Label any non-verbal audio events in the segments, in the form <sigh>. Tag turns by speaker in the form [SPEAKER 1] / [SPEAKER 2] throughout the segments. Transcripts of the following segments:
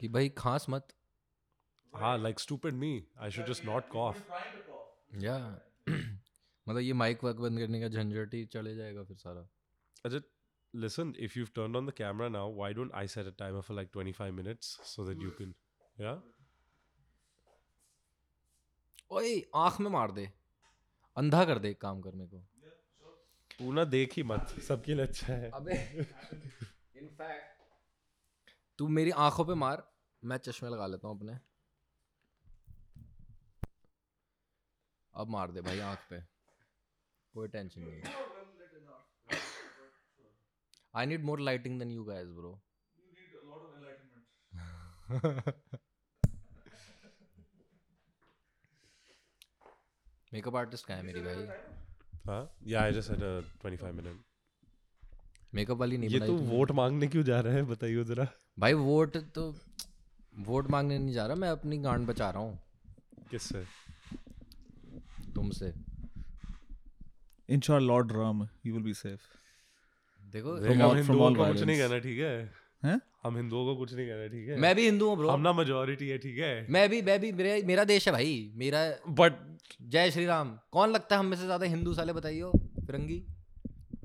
[SPEAKER 1] कि भाई खांस मत
[SPEAKER 2] हाँ like stupid me i should just not cough
[SPEAKER 1] या <clears throat> मतलब ये माइक वर्क बंद करने का झंझट ही चले जाएगा फिर सारा
[SPEAKER 2] Ajit, listen if you've turned on the camera now why don't i set a timer for like 25 minutes so that you can yeah
[SPEAKER 1] ओए आँख में मार दे अंधा कर दे एक काम करने को
[SPEAKER 2] तू ना देख ही मत सबके लिए अच्छा है
[SPEAKER 1] अबे इनफैक्ट तू मेरी आंखों पे मार मैं चश्मे लगा लेता हूँ अपने अब मार दे भाई आंख पे कोई टेंशन नहीं I need more lighting then you guys <laughs> bro makeup artist कहाँ है मेरी भाई
[SPEAKER 2] हाँ या I just set a 25 minute
[SPEAKER 1] makeup वाली नहीं
[SPEAKER 2] ये
[SPEAKER 1] बनाई
[SPEAKER 2] तो
[SPEAKER 1] तूने?
[SPEAKER 2] वोट मांगने क्यों जा रहा है बताइए जरा
[SPEAKER 1] भाई वोट तो वोट मांगने नहीं जा रहा मैं अपनी गांड बचा रहा हूँ
[SPEAKER 2] किससे
[SPEAKER 1] तुमसे
[SPEAKER 3] Inshallah, Lord Ram, you will be safe.
[SPEAKER 1] देखो
[SPEAKER 2] देख, हम
[SPEAKER 3] all- from
[SPEAKER 2] हिंदुओं
[SPEAKER 3] all
[SPEAKER 2] को कुछ नहीं
[SPEAKER 3] violence.
[SPEAKER 2] कहना ठीक है
[SPEAKER 3] हैं?
[SPEAKER 2] हम हिंदुओं को कुछ नहीं कहना ठीक है
[SPEAKER 1] मैं भी हिंदू हूँ ब्रो
[SPEAKER 2] हम ना मेजोरिटी है ठीक है
[SPEAKER 1] मैं भी मैं भी मेरे, मेरा देश है भाई मेरा
[SPEAKER 2] बट
[SPEAKER 1] जय श्री राम कौन लगता है हम में से ज्यादा हिंदू साले बताइयो फिरंगी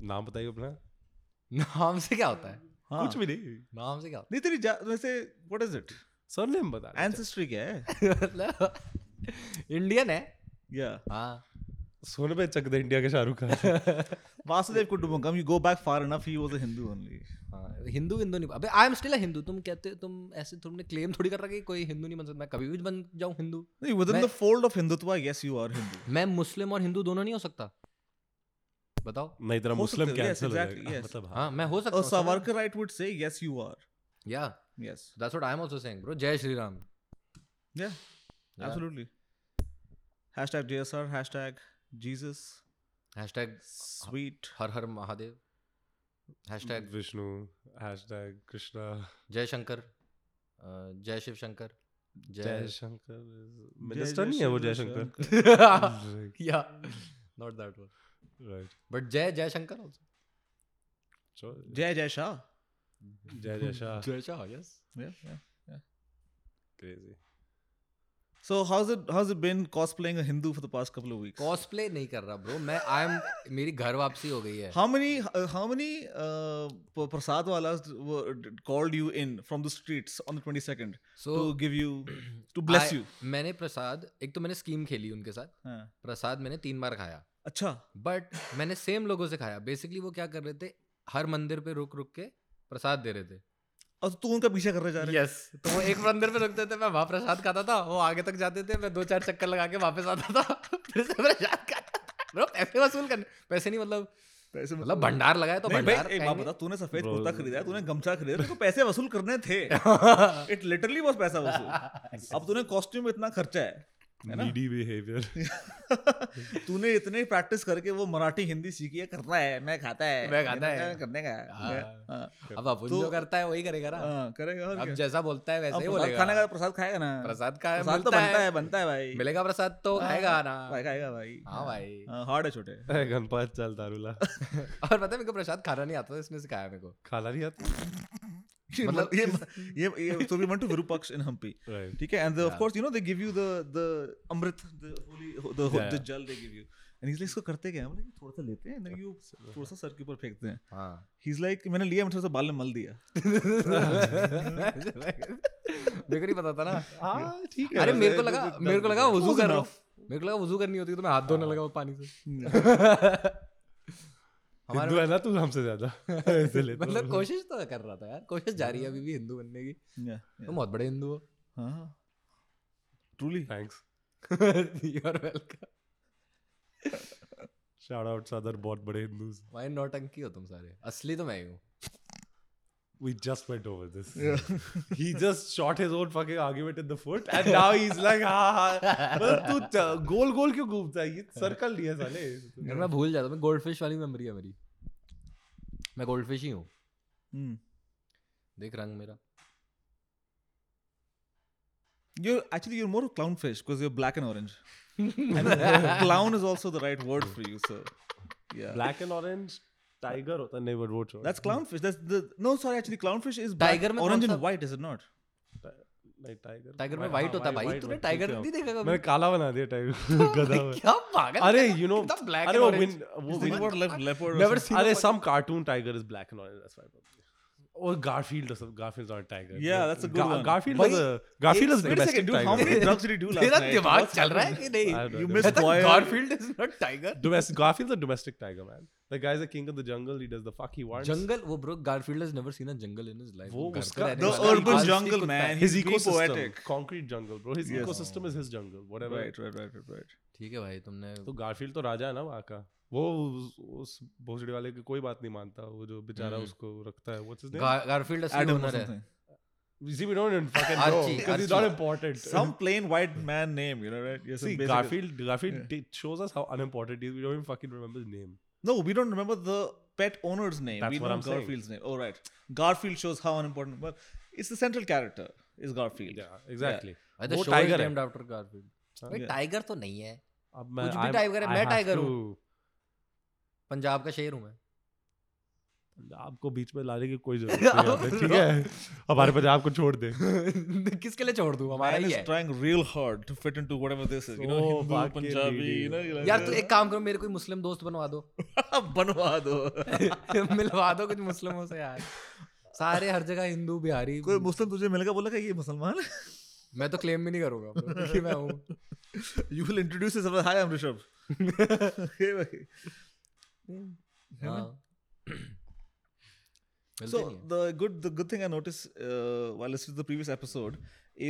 [SPEAKER 1] <laughs>
[SPEAKER 2] नाम बताइए अपना
[SPEAKER 1] नाम से क्या होता है
[SPEAKER 3] हाँ.
[SPEAKER 2] कुछ भी नहीं
[SPEAKER 1] नाम से क्या
[SPEAKER 3] नहीं तेरी जा- वैसे what is it?
[SPEAKER 2] सरनेम बता दे।
[SPEAKER 3] Ancestry क्या है?
[SPEAKER 1] <laughs> होता है इंडियन है
[SPEAKER 3] Yeah.
[SPEAKER 1] हाँ
[SPEAKER 2] सोने पे चक दे इंडिया के Shahrukh Khan
[SPEAKER 3] Vasudev Kutumbakam, you go back far enough, he was a Hindu only.
[SPEAKER 1] हाँ हिंदू हिंदू नहीं अबे आई एम स्टिल हिंदू तुम कहते तुम ऐसे तुमने क्लेम थोड़ी कर रखा कि कोई हिंदू नहीं बन सकता मैं कभी भी बन जाऊँ हिंदू
[SPEAKER 3] नहीं, within
[SPEAKER 1] मैं-
[SPEAKER 3] the fold of Hindutva, yes, you are Hindu.
[SPEAKER 1] मैं मुस्लिम और हिंदू दोनों नहीं हो सकता बताओ
[SPEAKER 2] नहीं तेरा
[SPEAKER 3] हो
[SPEAKER 2] मुस्लिम
[SPEAKER 3] सकता है, yes,
[SPEAKER 2] कैंसिल हो
[SPEAKER 3] exactly,
[SPEAKER 2] जाएगा
[SPEAKER 3] yes.
[SPEAKER 2] मतलब हाँ
[SPEAKER 1] हाँ मैं हो
[SPEAKER 3] A
[SPEAKER 1] सकता हूँ
[SPEAKER 3] Savarkarite Oh, would say, yes, you are.
[SPEAKER 1] या
[SPEAKER 3] Yes.
[SPEAKER 1] That's what I am also saying bro Jai Shri Ram
[SPEAKER 3] Yeah, absolutely. Hashtag JSR, hashtag Jesus,
[SPEAKER 1] hashtag
[SPEAKER 3] sweet.
[SPEAKER 1] Her her Mahadev hashtag
[SPEAKER 2] Vishnu hashtag Krishna
[SPEAKER 1] Jai Shankar अ, जय शिव शंकर <laughs>
[SPEAKER 2] जय
[SPEAKER 1] जय
[SPEAKER 2] शंकर is-
[SPEAKER 3] जय
[SPEAKER 2] minister
[SPEAKER 3] जय
[SPEAKER 2] नहीं है वो
[SPEAKER 3] शिव
[SPEAKER 2] जय
[SPEAKER 3] शंकर।
[SPEAKER 2] शंकर
[SPEAKER 1] या not that one
[SPEAKER 2] right
[SPEAKER 1] but Jai Jai Shankar also
[SPEAKER 2] Jai
[SPEAKER 3] Jai Jai Shah.
[SPEAKER 2] Jay
[SPEAKER 1] <laughs>
[SPEAKER 2] Shah
[SPEAKER 1] Jay Shah yes
[SPEAKER 3] Yeah, yeah.
[SPEAKER 2] Crazy
[SPEAKER 3] So how's it how's it been cosplaying a Hindu for the past couple of weeks?
[SPEAKER 1] Cosplay नहीं कर रहा bro मैं I am मेरी घर वापसी हो गई है
[SPEAKER 3] How many uh, how many uh, p- prasad walas d- were, d- called you in from the streets on the 22nd
[SPEAKER 1] so
[SPEAKER 3] to give you to bless you?
[SPEAKER 1] <clears throat> मैंने प्रसाद एक तो मैंने स्कीम खेली उनके साथ
[SPEAKER 3] हाँ.
[SPEAKER 1] प्रसाद मैंने तीन बार खाया
[SPEAKER 3] अच्छा
[SPEAKER 1] बट मैंने सेम लोगों से खाया बेसिकली वो क्या कर रहे थे हर मंदिर पे रुक रुक के प्रसाद दे रहे थे
[SPEAKER 3] और तू उनका पीछा कर रहा जा रहा है
[SPEAKER 1] यस तो वो एक मंदिर पे रुकते थे मैं वहां प्रसाद खाता था वो आगे तक जाते थे मैं दो चार चक्कर लगा के वापस आता था <laughs> फिर से प्रसाद खाता था ब्रो पैसे वसूल करने पैसे नहीं मतलब
[SPEAKER 3] पैसे मत-
[SPEAKER 1] मतलब भंडार लगाया तो
[SPEAKER 3] नहीं
[SPEAKER 1] भंडार
[SPEAKER 3] भाई एक बात बता तूने सफेद कुर्ता खरीदा है तूने गमछा खरीदा है, तेरे को पैसे वसूल करने
[SPEAKER 1] <laughs>
[SPEAKER 3] थे
[SPEAKER 1] कहेंगे।
[SPEAKER 3] इट लिटरली वाज पैसा वसूल अब तूने कॉस्ट्यूम में इतना खर्चा है
[SPEAKER 2] नीडी बिहेवियर
[SPEAKER 3] तूने इतने प्रैक्टिस करके वो मराठी हिंदी सीखी है करना है मैं खाता है
[SPEAKER 1] मैं खाता
[SPEAKER 3] ये
[SPEAKER 1] है।
[SPEAKER 3] करने का
[SPEAKER 1] हाँ।
[SPEAKER 3] है हाँ।
[SPEAKER 1] अब अपन
[SPEAKER 3] तो-
[SPEAKER 1] जो करता है वही करेगा ना
[SPEAKER 3] हाँ, करेगा और
[SPEAKER 1] अब
[SPEAKER 3] क्या?
[SPEAKER 1] जैसा बोलता है
[SPEAKER 3] अब
[SPEAKER 1] वैसे ही
[SPEAKER 3] प्रसाद खाने
[SPEAKER 1] बोलेगा
[SPEAKER 3] का प्रसाद खाएगा ना
[SPEAKER 1] प्रसाद का
[SPEAKER 3] प्रसाद तो
[SPEAKER 1] मिलता
[SPEAKER 3] बनता है
[SPEAKER 1] है
[SPEAKER 3] बनता है भाई
[SPEAKER 1] मिलेगा प्रसाद तो
[SPEAKER 3] हाँ,
[SPEAKER 1] खाएगा ना
[SPEAKER 3] भाई खाएगा भाई
[SPEAKER 1] हाँ भाई
[SPEAKER 3] हार्ड है छोटे <laughs>
[SPEAKER 2] गणपत चल दारूला
[SPEAKER 1] और पता है मेरे को प्रसाद खाना नहीं आता था इसने सिखाया मेरे को
[SPEAKER 2] खाला नहीं आता
[SPEAKER 3] ये
[SPEAKER 1] मतलब-
[SPEAKER 3] मतलब ये ये ये so we went to Virupaksh in Hampi <laughs>
[SPEAKER 2] right
[SPEAKER 3] ठीक है and the, of
[SPEAKER 1] Yeah.
[SPEAKER 3] course you know they give you the the amrit the holy the,
[SPEAKER 2] Yeah.
[SPEAKER 3] the jal they give you and he's like इसको करते क्या हैं हम थोड़ा सा लेते हैं and then you थोड़ा सा सर के ऊपर फेंकते हैं
[SPEAKER 1] हाँ
[SPEAKER 3] he's like मैंने लिया मैंने थोड़ा सा बाल में मल दिया
[SPEAKER 1] <laughs> मेरे को नहीं पता था ना
[SPEAKER 2] हाँ ठीक है
[SPEAKER 1] अरे
[SPEAKER 2] वैसे,
[SPEAKER 1] मेरे को
[SPEAKER 2] this
[SPEAKER 1] लगा
[SPEAKER 2] is
[SPEAKER 1] मेरे को लगा
[SPEAKER 3] It
[SPEAKER 1] वजू
[SPEAKER 3] was
[SPEAKER 1] कर रहा
[SPEAKER 3] enough.
[SPEAKER 1] हूं मेरे को लगा वजू करनी होती है तो मैं हाथ
[SPEAKER 2] हाँ।
[SPEAKER 1] धोने लगा वो पानी
[SPEAKER 2] <laughs>
[SPEAKER 1] से <laughs> हमारे
[SPEAKER 2] हिंदू है ना तू हमसे <laughs> ज्यादा ऐसे ले तो।
[SPEAKER 1] मतलब कोशिश तो कर रहा था यार कोशिश जारी है अभी भी हिंदू बनने की
[SPEAKER 2] हाँ।
[SPEAKER 3] Yeah, yeah.
[SPEAKER 1] तुम बहुत बड़े हिंदू हो
[SPEAKER 3] हाँ truly
[SPEAKER 2] thanks
[SPEAKER 1] <laughs> you are welcome
[SPEAKER 2] shout out सदर बहुत बड़े हिंदू
[SPEAKER 1] माय नौटंकी हो तुम सारे असली तो मैं ही हूँ
[SPEAKER 2] We just went over this. <laughs> he just shot his own fucking argument in the foot, and
[SPEAKER 1] <laughs>
[SPEAKER 2] now <laughs> he's like, "हाँ, "Ha ha." मतलब तू च- गोल गोल क्यों घूमता है? ये सर्कल लिया साले.
[SPEAKER 1] <laughs> यार <laughs> मैं भूल जाता हूँ मैं गोल्ड फिश वाली मेमोरी है मेरी मैं गोल्ड फिश ही हूँ
[SPEAKER 3] Hmm।
[SPEAKER 1] देख रंग मेरा
[SPEAKER 3] You're actually you're more a clownfish because you're black and orange. and <laughs> clown is also the right word for you, so yeah.
[SPEAKER 2] Black and orange tiger होता नहीं but वो छोड़.
[SPEAKER 3] That's clownfish. That's the no sorry actually clownfish is
[SPEAKER 1] Tiger
[SPEAKER 3] black,
[SPEAKER 1] में
[SPEAKER 3] orange
[SPEAKER 1] कौन
[SPEAKER 3] and
[SPEAKER 1] सा-
[SPEAKER 3] white, is it not?
[SPEAKER 2] नहीं tiger
[SPEAKER 1] tiger में
[SPEAKER 2] हाँ,
[SPEAKER 1] white होता है
[SPEAKER 2] white-
[SPEAKER 1] भाई
[SPEAKER 2] white
[SPEAKER 1] तूने
[SPEAKER 2] white
[SPEAKER 1] टाइगर
[SPEAKER 2] होते
[SPEAKER 1] नहीं देखा
[SPEAKER 2] हैं।
[SPEAKER 1] कभी
[SPEAKER 2] मैंने काला बना दिया
[SPEAKER 1] <laughs>
[SPEAKER 2] टाइगर <laughs> गधा में।
[SPEAKER 1] क्या पागल
[SPEAKER 2] अरे
[SPEAKER 1] है?
[SPEAKER 2] यू नो
[SPEAKER 1] कितना black
[SPEAKER 2] अरे
[SPEAKER 1] and
[SPEAKER 2] वो
[SPEAKER 1] orange.
[SPEAKER 2] win- वो
[SPEAKER 3] Think
[SPEAKER 2] win-
[SPEAKER 3] about lep- leopard or
[SPEAKER 1] Never
[SPEAKER 3] something.
[SPEAKER 1] seen a
[SPEAKER 2] अरे
[SPEAKER 1] fuck-
[SPEAKER 2] some cartoon tiger is black and orange. That's why. probably. Or Oh, Garfield or something. Garfield's not a tiger.
[SPEAKER 3] Yeah,
[SPEAKER 2] But
[SPEAKER 3] that's a good one.
[SPEAKER 2] Garfield
[SPEAKER 1] Bhai,
[SPEAKER 2] is a Garfield is
[SPEAKER 1] एक- wait
[SPEAKER 2] domestic
[SPEAKER 1] a
[SPEAKER 3] Dude,
[SPEAKER 2] tiger.
[SPEAKER 3] how many
[SPEAKER 2] <laughs>
[SPEAKER 3] drugs did he do last
[SPEAKER 1] तेरा
[SPEAKER 3] night?
[SPEAKER 1] दिमाग
[SPEAKER 3] What's
[SPEAKER 1] चल रहा है
[SPEAKER 3] happened?
[SPEAKER 1] कि
[SPEAKER 2] I
[SPEAKER 1] नहीं
[SPEAKER 2] don't
[SPEAKER 3] You
[SPEAKER 2] know.
[SPEAKER 3] missed
[SPEAKER 1] I thought
[SPEAKER 3] Boy-
[SPEAKER 1] Garfield is not tiger
[SPEAKER 2] Domestic Garfield's a domestic tiger, man. The guy's a king of the jungle. He does the fuck he wants.
[SPEAKER 1] जंगल वो bro Garfield has never seen a jungle in his life
[SPEAKER 2] वो उसका-
[SPEAKER 3] The
[SPEAKER 2] उसका
[SPEAKER 3] urban jungle, man.
[SPEAKER 2] His
[SPEAKER 3] He's being
[SPEAKER 2] ecosystem,
[SPEAKER 3] poetic.
[SPEAKER 2] concrete jungle, bro. His
[SPEAKER 3] Yes.
[SPEAKER 2] ecosystem is his jungle. Whatever.
[SPEAKER 3] Right, right, right, right, right.
[SPEAKER 1] ठीक है भाई तुमने
[SPEAKER 2] तो Garfield तो राजा है ना वहाँ का वो उस, उस भोसड़ी वाले की कोई बात नहीं मानता वो जो बेचारा
[SPEAKER 1] हम्म।
[SPEAKER 2] उसको रखता है व्हाट्स हिज नेम
[SPEAKER 1] गारफील्ड असली
[SPEAKER 3] Adam or
[SPEAKER 1] ओनर है
[SPEAKER 3] something.
[SPEAKER 2] We see we don't even fucking know
[SPEAKER 1] Archie,
[SPEAKER 2] because
[SPEAKER 1] Archie.
[SPEAKER 2] he's not <laughs> important
[SPEAKER 3] Some <laughs> plain white man name, you know, right? Yes,
[SPEAKER 2] See,
[SPEAKER 3] basically-
[SPEAKER 2] Garfield, Garfield
[SPEAKER 3] Yeah.
[SPEAKER 2] did- shows us how unimportant he is. We don't even fucking remember his name.
[SPEAKER 3] No, we don't remember the pet owner's name.
[SPEAKER 2] That's
[SPEAKER 3] we
[SPEAKER 2] what
[SPEAKER 3] know
[SPEAKER 2] I'm saying.
[SPEAKER 3] Garfield's name. Oh, right. Garfield shows how unimportant. Well, it's the central character is Garfield.
[SPEAKER 2] Yeah, exactly.
[SPEAKER 1] भाई तो
[SPEAKER 2] वो
[SPEAKER 1] show is
[SPEAKER 2] tiger है।
[SPEAKER 1] Named after Garfield भाई
[SPEAKER 3] Yeah.
[SPEAKER 1] Tiger तो नहीं है
[SPEAKER 2] अब मैं-
[SPEAKER 1] कुछ भी
[SPEAKER 2] I'm-
[SPEAKER 1] tiger है,
[SPEAKER 2] I
[SPEAKER 1] मैं
[SPEAKER 2] have
[SPEAKER 1] tiger
[SPEAKER 2] to-
[SPEAKER 1] पंजाब का शेर हूं मैं <laughs>
[SPEAKER 2] आपको बीच में लाने की कोई जरूरत नहीं है, ठीक
[SPEAKER 1] <laughs>
[SPEAKER 2] है हमारे पंजाब को छोड़ दे
[SPEAKER 1] किसके लिए छोड़ दूं हमारा
[SPEAKER 3] Man
[SPEAKER 1] ही
[SPEAKER 3] is
[SPEAKER 1] है
[SPEAKER 3] trying real hard to fit into whatever this is. You know,
[SPEAKER 2] So
[SPEAKER 3] Hindu,
[SPEAKER 2] fucking
[SPEAKER 3] Punjabi, you know.
[SPEAKER 2] ridiculous.
[SPEAKER 3] Like Ah,
[SPEAKER 1] यार तू
[SPEAKER 3] <laughs>
[SPEAKER 1] एक काम करो मेरे कोई मुस्लिम दोस्त बनवा दो <laughs>
[SPEAKER 3] बनवा
[SPEAKER 2] <laughs>
[SPEAKER 3] दो
[SPEAKER 1] मिलवा दो कुछ मुस्लिमों से यार सारे हर जगह हिंदू बिहारी
[SPEAKER 3] कोई मुस्लिम तुझे मिलेगा बोला कि ये <laughs> मुसलमान
[SPEAKER 1] मैं तो क्लेम भी नहीं करूंगा bro, कि मैं हूं
[SPEAKER 3] you will introduce his hi I am Rishabh
[SPEAKER 2] <laughs>
[SPEAKER 3] Okay, okay.
[SPEAKER 1] हाँ। <clears throat> मिलते
[SPEAKER 3] So
[SPEAKER 1] नहीं हैं।
[SPEAKER 3] the good the good thing I noticed uh, while listening to the previous episode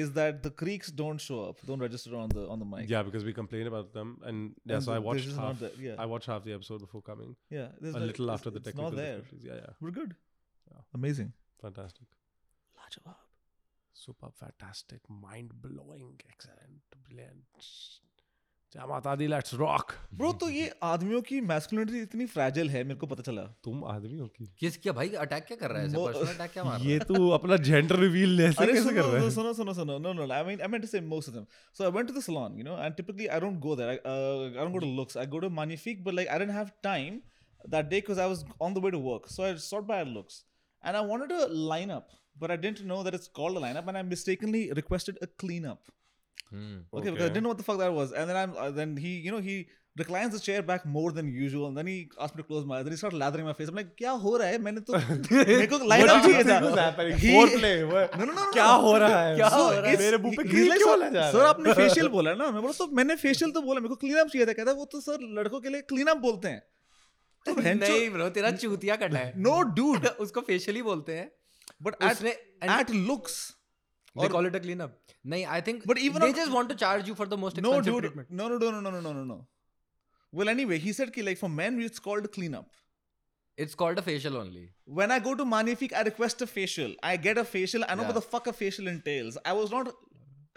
[SPEAKER 3] is that the creeks don't show up, don't register on the on the mic.
[SPEAKER 2] Yeah, because we complain about them, and yeah,
[SPEAKER 3] And
[SPEAKER 2] so I
[SPEAKER 3] this
[SPEAKER 2] watched
[SPEAKER 3] is not
[SPEAKER 2] half.
[SPEAKER 3] there, yeah.
[SPEAKER 2] I watched half the episode before coming.
[SPEAKER 3] Yeah, there's
[SPEAKER 2] A
[SPEAKER 3] no-
[SPEAKER 2] little
[SPEAKER 3] it's-
[SPEAKER 2] after the
[SPEAKER 3] it's
[SPEAKER 2] technical
[SPEAKER 3] Not there.
[SPEAKER 2] difficulties. Yeah, yeah,
[SPEAKER 3] We're good.
[SPEAKER 2] Yeah.
[SPEAKER 3] Amazing.
[SPEAKER 2] fantastic. Super fantastic, mind blowing, excellent, brilliant. Jamatadi, let's rock.
[SPEAKER 3] Bro, तो ये आदमियों की masculinity इतनी fragile है मेरे को पता चला
[SPEAKER 2] तुम आदमी हो कि
[SPEAKER 1] किस क्या भाई अटैक क्या कर रहा है ऐसे
[SPEAKER 3] मो-
[SPEAKER 1] पर्सनल अटैक क्या मार रहा
[SPEAKER 2] ये तू अपना जेंडर रिवील ऐसे
[SPEAKER 3] अरे
[SPEAKER 2] कैसे
[SPEAKER 3] सुनो
[SPEAKER 2] कर रहा है
[SPEAKER 3] सुनो सुनो सुनो no no no I mean I meant to say most of them so I went to the salon you know and typically I don't go there I, uh, I don't go to looks I go to Magnifique but like I didn't have time that day because I was on the way to work so I stopped by at looks and I wanted a lineup but I didn't know that it's called a lineup and I mistakenly requested a cleanup
[SPEAKER 1] है हम्म,
[SPEAKER 3] okay, because I didn't know what the fuck that was and then I'm uh, then he you know he reclines the chair back more than usual and then he asked me to close my eyes then he started lathering my face I'm like क्या हो रहा है मैंने
[SPEAKER 2] <laughs>
[SPEAKER 3] तो मेरे को
[SPEAKER 2] What
[SPEAKER 3] lineup
[SPEAKER 2] do you
[SPEAKER 3] चाहिए
[SPEAKER 2] think was
[SPEAKER 3] था
[SPEAKER 2] happening?
[SPEAKER 3] He-
[SPEAKER 2] Foreplay, what-
[SPEAKER 3] no, no, no, no.
[SPEAKER 2] क्या हो रहा है?
[SPEAKER 1] क्या
[SPEAKER 2] So
[SPEAKER 1] हो रहा है?
[SPEAKER 2] it's- मेरे मुंह पे
[SPEAKER 3] He's
[SPEAKER 2] क्रीम
[SPEAKER 3] like,
[SPEAKER 2] क्यों
[SPEAKER 3] "Sir-
[SPEAKER 2] लगा जा रहा
[SPEAKER 3] सर
[SPEAKER 2] है?"
[SPEAKER 3] आपने फेशियल बोला ना मैं बोला तो मैंने फेशियल तो बोला मेरे को क्लीन अप चाहिए था कहता है, वो तो सर लड़कों के लिए क्लीन अप बोलते हैं तो
[SPEAKER 1] नहीं ब्रो तेरा चूतिया कटा है
[SPEAKER 3] नो डूड
[SPEAKER 1] <laughs> उसको फेशियली बोलते हैं
[SPEAKER 3] बट
[SPEAKER 1] उसने
[SPEAKER 3] at looks
[SPEAKER 1] they call it a cleanup नहीं I think
[SPEAKER 3] But even
[SPEAKER 1] they
[SPEAKER 3] on-
[SPEAKER 1] just want to charge you for the most
[SPEAKER 3] no
[SPEAKER 1] expensive
[SPEAKER 3] dude
[SPEAKER 1] treatment
[SPEAKER 3] no no no no no no no Well, anyway, he said ki, like for men, it's called clean up.
[SPEAKER 1] it's called a facial only
[SPEAKER 3] When I go to Magnifique, I request a facial. I get a facial. I know
[SPEAKER 1] Yeah.
[SPEAKER 3] what the fuck a facial entails. I was not,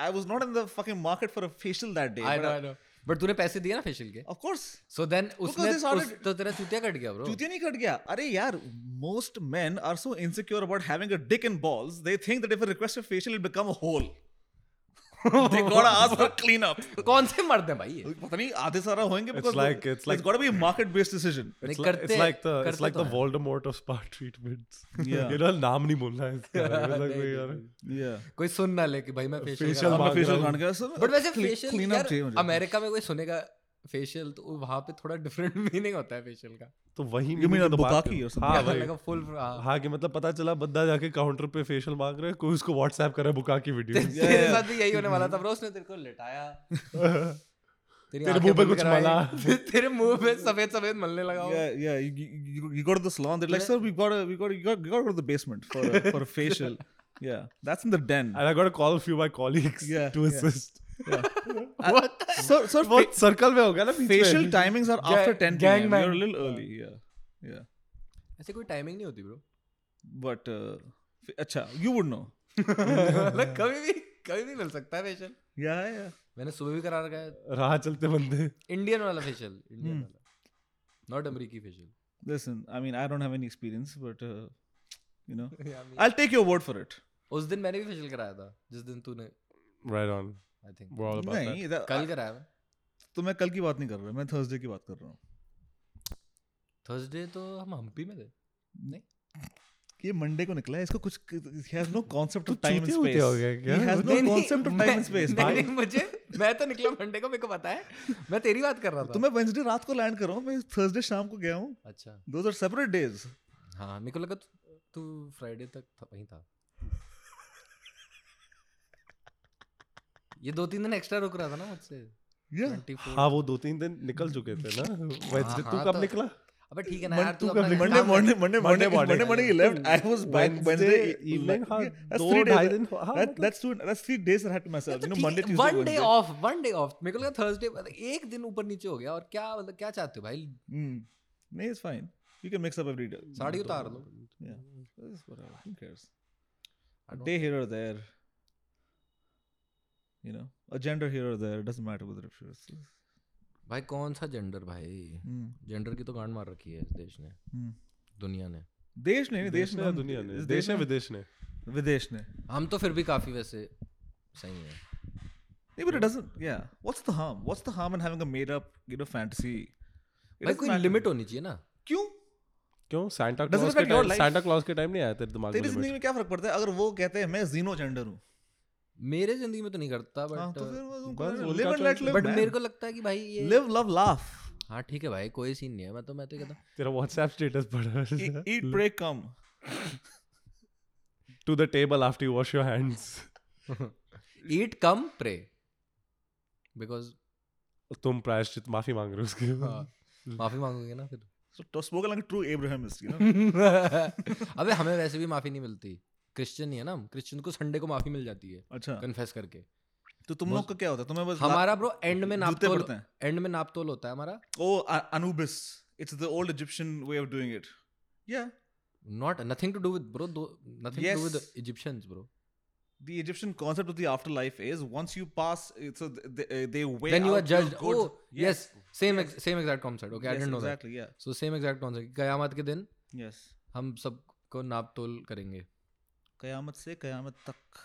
[SPEAKER 3] I was not in the fucking market for a facial that day.
[SPEAKER 1] I
[SPEAKER 3] but
[SPEAKER 1] know I know but तूने पैसे दिए ना facial के
[SPEAKER 3] Of course.
[SPEAKER 1] so then उसने
[SPEAKER 3] they started-
[SPEAKER 1] उस, तो तेरा चूतिया कट गया ब्रो
[SPEAKER 3] चूतिया नहीं कट गया अरे यार most men are so insecure about having a dick in balls they think that if a request facial it become a <laughs> whole they got ask for clean up
[SPEAKER 1] कौन से मर्द हैं भाई ये
[SPEAKER 3] पता नहीं आधे सारा होंगे
[SPEAKER 2] It's like- it's like-
[SPEAKER 3] got be market based decision
[SPEAKER 2] It's
[SPEAKER 1] नहीं,
[SPEAKER 2] like- it's
[SPEAKER 1] करते-
[SPEAKER 2] like the it's
[SPEAKER 1] करते
[SPEAKER 2] like
[SPEAKER 1] तो
[SPEAKER 2] the
[SPEAKER 1] हैं।
[SPEAKER 2] Voldemort of spa treatments.
[SPEAKER 3] Yeah.
[SPEAKER 2] You know, नाम नहीं बोलना
[SPEAKER 1] <laughs>
[SPEAKER 2] है इसका। It's like,
[SPEAKER 1] नहीं,
[SPEAKER 2] "Wait,
[SPEAKER 1] नहीं,
[SPEAKER 2] यार,
[SPEAKER 3] या
[SPEAKER 1] कोई सुन ना ले कि भाई मैं facial
[SPEAKER 2] Facial
[SPEAKER 1] करा-
[SPEAKER 2] मांग रहा
[SPEAKER 3] फेशियल
[SPEAKER 2] हूँ।
[SPEAKER 3] कांड का सर
[SPEAKER 1] बट वैसे फेशियल
[SPEAKER 3] क्लीन अप चाहिए
[SPEAKER 1] यार
[SPEAKER 3] मुझे
[SPEAKER 1] अमेरिका में कोई सुनेगा फेशियल तो वहां पे थोड़ा <laughs> डिफरेंट मीनिंग होता है फेशियल का
[SPEAKER 2] तो वही
[SPEAKER 3] You mean
[SPEAKER 2] meaning
[SPEAKER 3] a
[SPEAKER 2] तो बात
[SPEAKER 3] bukkake
[SPEAKER 2] करो।
[SPEAKER 3] or something?
[SPEAKER 2] हाँ
[SPEAKER 1] क्या
[SPEAKER 2] भाई
[SPEAKER 1] <laughs> लगा फुल
[SPEAKER 2] <laughs> हाँ कि मतलब पता चला बंदा जाके काउंटर पे फेशियल मांग रहा है कोई उसको व्हाट्सएप कर रहा है बुका की वीडियो
[SPEAKER 1] <laughs> तेरे साथ भी यही होने वाला था ब्रो उसने तेरे को
[SPEAKER 2] <laughs>
[SPEAKER 1] लिटाया तेरी
[SPEAKER 2] तेरे
[SPEAKER 1] आंखें
[SPEAKER 2] मुंह पे
[SPEAKER 1] बंद
[SPEAKER 2] कुछ
[SPEAKER 1] कराई,
[SPEAKER 2] मला।
[SPEAKER 1] ते- <laughs> तेरे मुंह पे सफेद सफेद मलने लगा हो।
[SPEAKER 3] Yeah, yeah. You, you, you go to the salon. They're like, sir, we got to, we got, you got, you got to go to the basement <laughs> for a, for a facial. yeah, that's in the den.
[SPEAKER 2] And I got to call a few of my colleagues
[SPEAKER 3] Yeah,
[SPEAKER 2] to
[SPEAKER 3] yeah.
[SPEAKER 2] assist.
[SPEAKER 1] What?
[SPEAKER 3] Uh, sir, sir,
[SPEAKER 2] वो circle में होगा ना बीच में।
[SPEAKER 3] facial timings are
[SPEAKER 1] Ga-
[SPEAKER 3] after 10 p.m.
[SPEAKER 1] gangbang.
[SPEAKER 3] You're a little early. Yeah, yeah.
[SPEAKER 1] ऐसे कोई timing नहीं
[SPEAKER 2] <laughs>
[SPEAKER 1] होती bro
[SPEAKER 3] But uh, f- अच्छा, you would know.
[SPEAKER 1] मतलब कभी भी कभी भी मिल सकता है फेशियल
[SPEAKER 3] Yeah, yeah.
[SPEAKER 1] मैंने सुबह भी करा रखा है
[SPEAKER 2] राह चलते बंदे
[SPEAKER 1] इंडियन वाला फेशियल
[SPEAKER 2] Hmm.
[SPEAKER 1] इंडियन वाला नॉट अमेरिकी
[SPEAKER 2] <laughs>
[SPEAKER 1] facial
[SPEAKER 3] Listen, I mean, I don't have any experience, but uh, you know, I'll take your word for it.
[SPEAKER 1] उस दिन मैंने भी फेशियल कराया था जिस दिन तूने
[SPEAKER 2] right on
[SPEAKER 1] I think
[SPEAKER 2] we're all about that
[SPEAKER 3] नहीं, that-
[SPEAKER 1] कल कराया मैं
[SPEAKER 3] तो मैं कल की बात नहीं कर रहा, मैं Thursday की बात कर रहा हूँ.
[SPEAKER 1] थर्सडे तो हम हम्पी में थे
[SPEAKER 3] कि ये मंडे को निकला है इसको कुछ he has no concept of
[SPEAKER 2] तो
[SPEAKER 3] टाइम एंड
[SPEAKER 2] चूतिया वूतिया
[SPEAKER 3] स्पेस
[SPEAKER 2] हो गया क्या?
[SPEAKER 1] <laughs>
[SPEAKER 3] ही हैज नो
[SPEAKER 1] नहीं, नहीं,
[SPEAKER 3] कॉन्सेप्ट ऑफ टाइम
[SPEAKER 1] मैं-
[SPEAKER 3] एंड स्पेस
[SPEAKER 1] नहीं,
[SPEAKER 3] भाई
[SPEAKER 1] नहीं, मुझे मैं तो निकला मंडे को मेरे को पता है मैं तेरी बात कर रहा था
[SPEAKER 3] तो मैं वेंसडे रात को लैंड कर रहा हूँ मैं थर्सडे शाम को गया हूँ
[SPEAKER 1] अच्छा
[SPEAKER 3] दोज आर सेपरेट डेज
[SPEAKER 1] हाँ मेरे को लगा तू- तू फ्राइडे तक था वहीं था ये दो तीन दिन एक्स्ट्रा रुक रहा था ना मुझसे
[SPEAKER 3] या
[SPEAKER 1] 24
[SPEAKER 2] हाँ वो दो तीन दिन निकल चुके थे ना वेंसडे तू
[SPEAKER 1] हाँ,
[SPEAKER 2] कब
[SPEAKER 1] तो-
[SPEAKER 2] निकला
[SPEAKER 1] अबे ठीक है ना
[SPEAKER 2] मन-
[SPEAKER 1] यार
[SPEAKER 2] तू
[SPEAKER 1] तू
[SPEAKER 2] कब
[SPEAKER 1] अपना
[SPEAKER 3] मंडे
[SPEAKER 1] काम कर।
[SPEAKER 3] Morning Monday
[SPEAKER 2] Monday
[SPEAKER 3] morning Monday
[SPEAKER 2] morning.
[SPEAKER 3] Morning left I was back
[SPEAKER 2] Wednesday
[SPEAKER 3] Wednesday
[SPEAKER 2] evening, हाँ, दो ढाई दिन, हाँ,
[SPEAKER 3] दैट
[SPEAKER 2] मतलब-
[SPEAKER 3] that's to that's 3 days I had to myself
[SPEAKER 1] तो
[SPEAKER 3] you know Monday Tuesday
[SPEAKER 1] one day
[SPEAKER 3] Wednesday.
[SPEAKER 1] Of one day of मेरे को लगा थर्सडे एक दिन ऊपर नीचे हो गया और क्या मतलब क्या चाहते हो भाई
[SPEAKER 3] Mm. No, it's fine. You can mix up every day.
[SPEAKER 1] Sari उतार लो
[SPEAKER 3] Yeah. It's whatever. Who cares?
[SPEAKER 1] I
[SPEAKER 3] A
[SPEAKER 1] don't-
[SPEAKER 3] day here or there. You know, a gender here or there. It doesn't matter whether it is.
[SPEAKER 1] भाई कौन सा gender भाई
[SPEAKER 3] Mm.
[SPEAKER 1] Gender की तो गांड मार रखी है इस देश ने
[SPEAKER 3] Mm.
[SPEAKER 1] दुनिया ने
[SPEAKER 3] देश ने नहीं, देश
[SPEAKER 2] देश
[SPEAKER 3] में
[SPEAKER 2] ने या
[SPEAKER 3] हम-
[SPEAKER 2] दुनिया ने
[SPEAKER 3] इस
[SPEAKER 2] देश
[SPEAKER 3] देश
[SPEAKER 2] है
[SPEAKER 3] में-
[SPEAKER 2] विदेश ने
[SPEAKER 3] विदेश ने
[SPEAKER 1] हम तो फिर भी काफी वैसे सही है
[SPEAKER 3] नहीं बट इट डजंट या what's the harm what's the harm in having a made up you know fantasy
[SPEAKER 1] भाई कोई लिमिट होनी चाहिए ना
[SPEAKER 3] क्यों
[SPEAKER 2] क्यों सांता
[SPEAKER 3] Doesn't
[SPEAKER 2] क्लॉज के
[SPEAKER 3] affect your
[SPEAKER 2] time
[SPEAKER 3] life.
[SPEAKER 2] Santa Claus के टाइम नहीं आया तेरे दिमाग
[SPEAKER 3] तेरी
[SPEAKER 2] में
[SPEAKER 3] जिंदगी
[SPEAKER 2] limit?
[SPEAKER 3] में क्या फर्क पड़ता है अगर वो कहते हैं मैं जीनो जेंडर हूँ
[SPEAKER 1] मेरे जिंदगी में तो नहीं करता
[SPEAKER 3] हाँ, तो
[SPEAKER 1] बट
[SPEAKER 2] बस
[SPEAKER 3] फिर
[SPEAKER 2] उनका
[SPEAKER 3] लिव एंड लेट
[SPEAKER 2] choice है।
[SPEAKER 3] लिव
[SPEAKER 1] बट मेरे को लगता है कि भाई ये
[SPEAKER 3] लिव लव लाफ
[SPEAKER 1] हाँ ठीक है भाई कोई सीन नहीं है मैं तो मैं तो ये कहता हूँ,
[SPEAKER 2] तेरा व्हाट्सएप स्टेटस पड़ा
[SPEAKER 3] eat pray come
[SPEAKER 2] to the table after you wash your
[SPEAKER 3] <laughs>
[SPEAKER 2] hands
[SPEAKER 1] eat come pray because
[SPEAKER 2] तुम प्रायश्चित माफी मांग रहे हो
[SPEAKER 3] हाँ।
[SPEAKER 2] उसके
[SPEAKER 1] हाँ,
[SPEAKER 3] हम्म,
[SPEAKER 1] माफी मांगोगे ना
[SPEAKER 3] <laughs>
[SPEAKER 1] फिर तो।
[SPEAKER 3] So spoken like a true Abrahamist,
[SPEAKER 1] <laughs>
[SPEAKER 3] you know.
[SPEAKER 1] अबे हमें वैसे भी माफी नहीं मिलती क्रिश्चियन ही है ना हम क्रिश्चियन को संडे को माफी मिल जाती है
[SPEAKER 3] अच्छा
[SPEAKER 1] कन्फेस करके
[SPEAKER 3] तो तुम लोग का क्या होता है तुम्हें बस
[SPEAKER 1] हमारा ब्रो एंड में नाप
[SPEAKER 3] जूते
[SPEAKER 1] तोल
[SPEAKER 3] पड़ते हैं।
[SPEAKER 1] एंड में नाप तोल होता है हमारा
[SPEAKER 3] oh Oh, Anubis. It's the old Egyptian way of doing it. Yeah.
[SPEAKER 1] Not nothing to do with bro nothing to do with
[SPEAKER 3] Yes.
[SPEAKER 1] Egyptians bro
[SPEAKER 3] The Egyptian concept of the afterlife is once you pass, it's a, they, uh, they weigh
[SPEAKER 1] then you are
[SPEAKER 3] out your
[SPEAKER 1] judged
[SPEAKER 3] goods.
[SPEAKER 1] Oh yes same same exact concept okay I
[SPEAKER 3] Yes,
[SPEAKER 1] didn't know that
[SPEAKER 3] exactly. Yeah.
[SPEAKER 1] So same exact concept कयामत के दिन
[SPEAKER 3] Yes.
[SPEAKER 1] हम सबको नाप तोल करेंगे
[SPEAKER 3] कयामत से कयामत तक.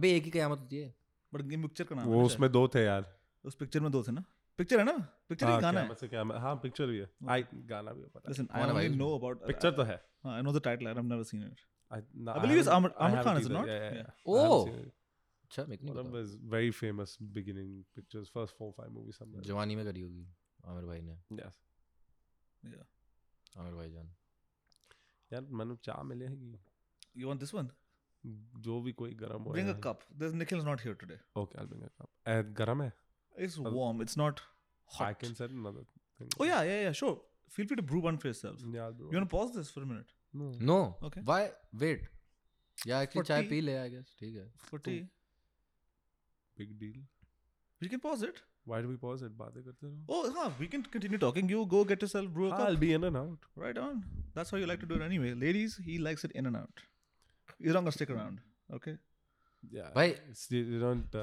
[SPEAKER 1] अबे एक ही कयामत होती है
[SPEAKER 3] But ये picture का नाम है
[SPEAKER 2] वो
[SPEAKER 3] ना
[SPEAKER 2] उसमें दो थे यार
[SPEAKER 3] शायद? उस picture में दो थे ना? Picture है ना? Picture ही गाना है.
[SPEAKER 2] कैमरा से कैमरा हाँ पिक्चर भी है आई गाना भी है, पता
[SPEAKER 3] Listen, I
[SPEAKER 1] कौन है भाई
[SPEAKER 3] only
[SPEAKER 1] उसमें?
[SPEAKER 3] know about.
[SPEAKER 2] पिक्चर तो है
[SPEAKER 3] हाँ, I know the title. I've never seen it.
[SPEAKER 2] I, no,
[SPEAKER 3] I believe it's
[SPEAKER 2] haven't-
[SPEAKER 3] Amr-
[SPEAKER 2] I
[SPEAKER 3] Amr
[SPEAKER 2] haven't
[SPEAKER 3] Khan, is it
[SPEAKER 2] either.
[SPEAKER 3] not?
[SPEAKER 2] Yeah, yeah,
[SPEAKER 3] Yeah.
[SPEAKER 2] yeah. I haven't
[SPEAKER 1] Oh.
[SPEAKER 2] seen it.
[SPEAKER 1] अच्छा मेरे को
[SPEAKER 2] One
[SPEAKER 3] मतलब
[SPEAKER 1] नहीं
[SPEAKER 2] of his very famous beginning pictures, first four five movies somewhere.
[SPEAKER 1] पता जवानी में करी होगी आमिर भाई ने
[SPEAKER 2] Yes.
[SPEAKER 1] आमिर भाई जान
[SPEAKER 2] यार मैंने चाह मिलेगी
[SPEAKER 3] You want this one?
[SPEAKER 2] जो भी कोई गरम हो
[SPEAKER 3] Bring a cup. There's Nikhil's not here today.
[SPEAKER 2] Okay I will bring a cup and गरम है
[SPEAKER 3] It's warm. It's not
[SPEAKER 2] I
[SPEAKER 3] hot.
[SPEAKER 2] Can set another thing
[SPEAKER 3] Oh yeah, yeah, yeah. Sure. Feel free to brew one for yourself.
[SPEAKER 2] यार
[SPEAKER 3] You wanna pause this for a minute
[SPEAKER 2] bro
[SPEAKER 1] no
[SPEAKER 3] hmm. Okay.
[SPEAKER 1] Why wait yeah actually चाय
[SPEAKER 3] Forty.
[SPEAKER 1] पी ले I guess ठीक है
[SPEAKER 3] for tea?
[SPEAKER 2] Big deal
[SPEAKER 3] We can pause it.
[SPEAKER 2] Why do we pause it बातें करते रहो
[SPEAKER 3] Oh, huh. We can continue talking. You go get yourself brew a
[SPEAKER 2] I
[SPEAKER 3] cup.
[SPEAKER 2] Will be in and out
[SPEAKER 3] Right on. That's how you like to do it anyway. Ladies, he likes it in and out. He's not gonna stick around. Okay.
[SPEAKER 2] या
[SPEAKER 1] भाई
[SPEAKER 2] you don't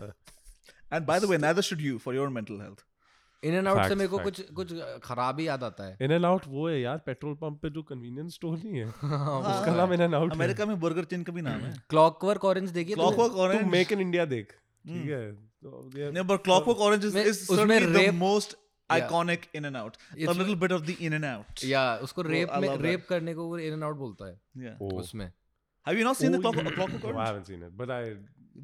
[SPEAKER 3] And by the way, neither should you for your mental health.
[SPEAKER 1] In and out से
[SPEAKER 2] Facts,
[SPEAKER 1] मेरे को कुछ कुछ खराब ही याद आता है
[SPEAKER 2] इन एंड आउट वो है यार पेट्रोल पंप पे जो कन्वीनियंस स्टोर नहीं है
[SPEAKER 1] <laughs> उसका
[SPEAKER 2] उसका नाम इन एंड आउट
[SPEAKER 3] अमेरिका में बर्गर चेन का भी नाम हाँ, है
[SPEAKER 1] क्लॉकवर्क ऑरेंज देखिए तूने?
[SPEAKER 3] क्लॉकवर्क
[SPEAKER 2] तू
[SPEAKER 3] ऑरेंज
[SPEAKER 2] मेक इन इंडिया देख ठीक है तो ये-
[SPEAKER 3] Hmm. नहीं बट क्लॉकवर्क ऑरेंज इज
[SPEAKER 1] में-
[SPEAKER 3] इज
[SPEAKER 1] उसमें
[SPEAKER 3] certainly the
[SPEAKER 1] Oh. rape-
[SPEAKER 3] most
[SPEAKER 1] Yeah.
[SPEAKER 3] iconic in and out. A
[SPEAKER 1] It's-
[SPEAKER 3] little bit of the in and out.
[SPEAKER 1] या उसको रेप
[SPEAKER 3] I
[SPEAKER 1] में
[SPEAKER 3] love that.
[SPEAKER 1] रेप करने को वो इन एंड आउट बोलता है
[SPEAKER 3] Yeah.
[SPEAKER 2] Oh.
[SPEAKER 1] उसमें
[SPEAKER 3] Have you not seen the
[SPEAKER 2] Oh,
[SPEAKER 3] clockwork,
[SPEAKER 2] No,
[SPEAKER 3] clockwork
[SPEAKER 2] I
[SPEAKER 3] orange?
[SPEAKER 2] haven't seen it, but I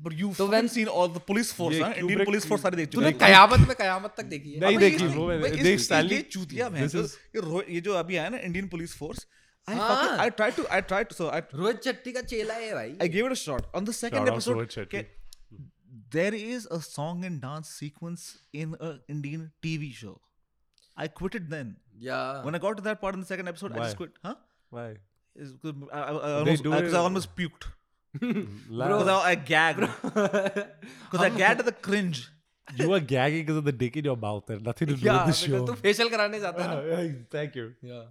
[SPEAKER 3] But you've
[SPEAKER 1] So
[SPEAKER 3] so
[SPEAKER 1] when-
[SPEAKER 3] seen all the police force,
[SPEAKER 2] ये
[SPEAKER 3] huh? Indian
[SPEAKER 2] Kubrick-
[SPEAKER 3] police force सारी देख चुके
[SPEAKER 1] तूने
[SPEAKER 3] हैं।
[SPEAKER 1] कयामत में कयामत तक देखी है
[SPEAKER 2] नहीं
[SPEAKER 3] अबे ये
[SPEAKER 2] देखी वो
[SPEAKER 3] नहीं-
[SPEAKER 2] मैंने
[SPEAKER 3] भाई,
[SPEAKER 2] देख
[SPEAKER 3] इस-
[SPEAKER 2] Stanley
[SPEAKER 3] ये चूतिया भैंस,
[SPEAKER 2] this is
[SPEAKER 3] ये रो- ये जो अभी आया ना इंडियन पुलिस फोर्स आई
[SPEAKER 1] हाँ।
[SPEAKER 3] I try to I try to so I
[SPEAKER 1] Rohit Shetty का चेला है भाई
[SPEAKER 3] I give it a shot on the second
[SPEAKER 2] Shout out to Rohit
[SPEAKER 3] episode
[SPEAKER 2] Shetty.
[SPEAKER 3] There is a song and dance sequence in a Indian TV show I quitted then
[SPEAKER 1] yeah
[SPEAKER 3] when I got to that part in the second episode I
[SPEAKER 2] Why?
[SPEAKER 3] Just quit हां
[SPEAKER 2] why
[SPEAKER 3] Is- 'cause I, I, I almost,
[SPEAKER 2] do
[SPEAKER 3] I,
[SPEAKER 2] it-
[SPEAKER 3] 'cause I almost puked Hmm. because
[SPEAKER 2] Lad,
[SPEAKER 3] I, I gagged because I
[SPEAKER 2] <laughs>
[SPEAKER 3] gagged at the cringe.
[SPEAKER 2] you are gagging because of the dick in your mouth. There, nothing to do
[SPEAKER 1] yeah
[SPEAKER 2] with the
[SPEAKER 1] बेटा
[SPEAKER 2] show. <laughs>
[SPEAKER 1] तू facial कराने जाता है ना
[SPEAKER 2] Ah, Thank you.
[SPEAKER 1] या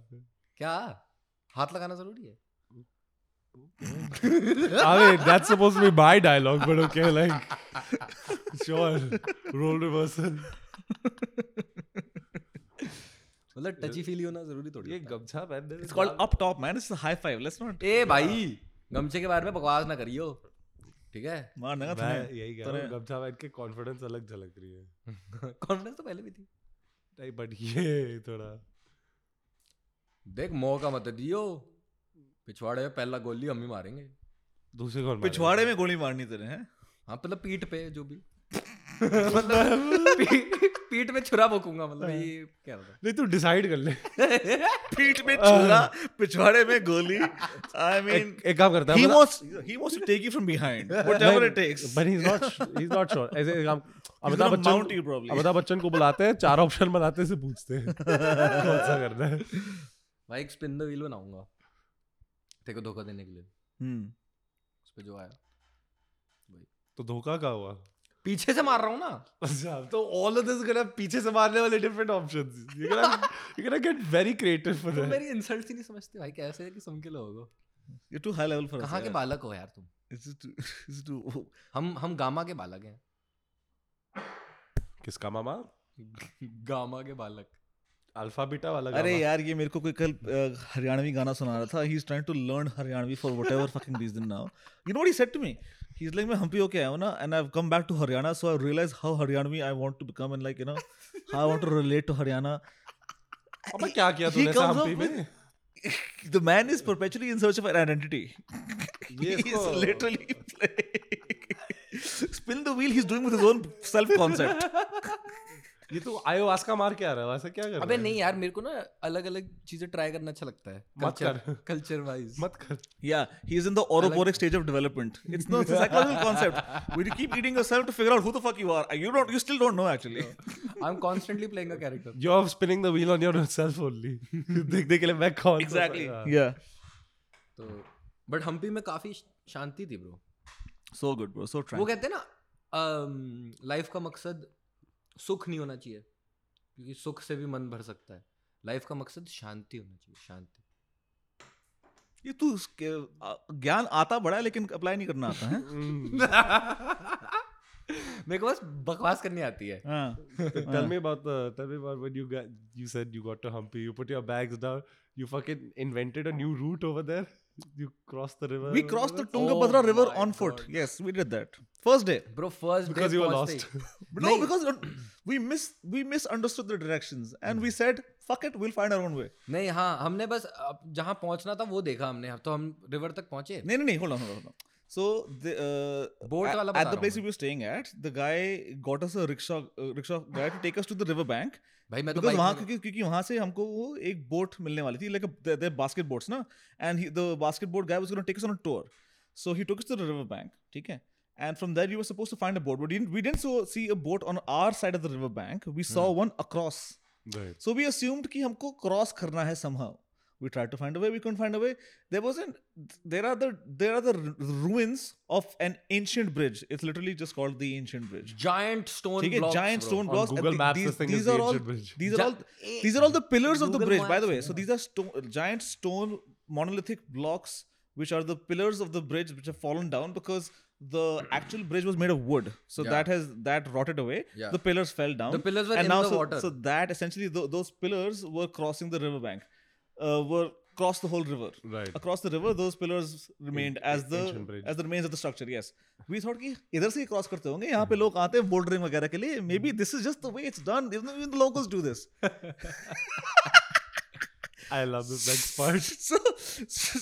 [SPEAKER 1] क्या हाथ लगाना जरूरी है
[SPEAKER 2] I mean, that's supposed to be my dialogue, but okay, like, <laughs> sure, role reversal.
[SPEAKER 1] मतलब टची फील होना जरूरी थोड़ी होता
[SPEAKER 2] गमछा पहन दे
[SPEAKER 3] It's called up top, man. It's the high five. Let's not.
[SPEAKER 1] है। ए भाई गमछे के बारे में बकवास ना करियो ठीक है <laughs>
[SPEAKER 3] मार देगा
[SPEAKER 2] मैं
[SPEAKER 3] तुम्हें
[SPEAKER 2] यही कह रहा हूँ गमछा पहन के कॉन्फिडेंस अलग झलक रही है
[SPEAKER 1] कॉन्फिडेंस तो पहले भी थी
[SPEAKER 2] नहीं बट ये थोड़ा
[SPEAKER 1] देख मौका मत दियो पिछवाड़े में पहला गोली हम ही मारेंगे
[SPEAKER 2] दूसरे कौन
[SPEAKER 3] पिछवाड़े में गोली मारनी तेरे हैं
[SPEAKER 1] हाँ मतलब पीठ पे जो भी <laughs> मतलब पी- पीठ में छुरा बोकूंगा मतलब ये क्या होता
[SPEAKER 2] नहीं तू डिसाइड कर ले
[SPEAKER 3] पीठ में छुरा पिछवाड़े में गोली आई मीन
[SPEAKER 2] एक काम करता
[SPEAKER 3] he
[SPEAKER 2] है मतलब-
[SPEAKER 3] wants he wants to take you from
[SPEAKER 2] <laughs>
[SPEAKER 3] behind whatever it takes
[SPEAKER 2] but he is not he is not sure ऐसे काम Amitabh
[SPEAKER 3] gonna mount you
[SPEAKER 2] Bachchan
[SPEAKER 3] probably.
[SPEAKER 2] Amitabh Bachchan को बुलाते हैं चार ऑप्शन बनाते हैं से पूछते हैं कौन सा करना है
[SPEAKER 1] <laughs> भाई एक स्पिन द व्हील बनाऊंगा तेरे को धोखा देने के लिए
[SPEAKER 3] Hmm.
[SPEAKER 1] उस पे जो आया
[SPEAKER 2] तो धोखा का हुआ
[SPEAKER 1] पीछे से मार रहा हूँ ना
[SPEAKER 2] अच्छा तो ऑल ऑफ दिस गना पीछे से मारने वाले different options you gonna you gonna get very creative for
[SPEAKER 3] तो
[SPEAKER 1] तुम
[SPEAKER 2] दैट
[SPEAKER 1] मेरी इंसल्ट ही नहीं समझते भाई कैसे कि सुन के लोगों
[SPEAKER 3] you're too high level for us
[SPEAKER 1] कहाँ के
[SPEAKER 3] yeah.
[SPEAKER 1] बालक हो यार तुम
[SPEAKER 3] This is too, <laughs> this is too oh.
[SPEAKER 1] हम हम गामा के बालक हैं
[SPEAKER 2] किसका मामा
[SPEAKER 1] गामा के बालक
[SPEAKER 2] अल्फा बीटा वाला
[SPEAKER 3] अरे यार ये मेरे को कोई कल अ, हरियाणवी गाना सुना रहा था he is trying to learn Haryanvi for whatever fucking reason now you know what he said to me he is like मैं हम्पी होके आया हूं ना and I have come back to Haryana so I realise how Haryanvi I want to become and like you know how I want to relate to Haryana
[SPEAKER 2] अबे क्या किया
[SPEAKER 3] He
[SPEAKER 2] तूने
[SPEAKER 3] comes up
[SPEAKER 2] सांपी में
[SPEAKER 3] <laughs> the man is perpetually in search of an identity
[SPEAKER 2] ये
[SPEAKER 3] he is
[SPEAKER 2] इसको-
[SPEAKER 3] literally <laughs> spin the wheel he is doing with his own self concept
[SPEAKER 2] ये तो आयोवास्का मार के आ रहा है वैसे क्या कर
[SPEAKER 1] अबे
[SPEAKER 2] रहा है?
[SPEAKER 1] नहीं यार मेरे को ना अलग अलग चीजें ट्राई करना अच्छा लगता है
[SPEAKER 2] मत कर।
[SPEAKER 1] कल्चर वाइज
[SPEAKER 2] मत कर
[SPEAKER 3] Yeah, he is in the oroporic stage of development. It's no it's a psychological concept. When you keep eating yourself to figure out who the fuck you are, you don't, you still don't know actually.
[SPEAKER 1] I am constantly playing a character
[SPEAKER 2] you are spinning the wheel on your self only <laughs> देखने के लिए मैं कौन हूं?
[SPEAKER 3] <laughs> Exactly.
[SPEAKER 2] हाँ।
[SPEAKER 3] Yeah.
[SPEAKER 1] तो but Hampi में काफी शांति थी bro
[SPEAKER 3] So good, bro. So
[SPEAKER 1] वो
[SPEAKER 3] tranquil.
[SPEAKER 1] कहते हैं ना लाइफ का मकसद सुख नहीं होना चाहिए क्योंकि सुख से भी मन भर सकता है लाइफ का मकसद शांति होना चाहिए शांति
[SPEAKER 3] ये तू उसके- आ- ज्ञान आता बड़ा है लेकिन अप्लाई नहीं करना आता है
[SPEAKER 2] Mm.
[SPEAKER 1] <laughs> हाँ। मेरे को बस बकवास करनी आती है
[SPEAKER 3] हाँ.
[SPEAKER 2] tell me about the tell me about when you got you said you got to Humpy, you put your bags down, you fucking invented a new route over there. You crossed the river.
[SPEAKER 3] We
[SPEAKER 2] over
[SPEAKER 3] crossed the
[SPEAKER 2] there.
[SPEAKER 3] Tungabhadra
[SPEAKER 1] Oh
[SPEAKER 3] River
[SPEAKER 1] my
[SPEAKER 3] on foot.
[SPEAKER 1] God.
[SPEAKER 3] Yes, we did that. First day.
[SPEAKER 1] Bro first
[SPEAKER 2] because you were lost.
[SPEAKER 3] No, because uh, <clears throat> we mis we misunderstood the directions and we said, fuck it, we'll find our own way.
[SPEAKER 1] नहीं हाँ हमने बस अब जहाँ पहुंचना था वो देखा हमने तो हम रिवर तक पहुंचे
[SPEAKER 3] No, no, no. Hold on, hold on. Hold on. So the uh,
[SPEAKER 1] Boat
[SPEAKER 3] at,
[SPEAKER 1] वाला बता
[SPEAKER 3] at
[SPEAKER 1] रहा
[SPEAKER 3] the
[SPEAKER 1] हूँ
[SPEAKER 3] place
[SPEAKER 1] मैं।
[SPEAKER 3] we were staying at, the guy got us a rickshaw uh, rickshaw guy to take us to the river bank
[SPEAKER 1] भाई मैं तो
[SPEAKER 3] because
[SPEAKER 1] bike
[SPEAKER 3] वहाँ
[SPEAKER 1] में-
[SPEAKER 3] क्योंकि क्योंकि वहाँ से हमको वो एक बोट मिलने वाली थी like a- they're they're basket boats ना and he, the basket boat guy was going to take us on a tour so he took us to the river bank ठीक है and from there you were supposed to find a boat but we didn't, we didn't so, see a boat on our side of the river bank we saw
[SPEAKER 1] Hmm.
[SPEAKER 3] one across
[SPEAKER 2] right.
[SPEAKER 3] so we assumed कि हमको cross करना है somehow we tried to find a way we couldn't find a way there wasn't there are the there are the ru- ruins of an ancient bridge it's literally just called the ancient bridge
[SPEAKER 1] giant stone
[SPEAKER 3] ठीक है
[SPEAKER 1] blocks,
[SPEAKER 3] giant
[SPEAKER 1] bro.
[SPEAKER 3] stone
[SPEAKER 2] On
[SPEAKER 3] blocks and
[SPEAKER 2] Google
[SPEAKER 3] the-
[SPEAKER 2] Maps,
[SPEAKER 3] these,
[SPEAKER 2] this thing is
[SPEAKER 3] these
[SPEAKER 2] the
[SPEAKER 3] are all
[SPEAKER 2] ancient bridge.
[SPEAKER 3] these are all
[SPEAKER 1] Gi- eh,
[SPEAKER 3] these are all the pillars of the
[SPEAKER 1] Google
[SPEAKER 3] bridge by the way
[SPEAKER 1] Maps,
[SPEAKER 3] so
[SPEAKER 1] yeah.
[SPEAKER 3] these are stone giant stone monolithic blocks which are the pillars of the bridge which have fallen down because the actual bridge was made of wood so
[SPEAKER 1] Yeah.
[SPEAKER 3] that has that rotted away
[SPEAKER 1] Yeah.
[SPEAKER 3] the pillars fell down
[SPEAKER 1] The pillars were
[SPEAKER 3] and
[SPEAKER 1] in
[SPEAKER 3] now
[SPEAKER 1] the
[SPEAKER 3] so,
[SPEAKER 1] water.
[SPEAKER 3] so that essentially tho- those pillars were crossing the riverbank uh, were across the whole river
[SPEAKER 2] Right.
[SPEAKER 3] across the river those pillars remained as the
[SPEAKER 2] ancient bridge.
[SPEAKER 3] as the remains of the structure yes we thought कि इधर से ही cross करते होंगे यहाँ पे लोग आते हैं बोल्डरिंग वगैरह के लिए may be this is just the way it's done even the locals do
[SPEAKER 2] <laughs>
[SPEAKER 3] this
[SPEAKER 2] I love this next
[SPEAKER 3] <laughs>
[SPEAKER 2] part.
[SPEAKER 3] so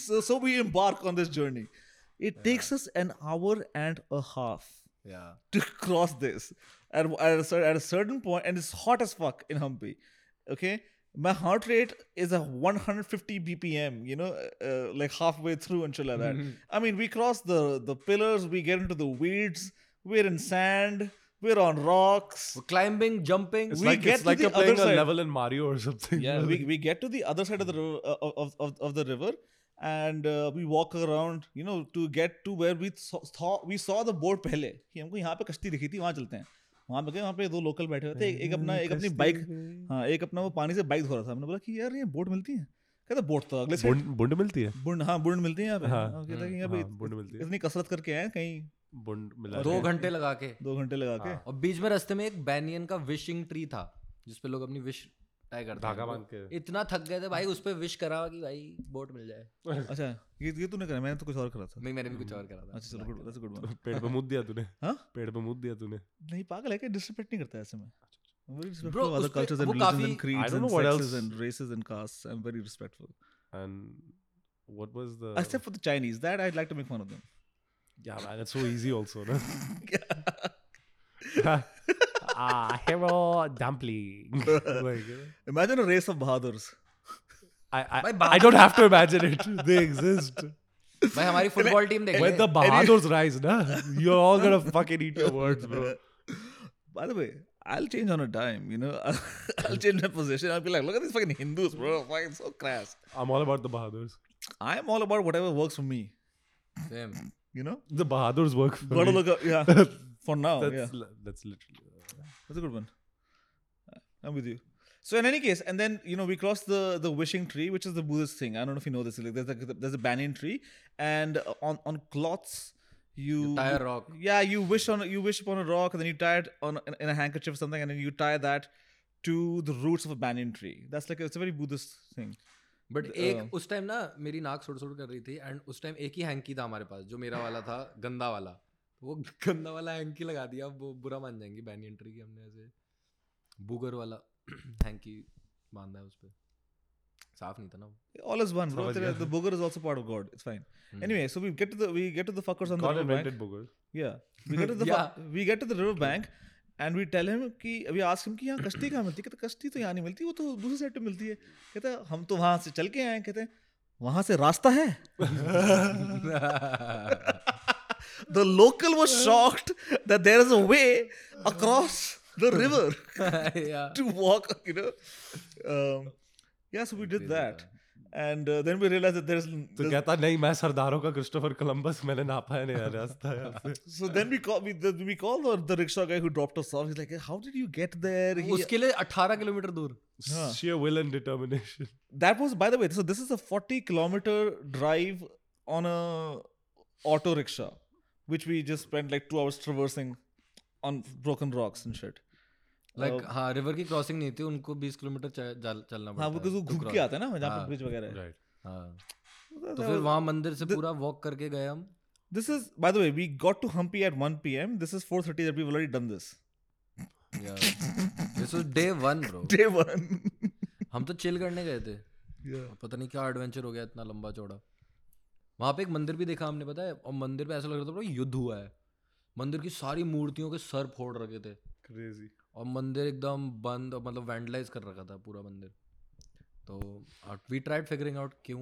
[SPEAKER 3] so so we embark on this journey it takes us an hour and a half
[SPEAKER 1] Yeah.
[SPEAKER 3] to <laughs> cross this at, at, a, cer- at a certain point and it's hot as fuck in Hampi. Okay. My heart rate is a 150 BPM, you know, uh, uh, like halfway through and shit like that. I mean, we cross the, the pillars, we get into the weeds, we're in sand, we're on rocks.
[SPEAKER 1] We're climbing, jumping.
[SPEAKER 2] It's
[SPEAKER 3] We
[SPEAKER 2] like
[SPEAKER 3] get
[SPEAKER 2] it's
[SPEAKER 3] to
[SPEAKER 2] like
[SPEAKER 3] the
[SPEAKER 2] you're
[SPEAKER 3] other
[SPEAKER 2] playing a
[SPEAKER 3] side.
[SPEAKER 2] level in Mario or something.
[SPEAKER 3] Yeah,
[SPEAKER 2] <laughs>
[SPEAKER 3] we, we get to the other side of the
[SPEAKER 2] Mm.
[SPEAKER 3] river, uh, of, of, of the river and uh, we walk around, you know, to get to where we saw, saw we saw the boat पहले कि हमको यहाँ पे कश्ती दिखी थी वहाँ चलते हैं वहाँ पे गए वहाँ पे दो लोकल बैठे हुए थे एक, एक अपना एक अपनी बाइक हाँ एक अपना वो पानी से बाइक धो रहा था हमने बोला कि यार ये बोट मिलती है कहता बोट तो अगले साइड
[SPEAKER 2] बुंड बुंड मिलती है
[SPEAKER 3] बुंड हाँ बुंड मिलती है यहाँ पे
[SPEAKER 2] हाँ,
[SPEAKER 3] हाँ, कहता है कि यहाँ पे
[SPEAKER 2] हाँ,
[SPEAKER 3] इत-
[SPEAKER 2] बुंड मिलती है।
[SPEAKER 3] इतनी कसरत करके आए हैं, कहीं
[SPEAKER 2] बुंड मिला
[SPEAKER 1] दो
[SPEAKER 2] के।
[SPEAKER 1] घंटे लगा के
[SPEAKER 3] दो घंटे लगा के
[SPEAKER 2] हाँ।
[SPEAKER 1] और बीच में रास्ते में एक बैनियन का विशिंग ट्री था जिसपे लोग अपनी विश तय करते
[SPEAKER 2] धागा
[SPEAKER 1] हैं।
[SPEAKER 2] बांध के।
[SPEAKER 1] इतना थक गए थे भाई उस पे विश करा कि भाई बोट मिल जाए
[SPEAKER 3] अच्छा ये ये तूने करा मैंने तो कुछ और करा था
[SPEAKER 1] नहीं मैंने भी कुछ और करा था
[SPEAKER 3] अच्छा चलो गुड गुड वन
[SPEAKER 2] पेड़ पे
[SPEAKER 3] <laughs>
[SPEAKER 2] मुद दिया तूने
[SPEAKER 3] हाँ?
[SPEAKER 2] पेड़ पे मुद दिया तूने
[SPEAKER 3] नहीं पागल है क्या डिसरिस्पेक्ट नहीं करता ऐसे में I'm very
[SPEAKER 1] Bro,
[SPEAKER 3] respectful of other
[SPEAKER 1] उसपे-
[SPEAKER 3] cultures and
[SPEAKER 1] वो
[SPEAKER 3] religions
[SPEAKER 1] काफी-
[SPEAKER 3] and creeds
[SPEAKER 2] don't
[SPEAKER 3] and
[SPEAKER 2] know what
[SPEAKER 3] sexes
[SPEAKER 2] else-
[SPEAKER 3] and races and castes. I'm very respectful.
[SPEAKER 2] and what was the
[SPEAKER 3] Except for the Chinese, that I'd like to make fun of them.
[SPEAKER 2] yeah man that's so easy also
[SPEAKER 3] <laughs>
[SPEAKER 2] no? <laughs> ah hero dumpling <laughs> like, you know,
[SPEAKER 3] Imagine a race of Bahadurs.
[SPEAKER 2] I I,
[SPEAKER 1] भाई, बा-
[SPEAKER 2] I don't have to imagine it they exist
[SPEAKER 1] भाई
[SPEAKER 3] <laughs>
[SPEAKER 1] हमारी football team देख
[SPEAKER 2] when the Bahadurs rise na you're all gonna fucking eat your words
[SPEAKER 3] <laughs>
[SPEAKER 2] bro
[SPEAKER 3] By the way, I'll change on a dime, you know. <laughs> I'll change my position. I'll be like, look at these fucking Hindus, bro. Fucking so crass.
[SPEAKER 2] I'm all about the Bahadurs
[SPEAKER 3] I'm all about whatever works for me,
[SPEAKER 1] Same.
[SPEAKER 3] you know?
[SPEAKER 2] the Bahadurs work for me.
[SPEAKER 3] Gotta look up,
[SPEAKER 2] <laughs>
[SPEAKER 3] yeah. For now,
[SPEAKER 2] that's
[SPEAKER 3] yeah.
[SPEAKER 2] li- that's literally uh,
[SPEAKER 3] That's a good one. I'm with you. So in any case, and then you know we crossed the the wishing tree, which is the Buddhist thing. I don't know if you know this. Like there's a, there's a banyan tree, and uh, on on cloths you,
[SPEAKER 1] You tie a rock.
[SPEAKER 3] Yeah, you wish on you wish upon a rock, and then you tie it on in, in a handkerchief or something, and then you tie that to the roots of a banyan tree. That's like a, it's a very Buddhist thing.
[SPEAKER 1] But
[SPEAKER 3] the-
[SPEAKER 1] एक उस time ना मेरी नाक सुड़ सुड़ कर रही थी and उस time एक ही हैंकी था हमारे पास जो मेरा वाला था गंदा वाला तो वो <laughs> गंदा वाला हैंकी लगा दिया अब वो बुरा मान जाएंगे बैन एंट्री की हमने ऐसे बूगर वाला <clears throat> हैंकी बांधा है उस पे साफ नहीं था ना वो
[SPEAKER 3] <laughs> All is one, bro.
[SPEAKER 2] Samajh
[SPEAKER 3] The,
[SPEAKER 2] gaya.
[SPEAKER 3] the booger is also part of God. It's fine.
[SPEAKER 1] Hmm.
[SPEAKER 3] Anyway, so we get to the we get to the fuckers on
[SPEAKER 2] God
[SPEAKER 3] the riverbank.
[SPEAKER 2] invented boogers
[SPEAKER 3] Yeah. We get to the
[SPEAKER 1] Yeah.
[SPEAKER 3] fu- we get to the riverbank and we tell him कि we ask him कि यहाँ कश्ती कहाँ मिलती है कहता कश्ती तो यहाँ नहीं मिलती वो तो दूसरे साइड पे मिलती है कहता हम तो वहाँ से चल के आए हैं." कहते हैं वहाँ से रास्ता है the local was shocked that there is a way across the river <laughs>
[SPEAKER 1] Yeah.
[SPEAKER 3] to walk you know um, yeah so we did that and uh, then we realized that there's,
[SPEAKER 2] तो
[SPEAKER 3] there's
[SPEAKER 2] कहता नहीं मैं सरदारों का Christopher Columbus मैंने नापा है नया रास्ता यहाँ से
[SPEAKER 3] so then we call we, the, we call the, the rickshaw guy who dropped us off he's like how did you get there He-
[SPEAKER 1] उसके लिए 18 किलोमीटर दूर
[SPEAKER 3] हाँ।
[SPEAKER 2] sheer will and determination.
[SPEAKER 3] That was, by the way, so this is a 40 kilometer drive on a auto rickshaw, which we just spent like two hours traversing on broken rocks and shit.
[SPEAKER 1] Like हाँ river की crossing नहीं थी उनको 20 kilometre च- चल- चलना
[SPEAKER 3] हाँ
[SPEAKER 1] पड़ता
[SPEAKER 3] बिकॉज वो
[SPEAKER 1] to
[SPEAKER 3] घूम के
[SPEAKER 1] cross.
[SPEAKER 3] आता है ना जहाँ पे
[SPEAKER 1] हाँ,
[SPEAKER 3] ब्रिज वगैरह है
[SPEAKER 2] <laughs> Right.
[SPEAKER 1] हाँ तो
[SPEAKER 3] <laughs>
[SPEAKER 1] फिर
[SPEAKER 3] So
[SPEAKER 1] वहाँ मंदिर से पूरा वॉक करके गए
[SPEAKER 3] <laughs>
[SPEAKER 1] हम
[SPEAKER 3] this is by the way we got to Hampi at 1 p.m. This is 4:30 that we've already done this
[SPEAKER 1] this was day one bro
[SPEAKER 3] day one. <laughs>
[SPEAKER 1] हम तो चिल करने गए थे
[SPEAKER 3] yeah.
[SPEAKER 1] पता नहीं क्या एडवेंचर हो गया इतना लंबा चौड़ा वहाँ पे एक मंदिर भी देखा हमने पता है और मंदिर पे ऐसा लग रहा था bro, युद्ध हुआ है मंदिर की सारी मूर्तियों के सर फोड़ रखे थे
[SPEAKER 2] Crazy.
[SPEAKER 1] और मंदिर एकदम बंद और मतलब वैंडलाइज कर रखा था पूरा मंदिर तो वी ट्राइड फिगरिंग आउट क्यों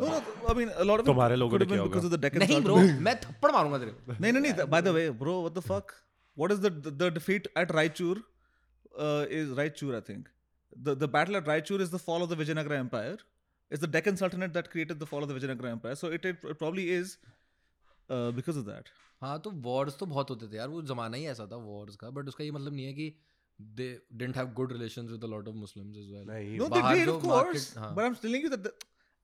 [SPEAKER 3] No, no, I mean a lot of it
[SPEAKER 2] तुम्हारे लोगों
[SPEAKER 3] could
[SPEAKER 2] ने
[SPEAKER 3] have been
[SPEAKER 2] किया
[SPEAKER 3] because of the Deccan
[SPEAKER 1] नहीं
[SPEAKER 3] Salt
[SPEAKER 1] ब्रो मैं थप्पड़ मारूंगा तेरे को
[SPEAKER 3] No, no, no. By the way, bro, what the fuck? What is the the, the defeat at Raichur? Uh, is Raichur, I think. The the battle at Raichur is the fall of the Vijayanagara Empire. It's the Deccan Sultanate that created the fall of the Vijayanagara Empire. So it, it, it probably is uh, because of that.
[SPEAKER 1] हाँ तो Wars तो बहुत होते थे यार वो जमाना ही ऐसा था वॉर्स का बट उसका ये मतलब नहीं है कि they didn't have good relations with a lot of Muslims as
[SPEAKER 3] तो-
[SPEAKER 1] वेल
[SPEAKER 2] नहीं,
[SPEAKER 3] No,
[SPEAKER 1] बाहर
[SPEAKER 3] they did,
[SPEAKER 1] जो
[SPEAKER 3] of course.
[SPEAKER 1] market- हाँ।
[SPEAKER 3] But I'm telling you that the,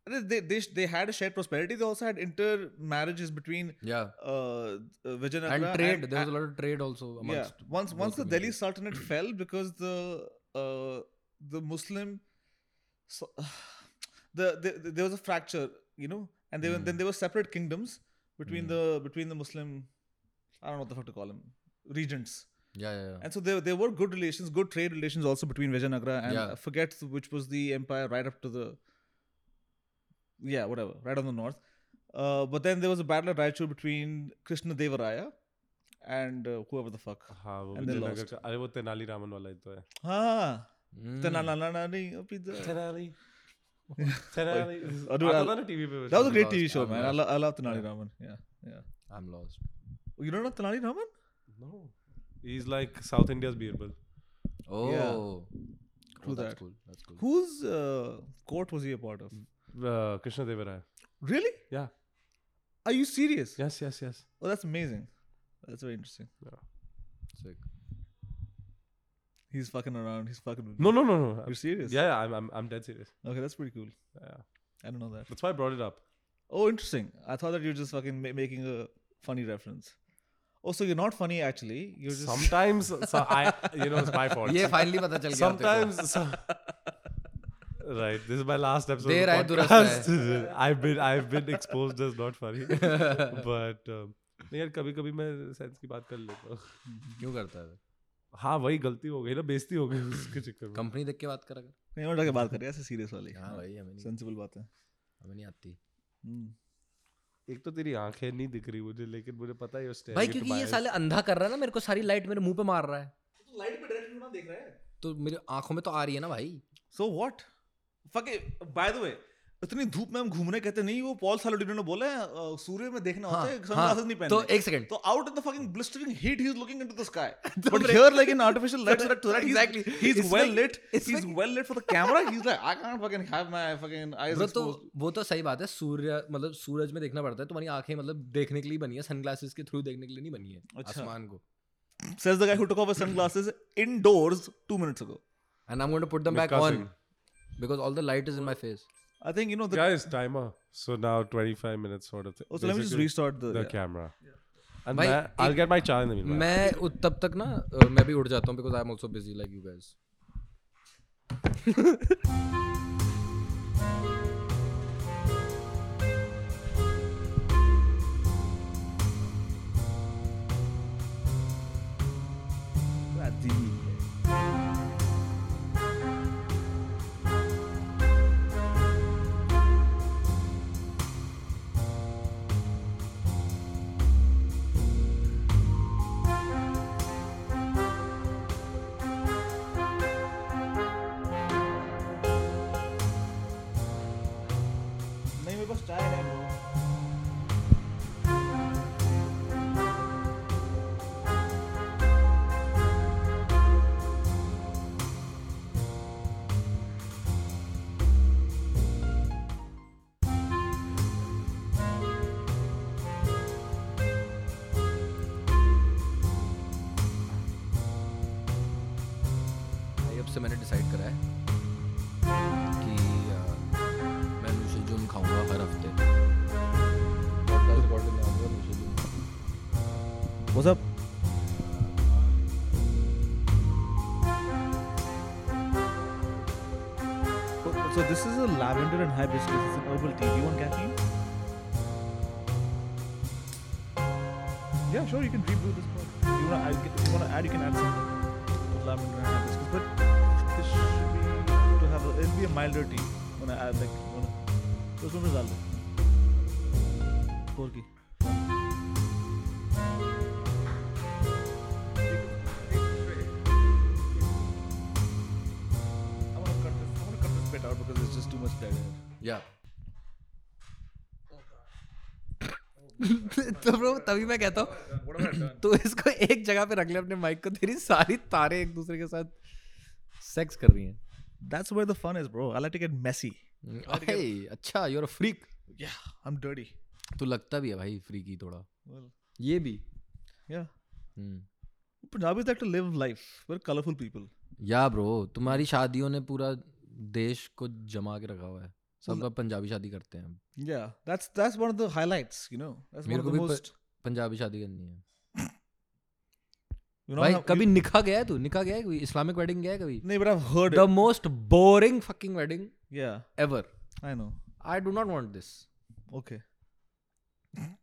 [SPEAKER 3] अरे, they, they they had a shared prosperity. They also had intermarriages between
[SPEAKER 1] yeah
[SPEAKER 3] uh, uh, Vijayanagara
[SPEAKER 1] and trade there was
[SPEAKER 3] and-
[SPEAKER 1] a lot of trade also amongst
[SPEAKER 3] yeah. once
[SPEAKER 1] both
[SPEAKER 3] once the Delhi
[SPEAKER 1] communities.
[SPEAKER 3] Sultanate
[SPEAKER 1] <clears throat>
[SPEAKER 3] fell because the uh, the Muslim so, <sighs> the, the, the- there was a fracture, you know, and they were,
[SPEAKER 1] Hmm.
[SPEAKER 3] then there were separate kingdoms between the between the Muslim I don't know what the fuck to call them regents,
[SPEAKER 1] yeah yeah, yeah.
[SPEAKER 3] and so there there were good relations, good trade relations also between Vijayanagara and
[SPEAKER 1] Yeah.
[SPEAKER 3] I forget which was the empire right up to the yeah whatever right on the north. Uh, but then there was a battle at Raichur between Krishna Devaraya and uh, whoever the fuck.
[SPEAKER 2] हाँ वो
[SPEAKER 3] And they
[SPEAKER 2] Vijayanagar
[SPEAKER 3] lost.
[SPEAKER 2] का अरे वो तेनाली रामन वाला ही तो है
[SPEAKER 3] Ah,
[SPEAKER 2] Hmm.
[SPEAKER 1] Mm.
[SPEAKER 3] Tanananani, up in the-
[SPEAKER 2] Tenali
[SPEAKER 3] <laughs>
[SPEAKER 2] Tenali
[SPEAKER 3] Oh, dude,
[SPEAKER 2] आता
[SPEAKER 3] I'll-
[SPEAKER 2] था ना टीवी पे
[SPEAKER 3] That was a
[SPEAKER 2] वैसे।
[SPEAKER 3] great
[SPEAKER 1] lost,
[SPEAKER 3] TV show,
[SPEAKER 1] I'm
[SPEAKER 3] man. I,
[SPEAKER 1] lost.
[SPEAKER 3] lo- I love Tanali Raman. Yeah, yeah. Oh,
[SPEAKER 1] i'm lost
[SPEAKER 3] You don't know Tanali Raman?
[SPEAKER 2] Hmm. No. He's like South India's Birbal.
[SPEAKER 1] oh Oh,
[SPEAKER 3] True
[SPEAKER 1] that's
[SPEAKER 3] that.
[SPEAKER 1] cool that's cool
[SPEAKER 3] Whose uh, court was he a part of?
[SPEAKER 2] Uh, Krishna Devaraya.
[SPEAKER 3] Really?
[SPEAKER 2] Yeah.
[SPEAKER 3] Are you serious?
[SPEAKER 2] Yes, yes, yes.
[SPEAKER 3] Oh, that's amazing. That's very interesting.
[SPEAKER 1] sick
[SPEAKER 3] He's fucking around. He's fucking. with
[SPEAKER 2] No,
[SPEAKER 3] me.
[SPEAKER 2] no, no, no.
[SPEAKER 3] You're serious?
[SPEAKER 2] Yeah, yeah, I'm, I'm, I'm dead serious.
[SPEAKER 3] Okay, that's pretty cool.
[SPEAKER 2] Yeah.
[SPEAKER 3] I don't know that.
[SPEAKER 2] That's why I brought it up.
[SPEAKER 3] Oh, interesting. I thought that you were just fucking ma- making a funny reference. Oh, so you're not funny actually. You're just.
[SPEAKER 2] Sometimes, so I, you know, it's
[SPEAKER 3] <laughs>
[SPEAKER 2] my fault.
[SPEAKER 1] ये finally पता चल गया तेरे
[SPEAKER 2] Sometimes. so- <laughs> Right, this is my last episode.
[SPEAKER 1] There I
[SPEAKER 2] of the
[SPEAKER 1] दुरुस्त
[SPEAKER 2] podcast. <laughs> I've been I've been exposed as not funny, but um, नहीं यार कभी कभी मैं सेंस की बात कर लेता हूँ
[SPEAKER 1] को। क्यों करता है
[SPEAKER 2] हाँ वही गलती हो गई ना बेइज्जती हो गई उसके चक्कर में
[SPEAKER 1] कंपनी देख के बात करा कर
[SPEAKER 3] नहीं, मैं उठा के बात कर रहा, ऐसे serious वाली.
[SPEAKER 1] हाँ भाई हमें नहीं
[SPEAKER 3] Sensible बात है.
[SPEAKER 1] हमें नहीं आती
[SPEAKER 3] Hmm.
[SPEAKER 2] एक तो तेरी आंखें नहीं दिख रही मुझे लेकिन मुझे पता है you're staring
[SPEAKER 1] भाई
[SPEAKER 2] into
[SPEAKER 1] क्योंकि ये
[SPEAKER 2] my eyes.
[SPEAKER 1] साले अंधा कर रहा है ना मेरे को सारी लाइट मेरे मुंह पे मार रहा है
[SPEAKER 3] लाइट तो पे डायरेक्ट ना देख रहा है
[SPEAKER 1] तो मेरे आंखों में तो आ रही है ना भाई
[SPEAKER 3] so what fuck by the way इतनी धूप में हम घूमने कहते नहीं वो पॉल सालोडिनो ने बोला है अ, सूर्य में देखना होता है सनग्लासेस हाँ, नहीं
[SPEAKER 1] हाँ, तो
[SPEAKER 3] पहनते
[SPEAKER 1] एक सेकंड
[SPEAKER 3] तो out in the fucking blistering heat he is looking into the sky
[SPEAKER 1] <laughs> तो
[SPEAKER 3] but
[SPEAKER 1] break-
[SPEAKER 3] here like in
[SPEAKER 1] <laughs>
[SPEAKER 3] artificial light
[SPEAKER 1] That's-
[SPEAKER 3] to that he's-
[SPEAKER 1] exactly.
[SPEAKER 3] he's
[SPEAKER 1] It's
[SPEAKER 3] well
[SPEAKER 1] like-
[SPEAKER 3] lit
[SPEAKER 1] it's
[SPEAKER 3] he's
[SPEAKER 1] like-
[SPEAKER 3] well lit for the camera he's like i can't fucking have my fucking eyes
[SPEAKER 1] bro तो
[SPEAKER 3] exposed
[SPEAKER 1] वो तो सही बात है सूर्य मतलब सूरज में देखना पड़ता है तुम्हारी आंखें मतलब देखने के लिए बनी है सनग्लासेस के थ्रू देखने के लिए नहीं बनी है
[SPEAKER 3] अच्छा।
[SPEAKER 1] आसमान को
[SPEAKER 3] says the guy who took off his sunglasses indoors 2 minutes ago
[SPEAKER 1] and I am going to put them
[SPEAKER 2] We're
[SPEAKER 1] back on
[SPEAKER 2] cussing.
[SPEAKER 1] Because all the light is in my face
[SPEAKER 3] i think you know the
[SPEAKER 2] Guys, timer. So now 25 minutes sort of thing.
[SPEAKER 3] oh, so let me just
[SPEAKER 2] Basically,
[SPEAKER 3] restart the,
[SPEAKER 2] the
[SPEAKER 3] yeah.
[SPEAKER 2] camera. And
[SPEAKER 1] भाई,
[SPEAKER 2] मैं- I'll get my chai in the meanwhile.
[SPEAKER 1] मैं उत- तब तक ना अ, मैं भी उठ जाता हूं because I am also busy like you guys
[SPEAKER 3] नहीं मेरे पास चाय है
[SPEAKER 1] भाई अब से मैंने डिसाइड करा है कि अ, मैं नुशेजुन खाऊंगा हर हफ्ते पॉडकास्ट रिकॉर्डिंग में आऊंगा नुशेजुन
[SPEAKER 3] what's up So this is a lavender and hibiscus. It's an herbal tea. Do you want caffeine? Yeah, sure. You can rebrew this part. You wanna, add, if you wanna add, you can add some with lavender and hibiscus. But this should be to have. A, it'll be a milder tea. Wanna add like wanna. तो उसमें भी डाल दो four की I'm gonna cut this. I'm gonna cut this bit out because it's just too much dead air.
[SPEAKER 1] या <laughs> तो bro, तभी मैं कहता हूँ तो इसको एक जगह पे रख ले अपने माइक को तेरी सारी तारे एक दूसरे के साथ सेक्स कर रही हैं
[SPEAKER 3] That's where the fun is, bro. I like to get messy.
[SPEAKER 1] ओए, हम्म, अच्छा you are a freak
[SPEAKER 3] Yeah, I'm dirty.
[SPEAKER 1] तू लगता भी है भाई फ्रीकी थोड़ा
[SPEAKER 3] Well,
[SPEAKER 1] ये भी
[SPEAKER 3] yeah.
[SPEAKER 1] Hmm
[SPEAKER 3] Punjabis like to live life. We're colorful people.
[SPEAKER 1] Yeah bro तुम्हारी शादियों ने पूरा देश को जमा के रखा हुआ है सब अब पंजाबी शादी करते हैं
[SPEAKER 3] Yeah, that's that's one of the highlights. You know, that's one
[SPEAKER 1] मेरे
[SPEAKER 3] of
[SPEAKER 1] को
[SPEAKER 3] the
[SPEAKER 1] भी प-
[SPEAKER 3] most.
[SPEAKER 1] पंजाबी शादी करनी है
[SPEAKER 3] You know,
[SPEAKER 1] भाई
[SPEAKER 3] how-
[SPEAKER 1] कभी निका गया है तू निका गया है कोई इस्लामिक वेडिंग गया है कभी
[SPEAKER 3] you, no, but I've heard
[SPEAKER 1] the
[SPEAKER 3] it.
[SPEAKER 1] Most boring fucking wedding
[SPEAKER 3] Yeah,
[SPEAKER 1] ever
[SPEAKER 3] I know.
[SPEAKER 1] I do not want this
[SPEAKER 3] Okay,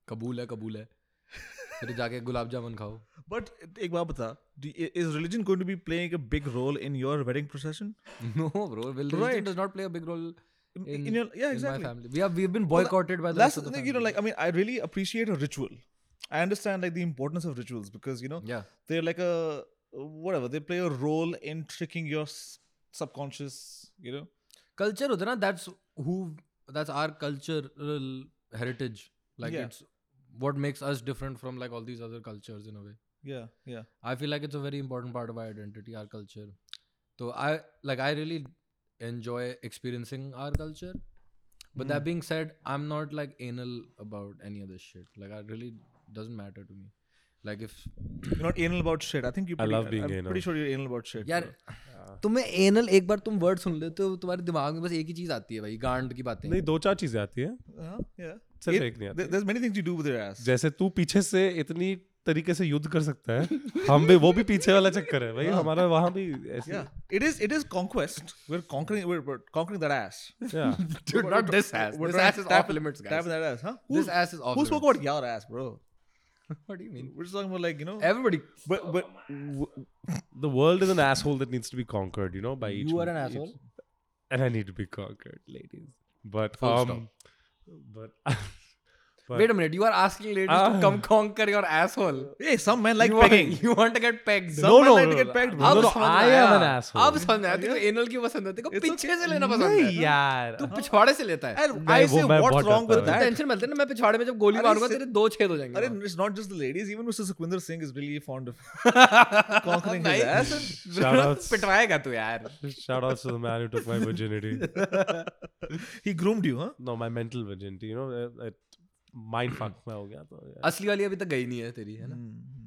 [SPEAKER 1] कबूल है कबूल है <laughs> फिर जाके गुलाब जामुन खाओ <laughs>
[SPEAKER 3] but एक बात बता, do- i- is religion going to be playing a big role in your wedding procession?
[SPEAKER 1] No bro will
[SPEAKER 3] Right.
[SPEAKER 1] Does not play a big role
[SPEAKER 3] In,
[SPEAKER 1] In-
[SPEAKER 3] in your yeah,
[SPEAKER 1] in my
[SPEAKER 3] exactly.
[SPEAKER 1] Family we have we have been boycotted by the
[SPEAKER 3] Last, you know, like I mean, I really appreciate a ritual. I understand like the importance of rituals because you know
[SPEAKER 1] yeah
[SPEAKER 3] they're like a whatever they play a role in tricking your s- subconscious you know
[SPEAKER 1] culture होता है ना that's who that's our cultural heritage like
[SPEAKER 3] Yeah.
[SPEAKER 1] it's what makes us different from like all these other cultures in a way
[SPEAKER 3] yeah yeah
[SPEAKER 1] i feel like it's a very important part of our identity our culture so i like i really enjoy experiencing our culture but that
[SPEAKER 3] Hmm.
[SPEAKER 1] being said i'm not like anal about any of this shit like i really doesn't matter to me like if
[SPEAKER 3] you're not anal about shit i think you
[SPEAKER 2] I love being
[SPEAKER 3] I'm
[SPEAKER 2] anal.
[SPEAKER 3] pretty sure you're anal about shit
[SPEAKER 1] यार तुम्हें anal एक बार तुम word सुन लेते हो तुम्हारे दिमाग में बस एक ही चीज आती है भाई गांड की बातें
[SPEAKER 2] नहीं दो चार चीजें आती हैं
[SPEAKER 3] bro. Uh-huh, yeah
[SPEAKER 2] सिर्फ
[SPEAKER 3] It-
[SPEAKER 2] एक नहीं आती
[SPEAKER 3] there- there's many things you do with your ass
[SPEAKER 2] जैसे तू पीछे से इतनी तरीके से युद्ध कर सकता है हम भी वो भी पीछे वाला चक्कर है भाई हमारा वहाँ भी ऐसे
[SPEAKER 3] yeah it is it is conquest we're conquering we're, we're conquering that ass
[SPEAKER 1] <laughs>
[SPEAKER 2] Yeah.
[SPEAKER 1] Dude, not this ass.
[SPEAKER 3] we're
[SPEAKER 1] This
[SPEAKER 3] trying
[SPEAKER 1] ass
[SPEAKER 3] to
[SPEAKER 1] is
[SPEAKER 3] tap
[SPEAKER 1] off
[SPEAKER 3] it-
[SPEAKER 1] limits,
[SPEAKER 3] tap
[SPEAKER 1] guys.
[SPEAKER 3] that ass huh
[SPEAKER 1] This ass is off
[SPEAKER 3] who spoke
[SPEAKER 1] limits.
[SPEAKER 3] about your ass bro
[SPEAKER 1] What do you mean?
[SPEAKER 3] we're just talking about like you know
[SPEAKER 1] Everybody.
[SPEAKER 3] but but
[SPEAKER 2] The world is an asshole that needs to be conquered, you know, by each
[SPEAKER 1] You are
[SPEAKER 2] one-
[SPEAKER 1] an
[SPEAKER 2] each-
[SPEAKER 1] asshole.
[SPEAKER 2] And I need to be conquered, ladies. But
[SPEAKER 1] Full
[SPEAKER 2] um
[SPEAKER 1] stop.
[SPEAKER 2] But, <laughs> but
[SPEAKER 1] Wait a minute, you are asking ladies to
[SPEAKER 2] Ah.
[SPEAKER 1] come conquer your asshole.
[SPEAKER 3] Hey, some men like
[SPEAKER 1] you want, <laughs>
[SPEAKER 3] pegging.
[SPEAKER 1] You want to get pegged.
[SPEAKER 2] no,
[SPEAKER 3] men
[SPEAKER 2] no,
[SPEAKER 3] like to
[SPEAKER 2] no,
[SPEAKER 3] get
[SPEAKER 2] no,
[SPEAKER 3] pegged,
[SPEAKER 2] no,
[SPEAKER 3] bro.
[SPEAKER 1] अब
[SPEAKER 2] no,
[SPEAKER 1] समझ में
[SPEAKER 2] I
[SPEAKER 1] आया,
[SPEAKER 2] am an asshole.
[SPEAKER 1] अब समझ आया तेरे को anal क्यों पसंद है तेरे को
[SPEAKER 3] It's
[SPEAKER 1] पीछे से लेना पसंद
[SPEAKER 2] नहीं
[SPEAKER 1] है
[SPEAKER 2] यार
[SPEAKER 1] तू पिछवाड़े से लेता है
[SPEAKER 3] And
[SPEAKER 2] नहीं,
[SPEAKER 3] I
[SPEAKER 2] वो
[SPEAKER 3] say,
[SPEAKER 2] मैं
[SPEAKER 3] what's
[SPEAKER 2] बहुत
[SPEAKER 3] wrong
[SPEAKER 2] डरता
[SPEAKER 3] with
[SPEAKER 2] हूँ।
[SPEAKER 3] that?
[SPEAKER 1] टेंशन मिलता है ना मैं पिछवाड़े में जब गोली
[SPEAKER 3] अरे
[SPEAKER 1] मारूंगा
[SPEAKER 3] इससे-
[SPEAKER 1] तेरे दो छेद हो जाएंगे
[SPEAKER 3] अरे
[SPEAKER 1] वहाँ।
[SPEAKER 3] it's not just the ladies. Even Mr. Sukhvinder Singh is really
[SPEAKER 1] <laughs>
[SPEAKER 3] fond of conquering his
[SPEAKER 1] भाई,
[SPEAKER 3] ass.
[SPEAKER 1] <laughs>
[SPEAKER 2] Shoutouts.
[SPEAKER 1] पिटवाएगा तू यार
[SPEAKER 2] Shout out to the man who took my virginity.
[SPEAKER 3] He groomed you, huh?
[SPEAKER 2] no, my mental virginity. You know, it, it mind fucked. मैं हो गया तो yeah.
[SPEAKER 1] असली वाली अभी तक गई नहीं है तेरी है ना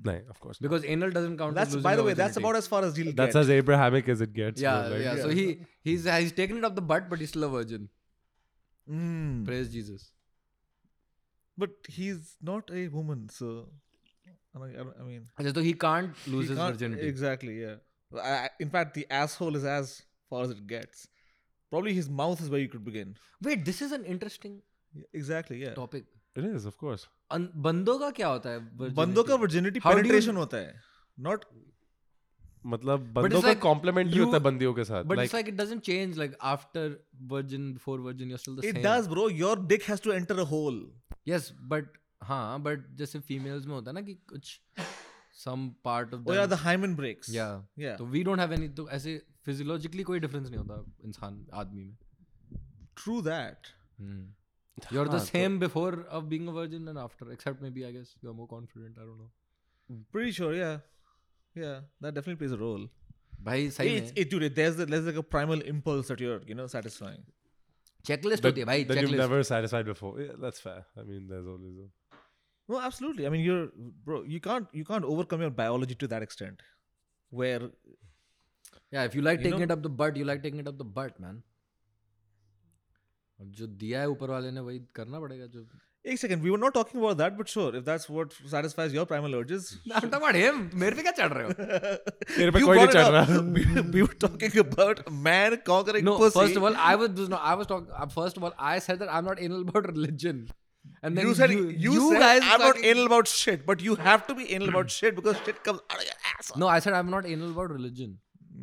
[SPEAKER 2] नहीं, of course. not.
[SPEAKER 1] because anal doesn't count
[SPEAKER 3] Hmm. That's
[SPEAKER 1] as
[SPEAKER 3] by the way, that's about as far as he'll
[SPEAKER 2] That's
[SPEAKER 3] get.
[SPEAKER 2] as Abrahamic as it gets.
[SPEAKER 1] yeah
[SPEAKER 2] but like-
[SPEAKER 1] yeah so he he's he's taken it up the butt but he's still a virgin
[SPEAKER 3] Mm.
[SPEAKER 1] praise jesus
[SPEAKER 3] But he's not a woman, so I don't- I don't- I mean,
[SPEAKER 1] अच्छा तो he can't
[SPEAKER 3] he
[SPEAKER 1] lose his
[SPEAKER 3] can't-
[SPEAKER 1] virginity
[SPEAKER 3] Exactly, yeah. I- I- In fact, the asshole is as far as it gets. Probably his mouth is where you could begin.
[SPEAKER 1] wait this is an interesting
[SPEAKER 3] Yeah, Exactly, yeah.
[SPEAKER 1] topic
[SPEAKER 2] It is, of course.
[SPEAKER 1] अन- बंदों का क्या होता है
[SPEAKER 3] बंदों का
[SPEAKER 1] virginity?
[SPEAKER 3] virginity
[SPEAKER 1] How do you-
[SPEAKER 3] penetration होता है. Not
[SPEAKER 2] मतलब बंदों
[SPEAKER 1] it's
[SPEAKER 2] का
[SPEAKER 1] like
[SPEAKER 2] कॉम्प्लीमेंट्री
[SPEAKER 1] you-
[SPEAKER 2] होता है बंदियों के साथ
[SPEAKER 1] But
[SPEAKER 2] Like,
[SPEAKER 1] it's like it doesn't change. Like after virgin, before virgin, you're still the
[SPEAKER 3] it
[SPEAKER 1] same.
[SPEAKER 3] does, bro. Your dick has to enter a hole. Oh,
[SPEAKER 1] Yes, but हाँ, but जैसे females में होता है ना कि कुछ some part of
[SPEAKER 3] Oh yeah,
[SPEAKER 1] them-
[SPEAKER 3] the hymen breaks.
[SPEAKER 1] yeah.
[SPEAKER 3] Yeah.
[SPEAKER 1] तो we don't have any तो ऐसे physiologically कोई difference नहीं होता इंसान आदमी में.
[SPEAKER 3] True that.
[SPEAKER 1] Hmm. You're the
[SPEAKER 2] हाँ, तो-
[SPEAKER 1] same before of being a virgin and after, except maybe I guess you're more confident. I don't know. Hmm.
[SPEAKER 3] Pretty sure, yeah. Yeah, that definitely plays a role.
[SPEAKER 1] भाई सही
[SPEAKER 3] It's,
[SPEAKER 1] में
[SPEAKER 3] it, dude, there's, the, there's like a primal impulse that you're, you know, satisfying.
[SPEAKER 1] checklist
[SPEAKER 2] that,
[SPEAKER 1] होती है भाई
[SPEAKER 2] that you've
[SPEAKER 1] checklist.
[SPEAKER 2] never satisfied before. Yeah, that's fair. I mean, there's always a,
[SPEAKER 1] <laughs>
[SPEAKER 3] No, absolutely. I mean, you're, bro, you can't, you can't overcome your biology to that extent. Where,
[SPEAKER 1] Yeah, if you like
[SPEAKER 3] You
[SPEAKER 1] taking
[SPEAKER 3] know-
[SPEAKER 1] it up the butt, you like taking it up the butt, man. अब जो दिया है ऊपर वाले ने वही करना पड़ेगा जो
[SPEAKER 3] एक second, we were not talking about that, but sure, if that's what satisfies your primal urges.
[SPEAKER 1] I'm talking about him. मेरे पे क्या चढ़ रहे <laughs> हो?
[SPEAKER 2] तेरे पे
[SPEAKER 3] You
[SPEAKER 2] कोई नहीं
[SPEAKER 3] brought it
[SPEAKER 2] चढ़
[SPEAKER 3] up. <laughs>
[SPEAKER 2] रहा।
[SPEAKER 1] <laughs>
[SPEAKER 3] we, we were talking about a man conquering
[SPEAKER 1] No,
[SPEAKER 3] pussy.
[SPEAKER 1] first of all, I was no, I was talking. uh, First of all, I said that I'm not anal about religion, and then
[SPEAKER 3] you said you, said I'm not
[SPEAKER 1] fucking-
[SPEAKER 3] anal about shit, but you have to be anal about shit because shit comes out of your
[SPEAKER 1] <clears throat>
[SPEAKER 3] ass.
[SPEAKER 1] No, I said I'm not anal about religion.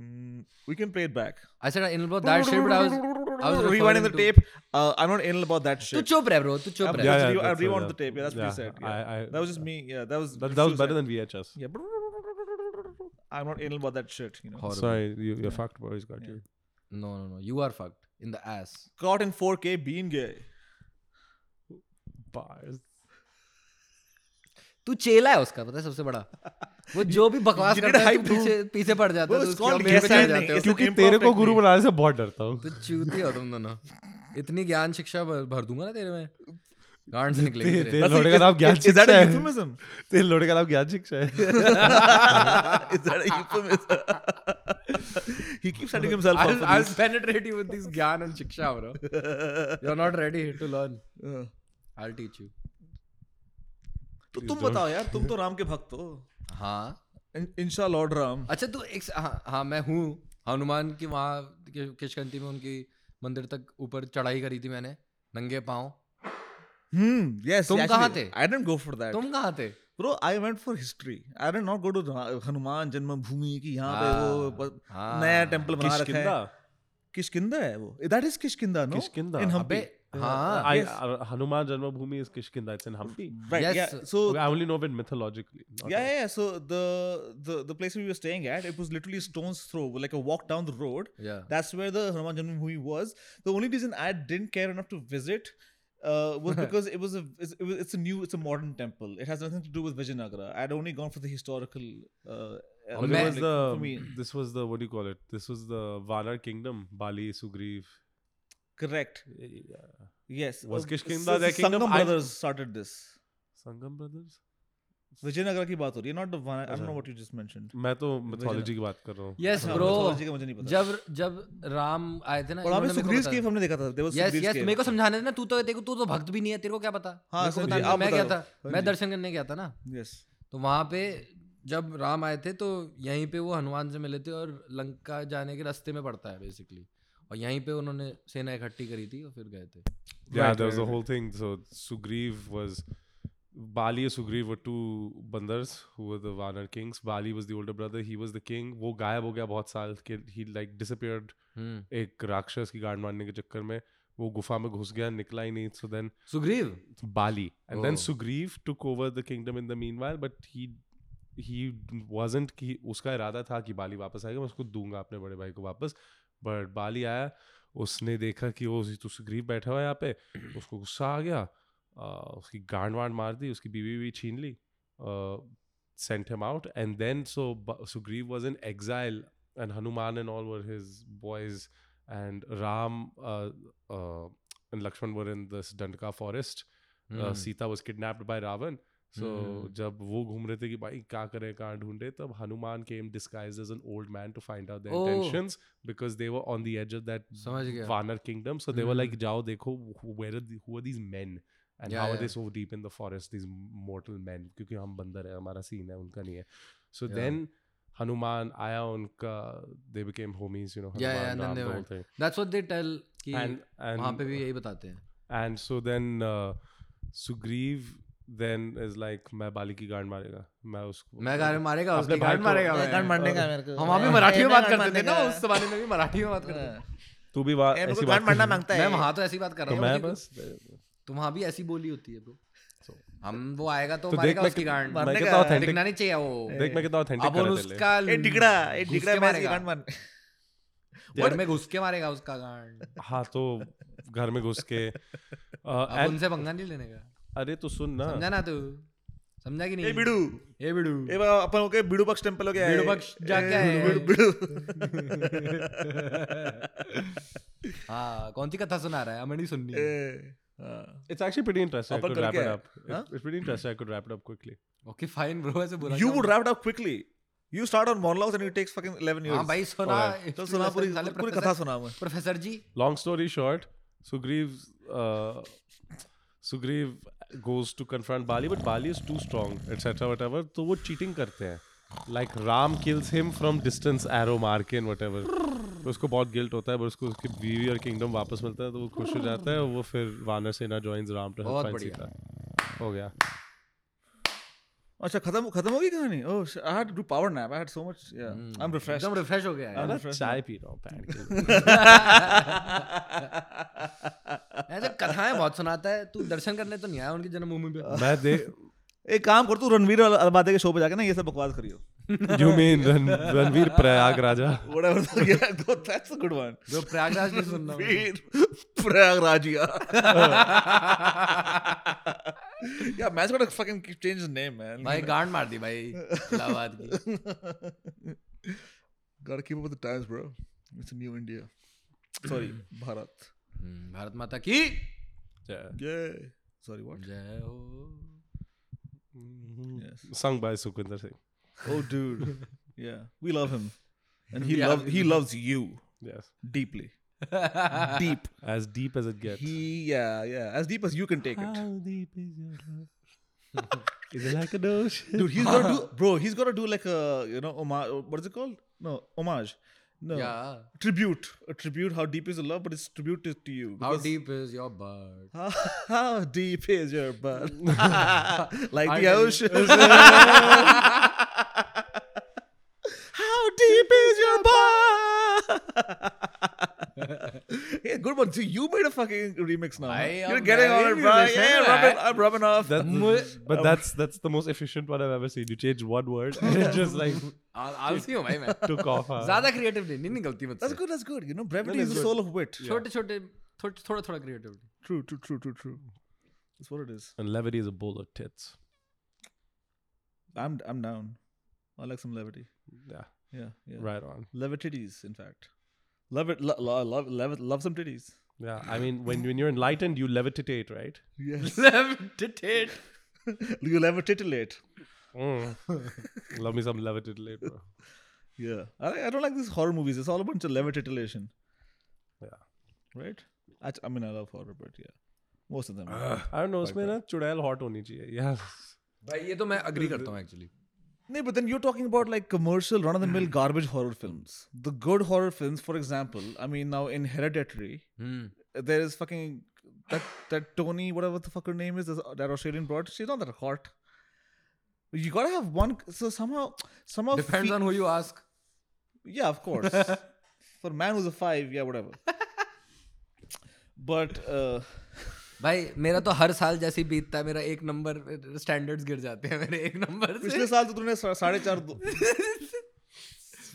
[SPEAKER 3] Mm, we can play it back.
[SPEAKER 1] I said I'm anal about that shit, but I was I was referring
[SPEAKER 3] rewinding the
[SPEAKER 1] to-
[SPEAKER 3] tape. Uh, I'm not anal about that
[SPEAKER 1] तू
[SPEAKER 3] shit.
[SPEAKER 1] चुप रह bro, तू चुप
[SPEAKER 3] Yeah,
[SPEAKER 1] रह.
[SPEAKER 2] yeah,
[SPEAKER 3] re- I
[SPEAKER 2] that's what-
[SPEAKER 3] rewound
[SPEAKER 2] yeah.
[SPEAKER 3] the tape. Yeah, that's what you
[SPEAKER 2] Yeah,
[SPEAKER 3] said. Yeah.
[SPEAKER 2] I- I-
[SPEAKER 3] that was just me. Yeah, that was.
[SPEAKER 2] that, that was better
[SPEAKER 3] suicide.
[SPEAKER 2] than VHS.
[SPEAKER 3] Yeah. I'm not anal about that shit. You know.
[SPEAKER 1] Horrible.
[SPEAKER 2] Sorry, you, you're fucked, bro. He's got you.
[SPEAKER 1] No, no, no. You are fucked in the ass.
[SPEAKER 3] Caught in 4K being gay.
[SPEAKER 2] Bars.
[SPEAKER 1] तू चेला है उसका पता है सबसे बड़ा वो जो भी बकवास
[SPEAKER 3] you did
[SPEAKER 1] करता है तू
[SPEAKER 3] hype
[SPEAKER 1] पीछे पीछे पड़ जाता
[SPEAKER 3] वो
[SPEAKER 1] है तो
[SPEAKER 3] it's
[SPEAKER 1] उसके
[SPEAKER 3] called
[SPEAKER 1] और मेरे पे चढ़
[SPEAKER 3] guessing.
[SPEAKER 1] जाते हो।
[SPEAKER 3] It's
[SPEAKER 1] <laughs>
[SPEAKER 2] क्योंकि
[SPEAKER 3] an
[SPEAKER 2] तेरे को
[SPEAKER 3] imperfect
[SPEAKER 2] गुरु
[SPEAKER 3] name.
[SPEAKER 2] बनाने से बहुत डरता हूँ
[SPEAKER 1] तो चूती हो तुम दोनों इतनी ज्ञान शिक्षा भर भर दूंगा ना तेरे में गांड से निकलेगी
[SPEAKER 2] तेरे-
[SPEAKER 1] तेरे
[SPEAKER 2] तेरे लोड़े का नाम ज्ञान
[SPEAKER 3] Is that
[SPEAKER 2] शिक्षा
[SPEAKER 3] a
[SPEAKER 2] है
[SPEAKER 3] euphemism?
[SPEAKER 2] तेरे लोड़े का नाम ज्ञान शिक्षा
[SPEAKER 1] <laughs>
[SPEAKER 2] है
[SPEAKER 3] Ah, Is that a euphemism? <laughs> he keeps setting himself up.
[SPEAKER 1] I'll,
[SPEAKER 3] for
[SPEAKER 1] I'll
[SPEAKER 3] these. <laughs>
[SPEAKER 1] penetrate you with this gyan and shiksha, bro. You're not ready to learn.
[SPEAKER 3] Uh,
[SPEAKER 1] I'll teach you.
[SPEAKER 3] तो तुम बताओ यार तुम तो राम के भक्त हो
[SPEAKER 1] हाँ
[SPEAKER 3] इन- इंशा लॉर्ड राम
[SPEAKER 1] अच्छा तू एक हाँ, हाँ मैं हूँ हनुमान की वहाँ कि- किशकंती में उनकी मंदिर तक ऊपर चढ़ाई करी थी मैंने नंगे पाँव
[SPEAKER 3] हम्म यस
[SPEAKER 1] तुम कहाँ थे?
[SPEAKER 3] I didn't go for that
[SPEAKER 1] तुम कहाँ थे
[SPEAKER 3] Bro, I went for history. I did not go to Ra- Hanuman Janmabhoomi की यहाँ पे वो
[SPEAKER 1] हाँ,
[SPEAKER 3] प-
[SPEAKER 1] हाँ।
[SPEAKER 3] नया टेंपल बना रखा
[SPEAKER 2] किशकिंदा
[SPEAKER 3] है किशकिंदा है वो that is Kishkinda no
[SPEAKER 2] Kishkindha.
[SPEAKER 3] इन
[SPEAKER 1] अबे
[SPEAKER 3] हम्पी
[SPEAKER 1] हाँ
[SPEAKER 2] I-
[SPEAKER 3] Yes.
[SPEAKER 2] uh, Hanuman Janmabhoomi is Kishkinda. It's in Hampi.
[SPEAKER 3] Right
[SPEAKER 1] Yes.
[SPEAKER 3] Yeah so
[SPEAKER 2] Okay, I only know it mythologically. not
[SPEAKER 3] yeah
[SPEAKER 2] like-
[SPEAKER 3] yeah so the the the place we were staying at it was literally a stone's throw like a walk down the road
[SPEAKER 1] Yeah.
[SPEAKER 3] that's where the Hanuman Janmabhoomi was the only reason I didn't care enough to visit uh, was because it was a it's, it was, it's a new it's a modern temple it has nothing to do with Vijayanagara I'd only gone for the historical uh,
[SPEAKER 2] But
[SPEAKER 1] मैं-
[SPEAKER 2] it was
[SPEAKER 3] element,
[SPEAKER 2] um,
[SPEAKER 3] like, for me.
[SPEAKER 2] the, this was the what do you call it? This was the Vanar kingdom, Bali, Sugriv.
[SPEAKER 3] correct
[SPEAKER 2] Yeah.
[SPEAKER 3] Yes.
[SPEAKER 2] Was
[SPEAKER 3] uh,
[SPEAKER 2] Kishkinda
[SPEAKER 3] so-
[SPEAKER 2] their
[SPEAKER 3] so
[SPEAKER 2] kingdom?
[SPEAKER 3] Sangam
[SPEAKER 2] I-
[SPEAKER 3] brothers started this.
[SPEAKER 2] Sangam brothers.
[SPEAKER 3] Vijayanagar की बात हो रही है, not the one. I don't
[SPEAKER 2] अच्छा।
[SPEAKER 3] know what you just mentioned.
[SPEAKER 2] मैं तो mythology की बात कर रहा हूँ.
[SPEAKER 1] Yes,
[SPEAKER 3] हाँ,
[SPEAKER 1] bro.
[SPEAKER 3] mythology का मुझे नहीं पता।
[SPEAKER 1] जब जब राम आए थे ना
[SPEAKER 3] और हमें
[SPEAKER 1] इन्होंने मेरे को
[SPEAKER 3] सुग्रीव
[SPEAKER 1] बताया।
[SPEAKER 3] के हमने देखा था. There was
[SPEAKER 1] yes
[SPEAKER 3] Sugriva
[SPEAKER 1] yes
[SPEAKER 3] cave.
[SPEAKER 1] मेरे को समझाने देना तू तो देखो तू तो भक्त भी नहीं है तेरे को क्या पता
[SPEAKER 3] हाँ,
[SPEAKER 1] मेरे को
[SPEAKER 3] सर,
[SPEAKER 1] पता
[SPEAKER 3] जी,
[SPEAKER 1] नहीं,
[SPEAKER 3] आप
[SPEAKER 1] मैं
[SPEAKER 3] बता
[SPEAKER 1] क्या
[SPEAKER 3] दो।
[SPEAKER 1] था
[SPEAKER 3] हाँ
[SPEAKER 1] मैं
[SPEAKER 3] जी।
[SPEAKER 1] दर्शन करने गया था ना
[SPEAKER 3] Yes.
[SPEAKER 1] तो वहाँ पे जब राम आए थे तो यहीं पे वो हनुमान से मिले थे और लंका जाने के रास्ते में पड़ता है बेसिकली और यहीं पे उन्होंने सेना इकट्ठी करी थी और फिर गए थे
[SPEAKER 2] Yeah,
[SPEAKER 3] Right,
[SPEAKER 2] there was
[SPEAKER 3] right,
[SPEAKER 2] the whole thing. So Sugriv was Bali and Sugriv were two bandars who were the Vanar kings. Bali was the older brother. He was the king. वो गायब हो गया बहुत साल के. He like disappeared
[SPEAKER 1] hmm
[SPEAKER 2] एक राक्षस की गांड मारने के चक्कर में. वो गुफा में घुस गया निकला ही नहीं so then
[SPEAKER 1] Sugriva
[SPEAKER 2] Bali. And then
[SPEAKER 1] Oh.
[SPEAKER 2] Sugriv took over the kingdom in the meanwhile, but he he wasn't कि उसका इरादा था कि बाली वापस आएगा मैं उसको दूंगा अपने बड़े भाई को वापस बट बाली आया उसने देखा कि वो तो सुग्रीव बैठा हुआ है यहाँ पे उसको गुस्सा आ गया आ, उसकी गांड वांड मार दी उसकी बीवी भी छीन ली uh, sent him out and then so Sugriva was in exile and Hanuman and all were his boys and Ram uh, and Lakshman were in this Dandaka forest uh,
[SPEAKER 1] hmm.
[SPEAKER 2] Sita was kidnapped by Ravan so
[SPEAKER 1] Hmm.
[SPEAKER 2] जब वो घूम रहे थे कि भाई क्या करें कहाँ ढूंढे तब Hanuman came disguise as an old man to find out
[SPEAKER 1] Oh.
[SPEAKER 2] The intentions because they were on the edge of that
[SPEAKER 1] समझ गया
[SPEAKER 2] वानर kingdom so they were like
[SPEAKER 1] Hmm.
[SPEAKER 2] जाओ देखो where who are these men and
[SPEAKER 1] Yeah,
[SPEAKER 2] how are they
[SPEAKER 1] yeah.
[SPEAKER 2] So deep in the forest these mortal men क्योंकि हम बंदर है हमारा सीन है उनका नहीं है सो
[SPEAKER 1] Yeah.
[SPEAKER 2] देन हनुमान आया उनका they became homies you know
[SPEAKER 1] Yeah, yeah, and then they went- that's what they tell कि
[SPEAKER 2] and and
[SPEAKER 1] वहां पे भी यही बताते हैं
[SPEAKER 2] And so then uh, Sugriv then is like मैं बाली की गांड मारेगा मैं उसको
[SPEAKER 1] मैं गाड़ी मारेगा
[SPEAKER 2] अपने
[SPEAKER 1] उसकी
[SPEAKER 2] भाई
[SPEAKER 1] गाड़ी
[SPEAKER 2] को-
[SPEAKER 1] मारेगा
[SPEAKER 3] मैं
[SPEAKER 1] मैं।
[SPEAKER 3] गांड मारने का मेरे को
[SPEAKER 1] हम वहाँ भी
[SPEAKER 3] तो मैं-
[SPEAKER 1] मराठी में
[SPEAKER 3] मैं
[SPEAKER 1] बात
[SPEAKER 3] गांड
[SPEAKER 1] करते
[SPEAKER 3] मारने
[SPEAKER 1] थे ना
[SPEAKER 3] का-
[SPEAKER 1] उस जमाने में भी मराठी में बात करते
[SPEAKER 3] हाँ।
[SPEAKER 2] तू भी वहाँ
[SPEAKER 3] ये मेरे
[SPEAKER 2] ऐसी
[SPEAKER 3] को गांड
[SPEAKER 2] बात
[SPEAKER 3] मारना
[SPEAKER 2] कर-
[SPEAKER 3] मांगता
[SPEAKER 1] थे
[SPEAKER 3] है
[SPEAKER 1] मैं वहाँ तो ऐसी बात कर
[SPEAKER 2] तो
[SPEAKER 1] रहा
[SPEAKER 2] मैं
[SPEAKER 1] हूँ
[SPEAKER 2] बस
[SPEAKER 1] तो वहाँ भी ऐसी बोली होती है bro. हम वो आएगा तो
[SPEAKER 2] तो देख
[SPEAKER 1] मारेगा
[SPEAKER 2] मैं
[SPEAKER 1] उसकी
[SPEAKER 2] कि-
[SPEAKER 1] गांड
[SPEAKER 2] मैं
[SPEAKER 3] मारने
[SPEAKER 2] कितना
[SPEAKER 3] का-
[SPEAKER 2] authentic
[SPEAKER 1] दिखना नहीं चाहिए वो
[SPEAKER 2] देख मैं कितना authentic
[SPEAKER 1] अब वो
[SPEAKER 2] कर रहा
[SPEAKER 1] उसका
[SPEAKER 3] ए डिगड़ा ए
[SPEAKER 1] घुस
[SPEAKER 3] डिगड़ा
[SPEAKER 1] के
[SPEAKER 3] मैं
[SPEAKER 1] मारेगा।
[SPEAKER 3] गांड मारने
[SPEAKER 1] घर में घुस के मारेगा उसका गांड
[SPEAKER 2] तेरे लिए। हाँ तो घर में घुस
[SPEAKER 1] <laughs>
[SPEAKER 2] के uh,
[SPEAKER 1] अब
[SPEAKER 2] and-
[SPEAKER 1] उनसे पंगा नहीं लेने का
[SPEAKER 2] अरे तो सुन ना
[SPEAKER 1] समझा ना तू समझा कि नहीं
[SPEAKER 3] ए बिडू
[SPEAKER 1] ए बिडू
[SPEAKER 3] ए बाबा अपन ओके बिडू पक्ष टेंपल हो गया
[SPEAKER 1] बिडू पक्ष जाके आए।
[SPEAKER 3] बिडू
[SPEAKER 1] हाँ कौन सी कथा सुना रहा है हमें नहीं सुननी है।
[SPEAKER 2] it's actually pretty interesting I
[SPEAKER 3] अपन
[SPEAKER 2] could
[SPEAKER 3] करके
[SPEAKER 2] wrap it
[SPEAKER 3] आए।
[SPEAKER 2] up
[SPEAKER 3] हाँ?
[SPEAKER 2] it's, it's pretty interesting I could wrap it up quickly
[SPEAKER 1] okay fine bro ऐसे बुरा
[SPEAKER 3] यू
[SPEAKER 1] क्या
[SPEAKER 3] would wrap it up quickly you start on मोnologues and it takes fucking 11
[SPEAKER 1] हुआ?
[SPEAKER 3] years
[SPEAKER 1] हाँ भाई सुना
[SPEAKER 2] alright.
[SPEAKER 3] तो सुना पूरी
[SPEAKER 1] साले
[SPEAKER 3] पूरी
[SPEAKER 1] प्रोफेसर-
[SPEAKER 3] कथा सुना मैं
[SPEAKER 1] professor ji
[SPEAKER 2] long story short Sugriv uh, Sugriv goes to confront Bali but Bali is too strong etc whatever तो वो cheating करते हैं like Ram kills him from distance arrow मार के and whatever तो उसको बहुत guilt होता है पर उसको उसकी बीवी और kingdom वापस मिलता है तो वो खुश हो जाता है और वो फिर वानर सेना joins Ram to help
[SPEAKER 1] बहुत
[SPEAKER 2] find
[SPEAKER 1] बढ़िया।
[SPEAKER 2] Sita हो गया
[SPEAKER 3] अच्छा खत्म खत्म हो गई कहानी Oh, oh I had to do power nap I had so much yeah I am refreshed
[SPEAKER 1] एकदम रिफ्रेश हो गया है
[SPEAKER 2] अरे चाय पी रहा हूँ पैन के
[SPEAKER 1] ऐसे कथाएं बहुत सुनाता है तू दर्शन करने तो नहीं आया उनकी जन्मभूमि पे
[SPEAKER 2] <laughs> मैं दे
[SPEAKER 3] <laughs> एक काम कर तू रणवीर वाला- अलबादे के शो पे जाके ना ये सब बकवास करियो
[SPEAKER 2] you mean Ran Ranveer Prayag <laughs> Raja
[SPEAKER 3] whatever the <laughs> yeah that's a good one
[SPEAKER 1] जो प्रयागराज नहीं
[SPEAKER 3] <laughs>
[SPEAKER 1] सुनना मुझे।
[SPEAKER 3] Veer Prayagraj yeah yeah match got fucking change his name man
[SPEAKER 1] भाई गांड मार दी भाई इलाहाबाद की
[SPEAKER 3] got keep up with the times bro it's new India sorry Bharat
[SPEAKER 1] hmm, Bharat माता की
[SPEAKER 3] ये सॉरी व्हाट
[SPEAKER 1] जय हो
[SPEAKER 3] yes
[SPEAKER 2] sung by Sukhvinder Singh
[SPEAKER 3] Oh, dude. <laughs> yeah, we love him, and he
[SPEAKER 1] Yeah.
[SPEAKER 3] loves he loves you
[SPEAKER 2] yes
[SPEAKER 3] deeply, deep.
[SPEAKER 2] <laughs> as deep as it gets
[SPEAKER 3] He yeah yeah as deep as you can take it,
[SPEAKER 2] deep is your love? <laughs> is it like an <laughs> ocean?
[SPEAKER 3] dude. He's gonna
[SPEAKER 1] <laughs>
[SPEAKER 3] do bro. He's gonna do like a you know homage. What is it called? No homage. No
[SPEAKER 1] yeah
[SPEAKER 3] tribute. A tribute. How deep is the love? But it's tribute is to you.
[SPEAKER 1] How
[SPEAKER 3] because-
[SPEAKER 1] deep is your bird
[SPEAKER 3] How, <laughs> how deep is your
[SPEAKER 1] <laughs>
[SPEAKER 3] butt? like
[SPEAKER 1] I
[SPEAKER 3] the
[SPEAKER 1] can- <laughs>
[SPEAKER 3] ocean. how deep is your butt? <laughs> yeah, good one. So you made a fucking remix now. huh?
[SPEAKER 1] I
[SPEAKER 3] You're
[SPEAKER 1] am
[SPEAKER 3] getting on it,
[SPEAKER 1] very
[SPEAKER 3] bro.
[SPEAKER 1] musician,
[SPEAKER 3] Yeah, rubbing,
[SPEAKER 1] right?
[SPEAKER 3] I'm rubbing off.
[SPEAKER 2] That, but that's that's the most efficient one I've ever seen. You change one word <laughs> and it just like
[SPEAKER 1] आलसी हूं भाई मैं
[SPEAKER 2] took off. huh?
[SPEAKER 1] ज्यादा creative नहीं, नहीं निकलती
[SPEAKER 3] that's
[SPEAKER 1] मुझसे
[SPEAKER 3] good. That's good. You know, brevity
[SPEAKER 2] that's
[SPEAKER 3] is the
[SPEAKER 2] good.
[SPEAKER 3] soul of wit.
[SPEAKER 1] छोटे छोटे थोड़ा थोड़ा creativity
[SPEAKER 3] True, true, true, true, true. That's what it is.
[SPEAKER 2] And levity is a bowl of tits.
[SPEAKER 3] I'm I'm down. I like some levity.
[SPEAKER 2] Yeah,
[SPEAKER 3] Yeah, yeah.
[SPEAKER 2] right on.
[SPEAKER 3] Love titties, in fact. Love it. Lo- lo- love, love, it- love some titties.
[SPEAKER 2] Yeah, I mean when when you're enlightened, you levitate, right?
[SPEAKER 3] <laughs> Yes.
[SPEAKER 1] Levitate
[SPEAKER 3] You'll ever titillate.
[SPEAKER 2] <laughs> Mm. Love me some levitate later. <sighs>
[SPEAKER 3] Yeah. I, I don't like these horror movies. It's all a bunch of lever titillation.
[SPEAKER 2] Yeah.
[SPEAKER 3] Right? I, I mean, I love horror, but yeah. Most of them.
[SPEAKER 2] I don't know. उसमें ना चुड़ैल hot होनी चाहिए. Yeah.
[SPEAKER 1] भाई ये तो मैं agree करता हूं actually
[SPEAKER 3] No, but then you're talking about like commercial, run of the mill garbage horror films. The good horror films, for example, I mean, now in Hereditary,
[SPEAKER 1] hmm
[SPEAKER 3] there is fucking that that Tony, whatever the fuck her name is, this- that Australian broad. She's not that hot. You gotta have one. So somehow, somehow,
[SPEAKER 1] depends
[SPEAKER 3] fe-
[SPEAKER 1] on who you ask
[SPEAKER 3] yeah, of course. For a man who's a five, yeah, whatever. But uh,
[SPEAKER 1] भाई मेरा तो हर साल जैसे ही बीतता है मेरा एक number standards गिर जाते हैं मेरे एक नंबर से
[SPEAKER 3] पिछले साल तो तूने सा- साढ़े चार दो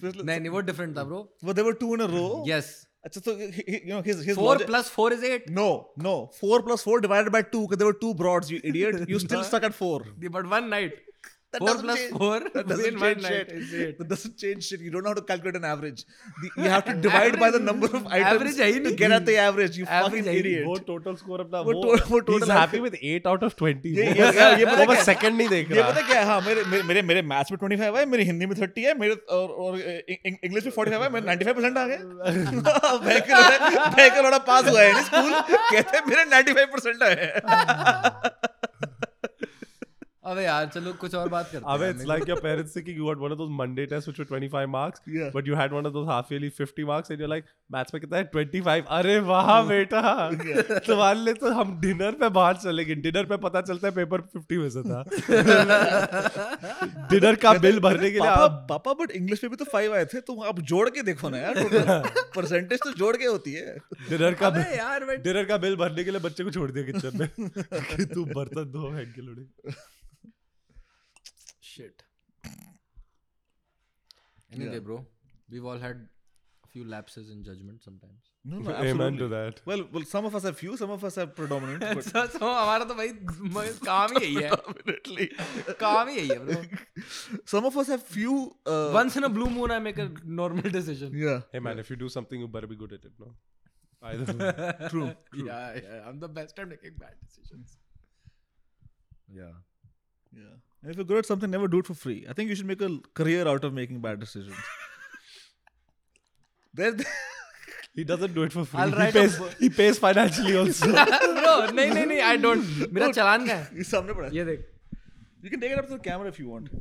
[SPEAKER 1] नहीं नहीं वो डिफरेंट था bro
[SPEAKER 3] but there were two in a row.
[SPEAKER 1] Yes
[SPEAKER 3] अच्छा तो he- he- you know his his
[SPEAKER 1] 4
[SPEAKER 3] logic-
[SPEAKER 1] plus 4 is 8
[SPEAKER 3] no no four plus four divided by two because there were two broads. You idiot! You
[SPEAKER 1] <laughs>
[SPEAKER 3] still stuck at four.
[SPEAKER 1] but one night
[SPEAKER 3] That
[SPEAKER 1] 4
[SPEAKER 3] doesn't
[SPEAKER 1] plus
[SPEAKER 3] change-
[SPEAKER 1] 4
[SPEAKER 3] That
[SPEAKER 1] within
[SPEAKER 3] doesn't change
[SPEAKER 1] one
[SPEAKER 3] shit.
[SPEAKER 1] night is 8
[SPEAKER 3] That doesn't change shit. You don't know how to calculate an average. The, you
[SPEAKER 1] <laughs>
[SPEAKER 3] have to divide by the number of items.
[SPEAKER 1] Average है ही
[SPEAKER 3] to
[SPEAKER 1] नहीं।
[SPEAKER 3] Get at the average. You
[SPEAKER 1] Average है
[SPEAKER 3] fucking
[SPEAKER 1] ही
[SPEAKER 3] idiot.
[SPEAKER 2] वो total score अपना
[SPEAKER 3] वो
[SPEAKER 2] वो,
[SPEAKER 3] to- वो
[SPEAKER 2] he's
[SPEAKER 3] total
[SPEAKER 2] happy with 8 out of 20
[SPEAKER 3] ये-
[SPEAKER 2] वो
[SPEAKER 3] ये-
[SPEAKER 2] बस- <laughs>
[SPEAKER 3] ये- ये
[SPEAKER 2] वो
[SPEAKER 3] पता
[SPEAKER 2] बस
[SPEAKER 3] क्या-
[SPEAKER 2] सेकंड नहीं देख
[SPEAKER 3] ये
[SPEAKER 2] रहा
[SPEAKER 3] पता क्या है हाँ मेरे मेरे मेरे, मेरे मैथ्स में 25 है मेरी हिंदी में 30 है मेरे और और इंग्लिश में 45 है मैं 95% आ गया
[SPEAKER 1] <laughs>
[SPEAKER 3] <laughs> भयंकर भयंकर वाला पास हुआ है स्कूल कहते हैं मेरे 95% आए हैं
[SPEAKER 1] अबे यार चलो कुछ और बात करते
[SPEAKER 2] अबे
[SPEAKER 1] हैं
[SPEAKER 2] it's like your parents thinking you got one of those Monday tests which were 25 marks,
[SPEAKER 3] Yeah.
[SPEAKER 2] but you had one of those half yearly 50 marks, and you're like, maths में कितना है 25? अरे वाह बेटा तुम्हारे लिए <laughs> तो हम डिनर पे बाहर चलेंगे डिनर पे पता चलता है पेपर 50 में से
[SPEAKER 3] <laughs>
[SPEAKER 2] था डिनर का बिल भरने के लिए
[SPEAKER 3] पापा
[SPEAKER 2] आप
[SPEAKER 3] पापा बट इंग्लिश में भी तो 5 आए थे तो आप जोड़ के देखो ना यार
[SPEAKER 2] <laughs>
[SPEAKER 3] परसेंटेज तो जोड़ के होती है
[SPEAKER 2] डिनर का
[SPEAKER 1] अबे यार बट
[SPEAKER 2] डिनर का बिल भरने के लिए बच्चे को छोड़ दिया किचन
[SPEAKER 3] <laughs>
[SPEAKER 2] में कि तू बर्तन धो हैंकल उड़े
[SPEAKER 1] shit anyway bro we've all had few lapses in judgment sometimes
[SPEAKER 3] No, no,
[SPEAKER 2] amen to
[SPEAKER 3] absolutely.
[SPEAKER 2] that
[SPEAKER 3] Well, well, some of us have few, some of us have predominant, but
[SPEAKER 1] सो सो हमारा तो भाई म- काम ही यही है
[SPEAKER 3] definitely.
[SPEAKER 1] काम ही यही है bro
[SPEAKER 3] Some of us have few. Uh,
[SPEAKER 1] once in a blue moon i make a normal decision
[SPEAKER 3] Yeah.
[SPEAKER 2] hey man if you do something you better be good at
[SPEAKER 3] <laughs>
[SPEAKER 2] it no either way.
[SPEAKER 3] True. True.
[SPEAKER 1] yeah, yeah i'm the best at making bad decisions yeah
[SPEAKER 3] Yeah. And if you're good at something, never do it for free. I think you should make a l- career out of making bad decisions.
[SPEAKER 2] <laughs>
[SPEAKER 3] there,
[SPEAKER 2] He doesn't do it for free.
[SPEAKER 1] I'll
[SPEAKER 2] He
[SPEAKER 1] write a
[SPEAKER 2] pays,
[SPEAKER 1] book.
[SPEAKER 2] he pays financially also.
[SPEAKER 1] <laughs>
[SPEAKER 3] <laughs>
[SPEAKER 1] bro नहीं नहीं नहीं i don't मेरा चालान का है
[SPEAKER 3] you सामने पड़ा है.
[SPEAKER 1] ये देख
[SPEAKER 3] You can take it up to the camera if you want.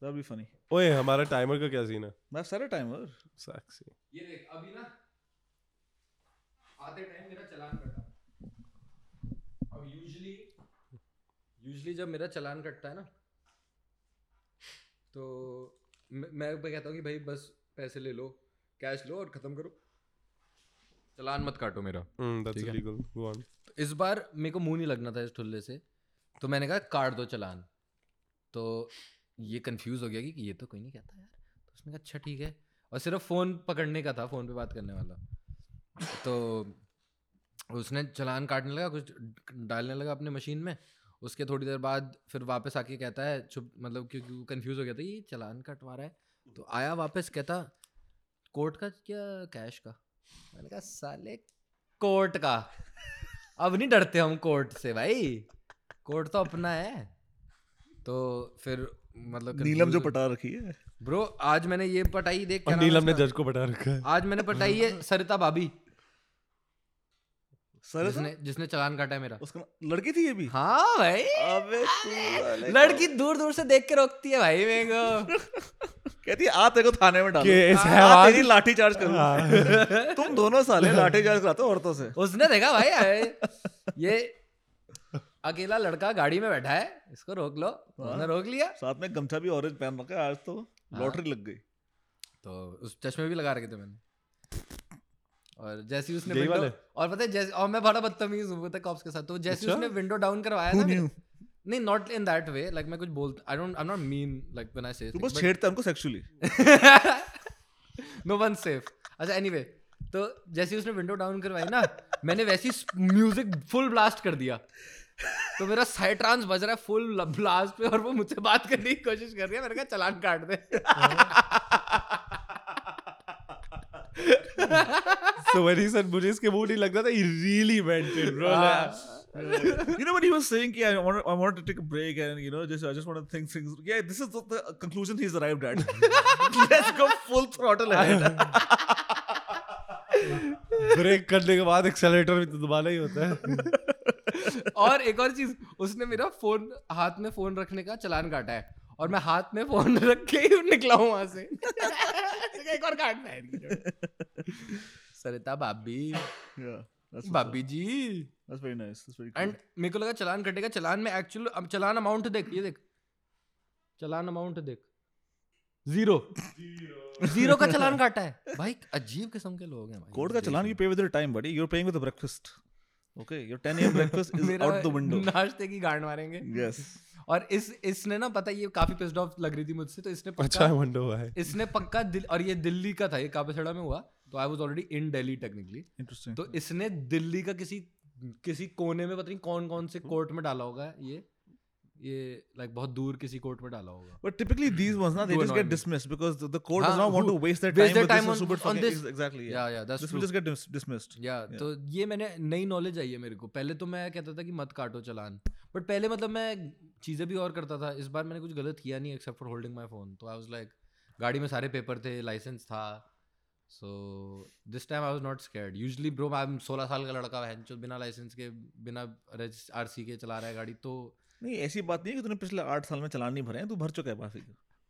[SPEAKER 3] That'll be funny.
[SPEAKER 2] ओए हमारा टाइमर का क्या सीन है
[SPEAKER 3] I've set a timer.
[SPEAKER 2] Sucks.
[SPEAKER 1] ये देख अभी ना आते टाइम मेरा चालान कटा अब यूजली यूजली जब मेरा चालान कटता है ना तो मैं मैं मैं कहता हूँ कि भाई बस पैसे ले लो कैश लो और ख़त्म करो चालान मत काटो मेरा
[SPEAKER 2] Mm, that's
[SPEAKER 1] ठीक है।
[SPEAKER 2] illegal. Go on.
[SPEAKER 1] तो इस बार मेरे को मुंह नहीं लगना था इस ठुल्ले से तो मैंने कहा काट दो चालान तो ये कंफ्यूज हो गया कि ये तो कोई नहीं कहता यार तो उसने कहा अच्छा ठीक है और सिर्फ फ़ोन पकड़ने का था फ़ोन पे बात करने वाला तो उसने चालान काटने लगा कुछ डालने लगा अपने मशीन में उसके थोड़ी देर बाद फिर वापस आके कहता है चुप मतलब क्योंकि वो कंफ्यूज हो गया था ये चालान कटवा रहा है तो आया वापस कहता कोर्ट का क्या कैश का मैंने कहा साले कोर्ट का अब नहीं डरते हम कोर्ट से भाई कोर्ट तो अपना है तो फिर मतलब
[SPEAKER 3] नीलम जो पटा रखी है.
[SPEAKER 1] ब्रो आज मैंने ये पटाई देख क्या
[SPEAKER 2] और
[SPEAKER 1] नाम है
[SPEAKER 2] नीलम ने
[SPEAKER 1] उसका?
[SPEAKER 2] जज को बता रखा है
[SPEAKER 1] आज मैंने पटाई है सरिता भाभी
[SPEAKER 3] सर
[SPEAKER 1] जिसने जिसने चालान काटा है मेरा
[SPEAKER 3] उसका लड़की थी ये भी.
[SPEAKER 1] हाँ भाई
[SPEAKER 3] अबे तू साले.
[SPEAKER 1] लड़की दूर दूर से देख के रोकती है भाई मेरे को
[SPEAKER 3] <laughs> कहती है, आ तेरे को थाने में डालो.
[SPEAKER 2] केस है
[SPEAKER 3] आ
[SPEAKER 2] आज
[SPEAKER 3] तेरी लाठी चार्ज करूँ. <laughs> तुम दोनों साले लाठी चार्ज कराते हो औरतों से.
[SPEAKER 1] उसने देखा भाई
[SPEAKER 3] <laughs>
[SPEAKER 1] अरे, ये अकेला लड़का गाड़ी में बैठा है इसको रोक लो
[SPEAKER 3] हाँ।
[SPEAKER 1] उसने रोक लिया
[SPEAKER 3] साथ में गमछा भी ऑरेंज पहन रखा है आज तो
[SPEAKER 1] हाँ।
[SPEAKER 3] लॉटरी लग गई
[SPEAKER 1] तो उस चश्मे भी लगा रखे थे मैंने और जैसे ही उसने
[SPEAKER 2] यही
[SPEAKER 1] विंडो
[SPEAKER 2] वाले?
[SPEAKER 1] और पता है जैसे और मैं बड़ा बदतमीज हूँ पता है cops के साथ तो जैसे ही
[SPEAKER 2] अच्छा?
[SPEAKER 1] उसने विंडो डाउन करवाया
[SPEAKER 3] Who
[SPEAKER 1] था
[SPEAKER 3] knew?
[SPEAKER 1] मेरे- नहीं not in that way like मैं कुछ बोलता I don't I am not mean like when I say
[SPEAKER 3] तू बस छेड़ता है उनको
[SPEAKER 1] <laughs>
[SPEAKER 3] सेक्सुअली
[SPEAKER 1] नो वन सेफ अच्छा एनीवे तो जैसे ही उसने विंडो डाउन करवाई ना मैंने वैसे ही म्यूजिक फुल ब्लास्ट कर दिया तो मेरा साइड ट्रांस बज रहा है फुल ब्लास्ट पे और वो मुझसे बात करने की कोशिश कर रही है मैंने कहा चालान काट दे <laughs>
[SPEAKER 2] सो व्हेन ही सेड मुझे इसके मुंह नहीं लग रहा था he really meant it bro
[SPEAKER 1] हाँ।
[SPEAKER 3] you know what he was saying कि I want I want to take a break and you know just I just want to think things yeah this is the, the conclusion he's arrived at
[SPEAKER 1] <laughs>
[SPEAKER 3] let's go full throttle ahead
[SPEAKER 2] break करने के बाद accelerator भी तो दबाना ही होता है
[SPEAKER 1] और एक और चीज उसने मेरा फोन हाथ में फोन रखने का चलान काटा है और मैं हाथ में फोन रख के ही निकला हूं वहां से <laughs> एक और काटना है सरिता भाभी
[SPEAKER 3] yeah that's
[SPEAKER 1] भाभी जी
[SPEAKER 3] that's very nice that's very cool
[SPEAKER 1] and मेरे को लगा चलान कटेगा चलान में एक्चुअल अब चलान अमाउंट देख ये देख चलान अमाउंट देख जीरो जीरो का चलान काटा है भाई अजीब किस्म के लोग हैं भाई
[SPEAKER 3] कोर्ट का चलान you pay with your time buddy you're paying with the breakfast okay your 10
[SPEAKER 1] <laughs>
[SPEAKER 3] a.m breakfast is
[SPEAKER 1] मेरा
[SPEAKER 3] out the
[SPEAKER 1] <laughs>
[SPEAKER 3] window <laughs>
[SPEAKER 1] नाश्ते की गांड मारेंगे
[SPEAKER 3] yes
[SPEAKER 1] और इस इसने ना पता है, ये काफी पिस्ड ऑफ लग रही थी मुझसे तो इसने
[SPEAKER 2] अच्छा
[SPEAKER 1] पक्का
[SPEAKER 2] वंडर हुआ है
[SPEAKER 1] इसने पक्का दिल और ये दिल्ली का था ये कापासड़ा में हुआ तो I was already in Delhi technically
[SPEAKER 3] interesting
[SPEAKER 1] तो इसने दिल्ली का किसी किसी कोने में पता नहीं कौन कौन से कोर्ट में डाला होगा ये ये लाइक बहुत दूर किसी कोर्ट में डाला होगा
[SPEAKER 3] but typically these ones, na, they
[SPEAKER 1] Who
[SPEAKER 3] just get
[SPEAKER 1] annoy me.
[SPEAKER 3] dismissed because the, the court does
[SPEAKER 1] Haan,
[SPEAKER 3] not want
[SPEAKER 1] who-
[SPEAKER 3] to waste their
[SPEAKER 1] waste their
[SPEAKER 3] time with
[SPEAKER 1] time
[SPEAKER 3] this
[SPEAKER 1] on-
[SPEAKER 3] super
[SPEAKER 1] on
[SPEAKER 3] fucking-
[SPEAKER 1] this.
[SPEAKER 3] exactly yeah,
[SPEAKER 1] yeah yeah that's
[SPEAKER 3] this will just get dis- dismissed
[SPEAKER 1] या तो ये मैंने नई knowledge आई है मेरे को पहले तो मैं कहता था कि मत काटो चलान बट पहले मतलब मैं चीज़ें भी और करता था इस बार मैंने कुछ गलत किया नहीं except for holding my phone तो आई वाज लाइक गाड़ी में सारे पेपर थे लाइसेंस था so this time I was not scared usually bro I am सोलह साल का लड़का है जो बिना लाइसेंस के बिना आर सी के चला रहा है गाड़ी तो
[SPEAKER 3] नहीं ऐसी बात नहीं है कि तूने पिछले आठ साल में चलान नहीं भरे हैं तू भर चुका है माफी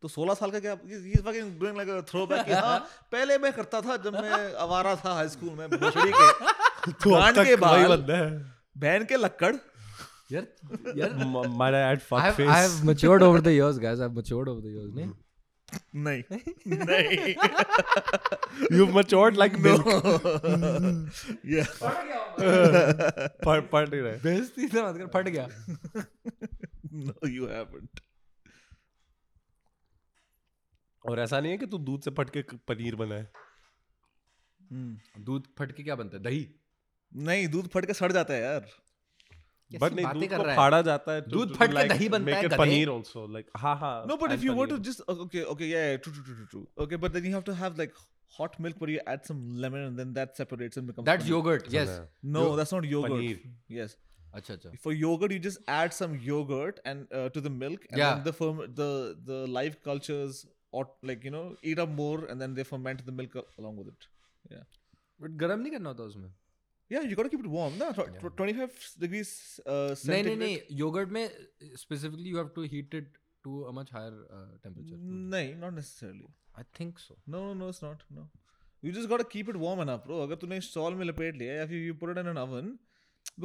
[SPEAKER 3] तो सोलह साल का क्या is fucking doing like a throwback
[SPEAKER 1] <laughs>
[SPEAKER 3] हाँ पहले मैं करता था जब मैं आवारा था हाई स्कूल में भोसड़ी के
[SPEAKER 2] तो
[SPEAKER 3] गांड
[SPEAKER 2] अब तक
[SPEAKER 3] के
[SPEAKER 2] वही
[SPEAKER 3] बाल।
[SPEAKER 2] बंदा है
[SPEAKER 1] <laughs>
[SPEAKER 3] बहन के लक्कड़
[SPEAKER 1] यार यार
[SPEAKER 2] M- might I add fuck
[SPEAKER 1] I
[SPEAKER 2] face?
[SPEAKER 1] Have matured over the years guys I have matured over the years नहीं <laughs>
[SPEAKER 3] नहीं नहीं <laughs>
[SPEAKER 2] You've matured like milk.
[SPEAKER 3] या
[SPEAKER 2] Part, part ही रहे.
[SPEAKER 1] बेइज्जती से मत कर फट गया <laughs>
[SPEAKER 3] नो यू हैवंट
[SPEAKER 2] और ऐसा नहीं है कि तू दूध से फट के क- पनीर बनाए
[SPEAKER 1] दूध फट के क्या बनता है दही
[SPEAKER 3] Hmm. नहीं दूध फट के सड़ जाता है यार
[SPEAKER 1] कैसी
[SPEAKER 2] बट नहीं
[SPEAKER 1] बातें
[SPEAKER 2] दूध
[SPEAKER 1] कर
[SPEAKER 2] को
[SPEAKER 1] रहा है?
[SPEAKER 2] फाड़ा जाता है to-
[SPEAKER 1] दूध
[SPEAKER 2] to
[SPEAKER 1] फट के
[SPEAKER 2] like
[SPEAKER 1] दही बनता
[SPEAKER 2] make
[SPEAKER 1] है,
[SPEAKER 2] it
[SPEAKER 1] गधे।
[SPEAKER 2] पनीर also like हाँ हाँ
[SPEAKER 3] No, but if
[SPEAKER 2] and
[SPEAKER 3] you were to
[SPEAKER 2] paneer.
[SPEAKER 3] just okay, okay, yeah, yeah, true, true, true, true, true. Okay, but then you have to have like hot milk where you add some lemon and then that separates and becomes.
[SPEAKER 1] That's
[SPEAKER 3] paneer.
[SPEAKER 1] yogurt.
[SPEAKER 2] अच्छा।
[SPEAKER 1] Yes.
[SPEAKER 3] No, that's not yogurt.
[SPEAKER 2] Paneer.
[SPEAKER 3] Yes,
[SPEAKER 1] अच्छा अच्छा
[SPEAKER 3] for yogurt you just add some yogurt and uh, to the milk, and
[SPEAKER 1] Yeah.
[SPEAKER 3] then the ferm- the the live cultures or like you know eat up more and then they ferment the milk a- along with it.
[SPEAKER 1] But गर्म नहीं करना होता उसमें
[SPEAKER 3] Yeah, you gotta keep it warm. No, tw- tw- twenty five degrees. Uh,
[SPEAKER 1] नहीं नहीं
[SPEAKER 3] centigrade-
[SPEAKER 1] नहीं yogurt में specifically you have to heat it to a much higher temperature
[SPEAKER 3] नहीं, not necessarily.
[SPEAKER 1] I think so
[SPEAKER 3] No, no, no, it's not. No. You just gotta keep it warm enough, bro. अगर तूने stall में लपेट लिया या फिर you put it in an oven,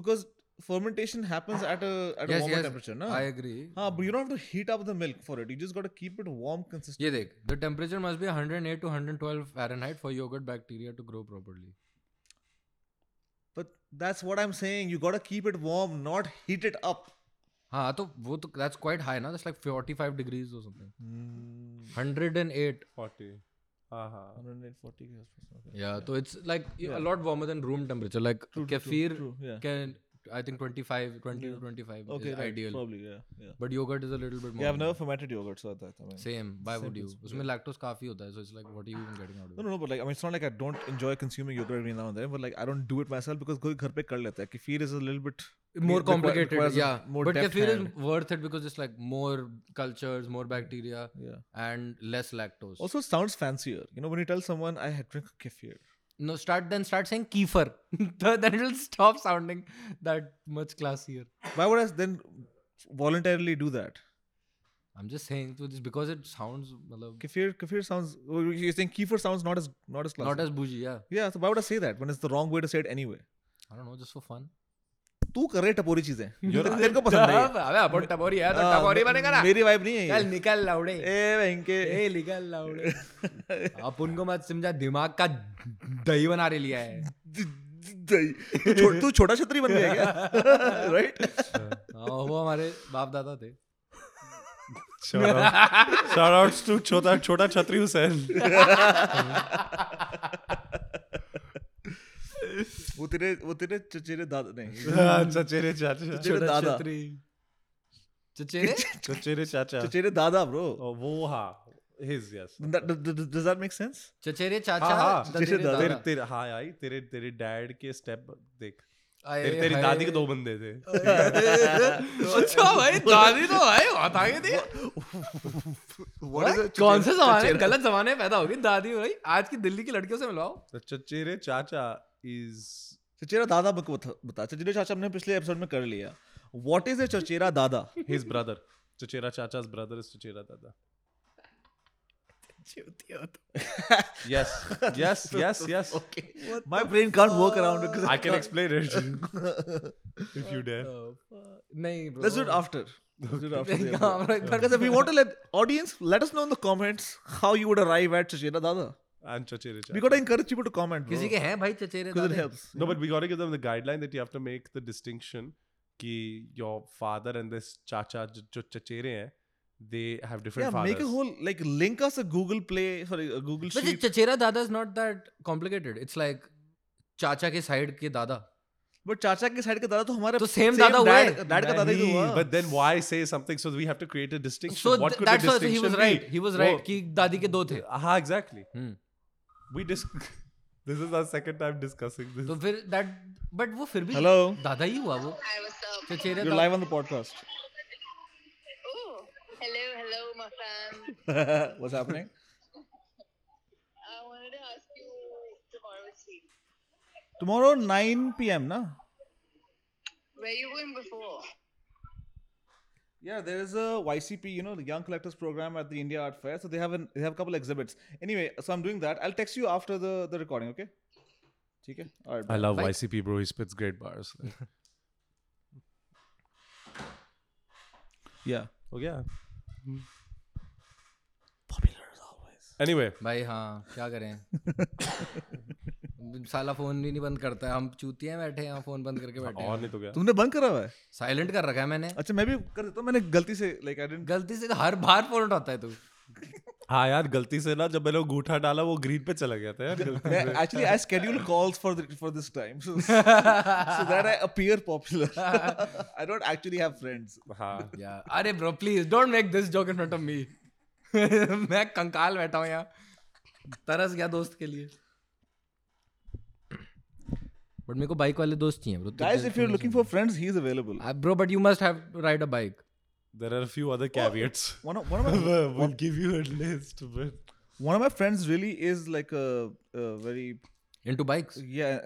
[SPEAKER 3] because fermentation happens at a at a
[SPEAKER 1] Yes,
[SPEAKER 3] warmer
[SPEAKER 1] yes,
[SPEAKER 3] temperature, na?
[SPEAKER 1] I agree
[SPEAKER 3] हाँ, but you don't have to heat up the milk for it. You just gotta keep it warm consistently.
[SPEAKER 1] ये देख the temperature must be 108 to 112 Fahrenheit for yogurt bacteria to grow properly
[SPEAKER 3] But that's what I'm saying. You gotta keep it warm, not heat it up.
[SPEAKER 1] हाँ तो वो तो that's quite high ना that's like 45 degrees और something 108
[SPEAKER 2] 40. हाँ हाँ.
[SPEAKER 3] 140 grams per second.
[SPEAKER 1] या तो it's like a lot warmer than room temperature like kefir
[SPEAKER 3] True, yeah.
[SPEAKER 1] Can I think 25 20 to 25
[SPEAKER 3] Okay,
[SPEAKER 1] is
[SPEAKER 3] right,
[SPEAKER 1] ideal
[SPEAKER 3] probably, yeah, yeah.
[SPEAKER 1] But yogurt is a little bit
[SPEAKER 3] Yeah, I've
[SPEAKER 1] more
[SPEAKER 3] never fermented yogurt, so that I mean.
[SPEAKER 1] Same why would you
[SPEAKER 3] Same
[SPEAKER 1] उसमें lactose काफी होता है so it's like what you even getting out
[SPEAKER 3] No, no, no, but like, I mean, it's not like I don't enjoy consuming yogurt every now and then, but like, I don't do it myself because कोई घर पे कर लेता है. Kefir is a little bit
[SPEAKER 1] more
[SPEAKER 3] require-
[SPEAKER 1] complicated
[SPEAKER 3] requires a
[SPEAKER 1] yeah
[SPEAKER 3] more
[SPEAKER 1] but
[SPEAKER 3] deft
[SPEAKER 1] kefir is
[SPEAKER 3] hand.
[SPEAKER 1] worth it because it's like more cultures more bacteria
[SPEAKER 3] yeah.
[SPEAKER 1] and less lactose
[SPEAKER 3] Also, it sounds fancier. You know, when you tell someone I had drink kefir,
[SPEAKER 1] no start then start saying kefir then it'll stop sounding that much classier
[SPEAKER 3] why would I then voluntarily do that?
[SPEAKER 1] i'm just saying so this because it sounds matlab,
[SPEAKER 3] Kefir, kefir sounds. oh, You're saying kefir sounds not as not as classy.
[SPEAKER 1] not as bougie yeah
[SPEAKER 3] yeah. So why would I say that when it's the wrong way to say it anyway?
[SPEAKER 1] i don't know just for fun
[SPEAKER 3] तू कर रहे टपोरी चीजें <laughs>
[SPEAKER 2] You're-
[SPEAKER 3] तेरे को पसंद नहीं है
[SPEAKER 1] <laughs> अबे अपन टपोरी है तो
[SPEAKER 3] हाँ,
[SPEAKER 1] टपोरी
[SPEAKER 3] मे-
[SPEAKER 1] बनेगा ना
[SPEAKER 3] मेरी वाइब नहीं है
[SPEAKER 1] चल
[SPEAKER 3] ये।
[SPEAKER 1] निकल लाउडे
[SPEAKER 3] ए इनके
[SPEAKER 1] ए निकल लाउडे आप उनको मत समझा दिमाग का दही बना रहे लिया है
[SPEAKER 3] तू छो- तू छोटा छतरी बन गया क्या राइट
[SPEAKER 1] हाँ, वो हमारे बाप दादा थे
[SPEAKER 2] Shout out. <laughs> Shout outs to छोटा छोटा छतरी <laughs> हुसैन.
[SPEAKER 3] वो तेरे वो तेरे चचेरे दादा नहीं
[SPEAKER 2] अच्छा चेरे चाचा.
[SPEAKER 3] चचेरे दादा
[SPEAKER 1] छतरी चचेरे
[SPEAKER 2] चचेरे चाचा.
[SPEAKER 3] चचेरे दादा ब्रो
[SPEAKER 2] Oh, वो हाँ. His yes.
[SPEAKER 3] does that make sense
[SPEAKER 1] चचेरे
[SPEAKER 2] हाँ,
[SPEAKER 1] चाचा
[SPEAKER 2] हाँ,
[SPEAKER 1] चचेरे
[SPEAKER 3] चचेरे दादा।
[SPEAKER 2] तेरे
[SPEAKER 1] दादा
[SPEAKER 2] तेरे हाँ आई तेरे तेरे डैड के स्टेप देख
[SPEAKER 1] आए
[SPEAKER 2] तेरी तेरी
[SPEAKER 1] हाय।
[SPEAKER 2] दादी के दो बंदे थे
[SPEAKER 1] अच्छा भाई दादी तो भाई बहुत आगे थी
[SPEAKER 3] What is
[SPEAKER 1] भाई,
[SPEAKER 3] it?
[SPEAKER 1] कौन से
[SPEAKER 3] Chicken-
[SPEAKER 1] जमाने
[SPEAKER 3] chicken-
[SPEAKER 1] गलत जमाने में पैदा होगी दादी भाई आज की दिल्ली की लड़कियों से मिलवाओ
[SPEAKER 2] The चचेरे चाचा is
[SPEAKER 3] चचेरा दादा बक- बता बता चचेरे चाचा हमने पिछले एपिसोड में कर लिया व्हाट इज ए चचेरा दादा
[SPEAKER 2] his brother. चचेरा चाचा's brother is चचेरा दादा. Yes. <laughs> Yes. Yes. Yes.
[SPEAKER 3] Okay. My brain can't work around it. 'cause
[SPEAKER 2] I can explain it <laughs> if you dare.
[SPEAKER 1] नहीं bro.
[SPEAKER 3] Let's do it after. Let's do it
[SPEAKER 1] <laughs>
[SPEAKER 3] after. the
[SPEAKER 1] Yeah,
[SPEAKER 3] episode.
[SPEAKER 1] right, that-
[SPEAKER 3] Because if we want to let audience, let us know in the comments how you would arrive at Shashira Dada.
[SPEAKER 2] And Chachiricha.
[SPEAKER 3] We gotta encourage people to comment.
[SPEAKER 1] किसी के हैं भाई चचेरे
[SPEAKER 3] because it
[SPEAKER 1] दादे?
[SPEAKER 3] helps.
[SPEAKER 2] No, but we got to give them the guideline that you have to make the distinction ki your father and this chacha j- jo chachere hain, they have different
[SPEAKER 3] yeah,
[SPEAKER 2] fathers.
[SPEAKER 3] make a whole like link us a Google Play sorry a Google
[SPEAKER 1] वैसे
[SPEAKER 3] sheet.
[SPEAKER 1] चचेरा दादा is not that complicated it's like चाचा के side के दादा
[SPEAKER 3] But चाचा के side का दादा तो हमारे
[SPEAKER 1] तो same दादा हुआ
[SPEAKER 3] dad,
[SPEAKER 1] है।
[SPEAKER 3] dad का दादा ही तो
[SPEAKER 2] Nahi,
[SPEAKER 3] हुआ.
[SPEAKER 2] But then why say something? So we have to create a distinction.
[SPEAKER 1] So
[SPEAKER 2] what could the
[SPEAKER 1] that's why he
[SPEAKER 2] distinction
[SPEAKER 1] was
[SPEAKER 2] be?
[SPEAKER 1] Right he was right
[SPEAKER 2] Wo-
[SPEAKER 1] कि दादी के दो थे
[SPEAKER 2] हाँ, exactly.
[SPEAKER 1] Hmm.
[SPEAKER 2] We dis- <laughs> This is our second time discussing this.
[SPEAKER 1] तो फिर that but वो फिर भी
[SPEAKER 3] Hello.
[SPEAKER 1] दादा ही हुआ वो
[SPEAKER 4] Hi, what's up?
[SPEAKER 1] चचेरे
[SPEAKER 3] You're
[SPEAKER 1] दादा
[SPEAKER 3] live on the podcast.
[SPEAKER 4] Oh, hello, hello, my fam.
[SPEAKER 3] <laughs> What's happening?
[SPEAKER 4] I wanted to ask you tomorrow's theme.
[SPEAKER 3] Tomorrow 9 p.m. Na?
[SPEAKER 4] Where you going before?
[SPEAKER 3] Yeah, there is a YCP, you know, the Young Collectors Program at the India Art Fair. So they have an, they have a couple exhibits. Anyway, so I'm doing that. I'll text you after the, the recording, okay? Okay. All right.
[SPEAKER 2] I love
[SPEAKER 1] Like-
[SPEAKER 2] YCP, bro. He spits great bars.
[SPEAKER 3] Yeah.
[SPEAKER 2] oh yeah.
[SPEAKER 3] Popular as always.
[SPEAKER 2] Anyway,
[SPEAKER 1] भाई हाँ क्या करें
[SPEAKER 2] <laughs>
[SPEAKER 1] साला phone भी नहीं बंद करता है हम चूतिए हैं बैठे हैं यहाँ फोन बंद करके बैठे
[SPEAKER 2] और
[SPEAKER 1] हैं
[SPEAKER 2] नहीं तो क्या?
[SPEAKER 3] तुमने बंद करा हुआ है
[SPEAKER 1] साइलेंट कर रखा है मैंने
[SPEAKER 3] अच्छा मैं भी कर देता हूँ मैंने गलती से like I didn't
[SPEAKER 1] गलती से तो हर बार फोन उठाता
[SPEAKER 2] <laughs>
[SPEAKER 1] है तू
[SPEAKER 2] हाँ यार गलती से ना जब मैंने वो अंगूठा डाला वो ग्रीन पे चला गया था यार गलती <laughs>
[SPEAKER 3] <laughs> मैं-
[SPEAKER 2] से।
[SPEAKER 3] actually I schedule calls for the, for this time so, <laughs> so that I appear <laughs> popular. I don't actually have friends.
[SPEAKER 2] हाँ
[SPEAKER 1] या अरे bro please don't make this joke in front of me <laughs> मैं कंकाल बैठा हूँ यहाँ तरस गया दोस्त के लिए बट मेरे को बाइक वाले दोस्त चाहिए bro
[SPEAKER 3] Guys, if you're looking for friends, he's available.
[SPEAKER 1] Bro but you must have ride a bike
[SPEAKER 2] there are a few other caveats
[SPEAKER 3] One of, one of my
[SPEAKER 2] <laughs>
[SPEAKER 3] <laughs>
[SPEAKER 2] we'll give you a list but
[SPEAKER 3] one of my friends really is like a, a very
[SPEAKER 1] into bikes
[SPEAKER 3] yeah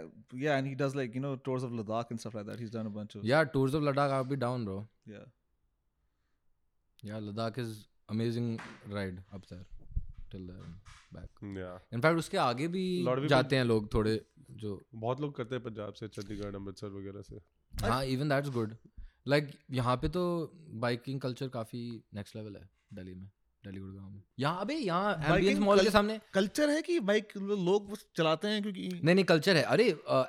[SPEAKER 3] yeah and he does like you know tours of ladakh and stuff like that he's done a bunch of
[SPEAKER 1] या tours of Ladakh I be down bro
[SPEAKER 3] yeah
[SPEAKER 1] या Ladakh is amazing ride up there till back
[SPEAKER 2] yeah
[SPEAKER 1] in fact उसके आगे भी
[SPEAKER 2] Lot of people-
[SPEAKER 1] जाते हैं लोग थोड़े जो
[SPEAKER 2] बहुत लोग करते हैं पंजाब से चंडीगढ़ अमृतसर वगैरह से
[SPEAKER 1] हाँ इवन दैट्स गुड लाइक यहाँ पे तो बाइकिंग कल्चर काफी नेक्स्ट लेवल है दिल्ली में दिल्ली गुड़गांव में यहाँ अबे यहाँ एम्बियंस
[SPEAKER 3] Biking
[SPEAKER 1] मॉल के
[SPEAKER 3] cul-
[SPEAKER 1] सामने
[SPEAKER 3] कल्चर है कि बाइक लोग वो चलाते हैं क्योंकि
[SPEAKER 1] नहीं नहीं कल्चर है अरे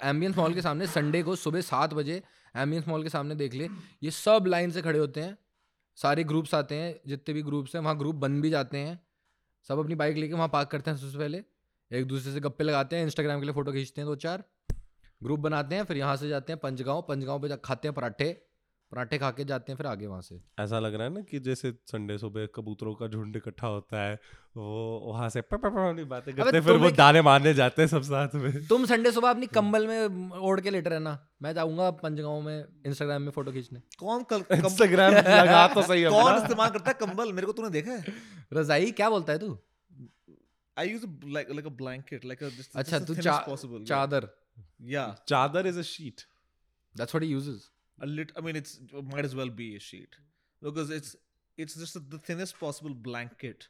[SPEAKER 1] एम्बियंस मॉल के सामने संडे को सुबह सात बजे एम्बियंस मॉल के सामने देख ले ये सब लाइन से खड़े होते हैं सारे ग्रुप्स आते हैं जितने भी ग्रुप्स हैं वहाँ ग्रुप बन भी जाते हैं सब अपनी बाइक लेके वहाँ पार्क करते हैं सबसे पहले एक दूसरे से गप्पे लगाते हैं इंस्टाग्राम के लिए फ़ोटो खींचते हैं दो चार ग्रुप बनाते हैं फिर यहाँ से जाते हैं पंचगांव पंचगांव पे जा खाते हैं पराठे पराठे खा के जाते हैं फिर आगे वहाँ से
[SPEAKER 2] ऐसा लग रहा है ना कि जैसे संडे सुबह कबूतरों का झुंड इकट्ठा होता है वो वहां से पा, पा, पा वाली बातें करते हैं फिर वो
[SPEAKER 1] तुम्हें-
[SPEAKER 2] दाने मारने जाते हैं सब साथ में
[SPEAKER 1] तुम संडे सुबह अपनी कंबल में ओढ़ के लेटे रहना मैं जाऊंगा पंचगांव में इंस्टाग्राम में फोटो खींचने
[SPEAKER 3] कौन <laughs> कल कम-
[SPEAKER 2] इंस्टाग्राम लगा तो सही
[SPEAKER 3] कौन
[SPEAKER 2] है
[SPEAKER 3] इस्तेमाल करता है कंबल मेरे को तूने देखा है
[SPEAKER 1] रजाई क्या बोलता है तू
[SPEAKER 3] I use like like a blanket like
[SPEAKER 1] अच्छा तू चा,
[SPEAKER 3] पॉसिबल
[SPEAKER 1] चादर
[SPEAKER 3] या
[SPEAKER 2] chadar is a sheet
[SPEAKER 1] that's what he uses
[SPEAKER 3] a lit i mean it's might as well be a sheet because it's it's just the thinnest possible blanket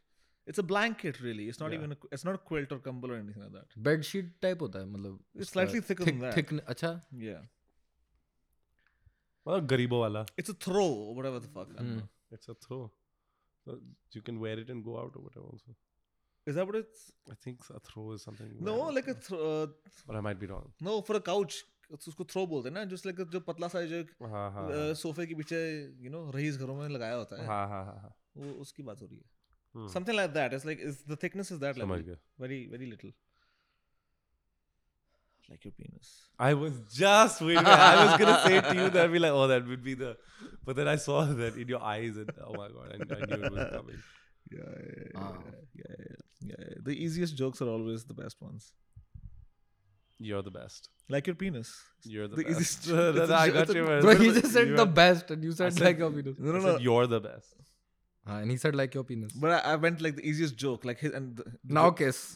[SPEAKER 3] it's a blanket really it's not
[SPEAKER 2] Yeah.
[SPEAKER 3] even a, it's not a quilt or comble or anything like that
[SPEAKER 1] bedsheet type होता है मतलब
[SPEAKER 3] It's slightly thicker than that.
[SPEAKER 1] Thick अच्छा
[SPEAKER 3] yeah
[SPEAKER 2] मतलब गरीबों वाला
[SPEAKER 3] it's a throw or whatever the fuck I don't
[SPEAKER 1] Hmm.
[SPEAKER 3] know.
[SPEAKER 2] It's a throw you can wear it and go out whatever also
[SPEAKER 3] is that what it's
[SPEAKER 2] I think a throw is something
[SPEAKER 3] no like a thro- uh,
[SPEAKER 2] but I might be wrong
[SPEAKER 3] no for a couch उस- उसको throw बोलते हैं ना just like जो पतला सा जो एक,
[SPEAKER 2] हाँ हाँ
[SPEAKER 3] uh, सोफे के पीछे यू नो रईस घरों में लगाया होता है
[SPEAKER 2] हाँ हाँ हाँ हाँ
[SPEAKER 3] वो उसकी बात हो रही है
[SPEAKER 2] हम्म,
[SPEAKER 3] something like that it's like is the thickness is that
[SPEAKER 2] समझ
[SPEAKER 3] लाइक
[SPEAKER 2] गया
[SPEAKER 3] very very little like your penis
[SPEAKER 2] I was just waiting. I was gonna say to you that I'd be like, oh, that would be the. But then I saw that in your eyes, and oh my god, I, I knew it was coming.
[SPEAKER 3] yeah, yeah,
[SPEAKER 1] Ah.
[SPEAKER 3] yeah, yeah, yeah, yeah. The easiest jokes are always the best ones.
[SPEAKER 2] You're the best.
[SPEAKER 3] Like your penis.
[SPEAKER 2] You're the,
[SPEAKER 3] The
[SPEAKER 2] best.
[SPEAKER 3] easiest-
[SPEAKER 2] No, no, no, I got you. man.
[SPEAKER 1] bro he
[SPEAKER 2] What
[SPEAKER 1] just
[SPEAKER 2] about-
[SPEAKER 1] said
[SPEAKER 2] you
[SPEAKER 1] the
[SPEAKER 2] are-
[SPEAKER 1] best and you
[SPEAKER 2] I
[SPEAKER 1] said
[SPEAKER 2] said-
[SPEAKER 1] like your penis
[SPEAKER 3] No,
[SPEAKER 2] I
[SPEAKER 3] no,
[SPEAKER 2] said,
[SPEAKER 3] no.
[SPEAKER 2] You're the best.
[SPEAKER 1] हाँ and he said like your penis
[SPEAKER 3] But I, I went like the easiest joke, like his and the, the
[SPEAKER 1] now kiss
[SPEAKER 3] <laughs>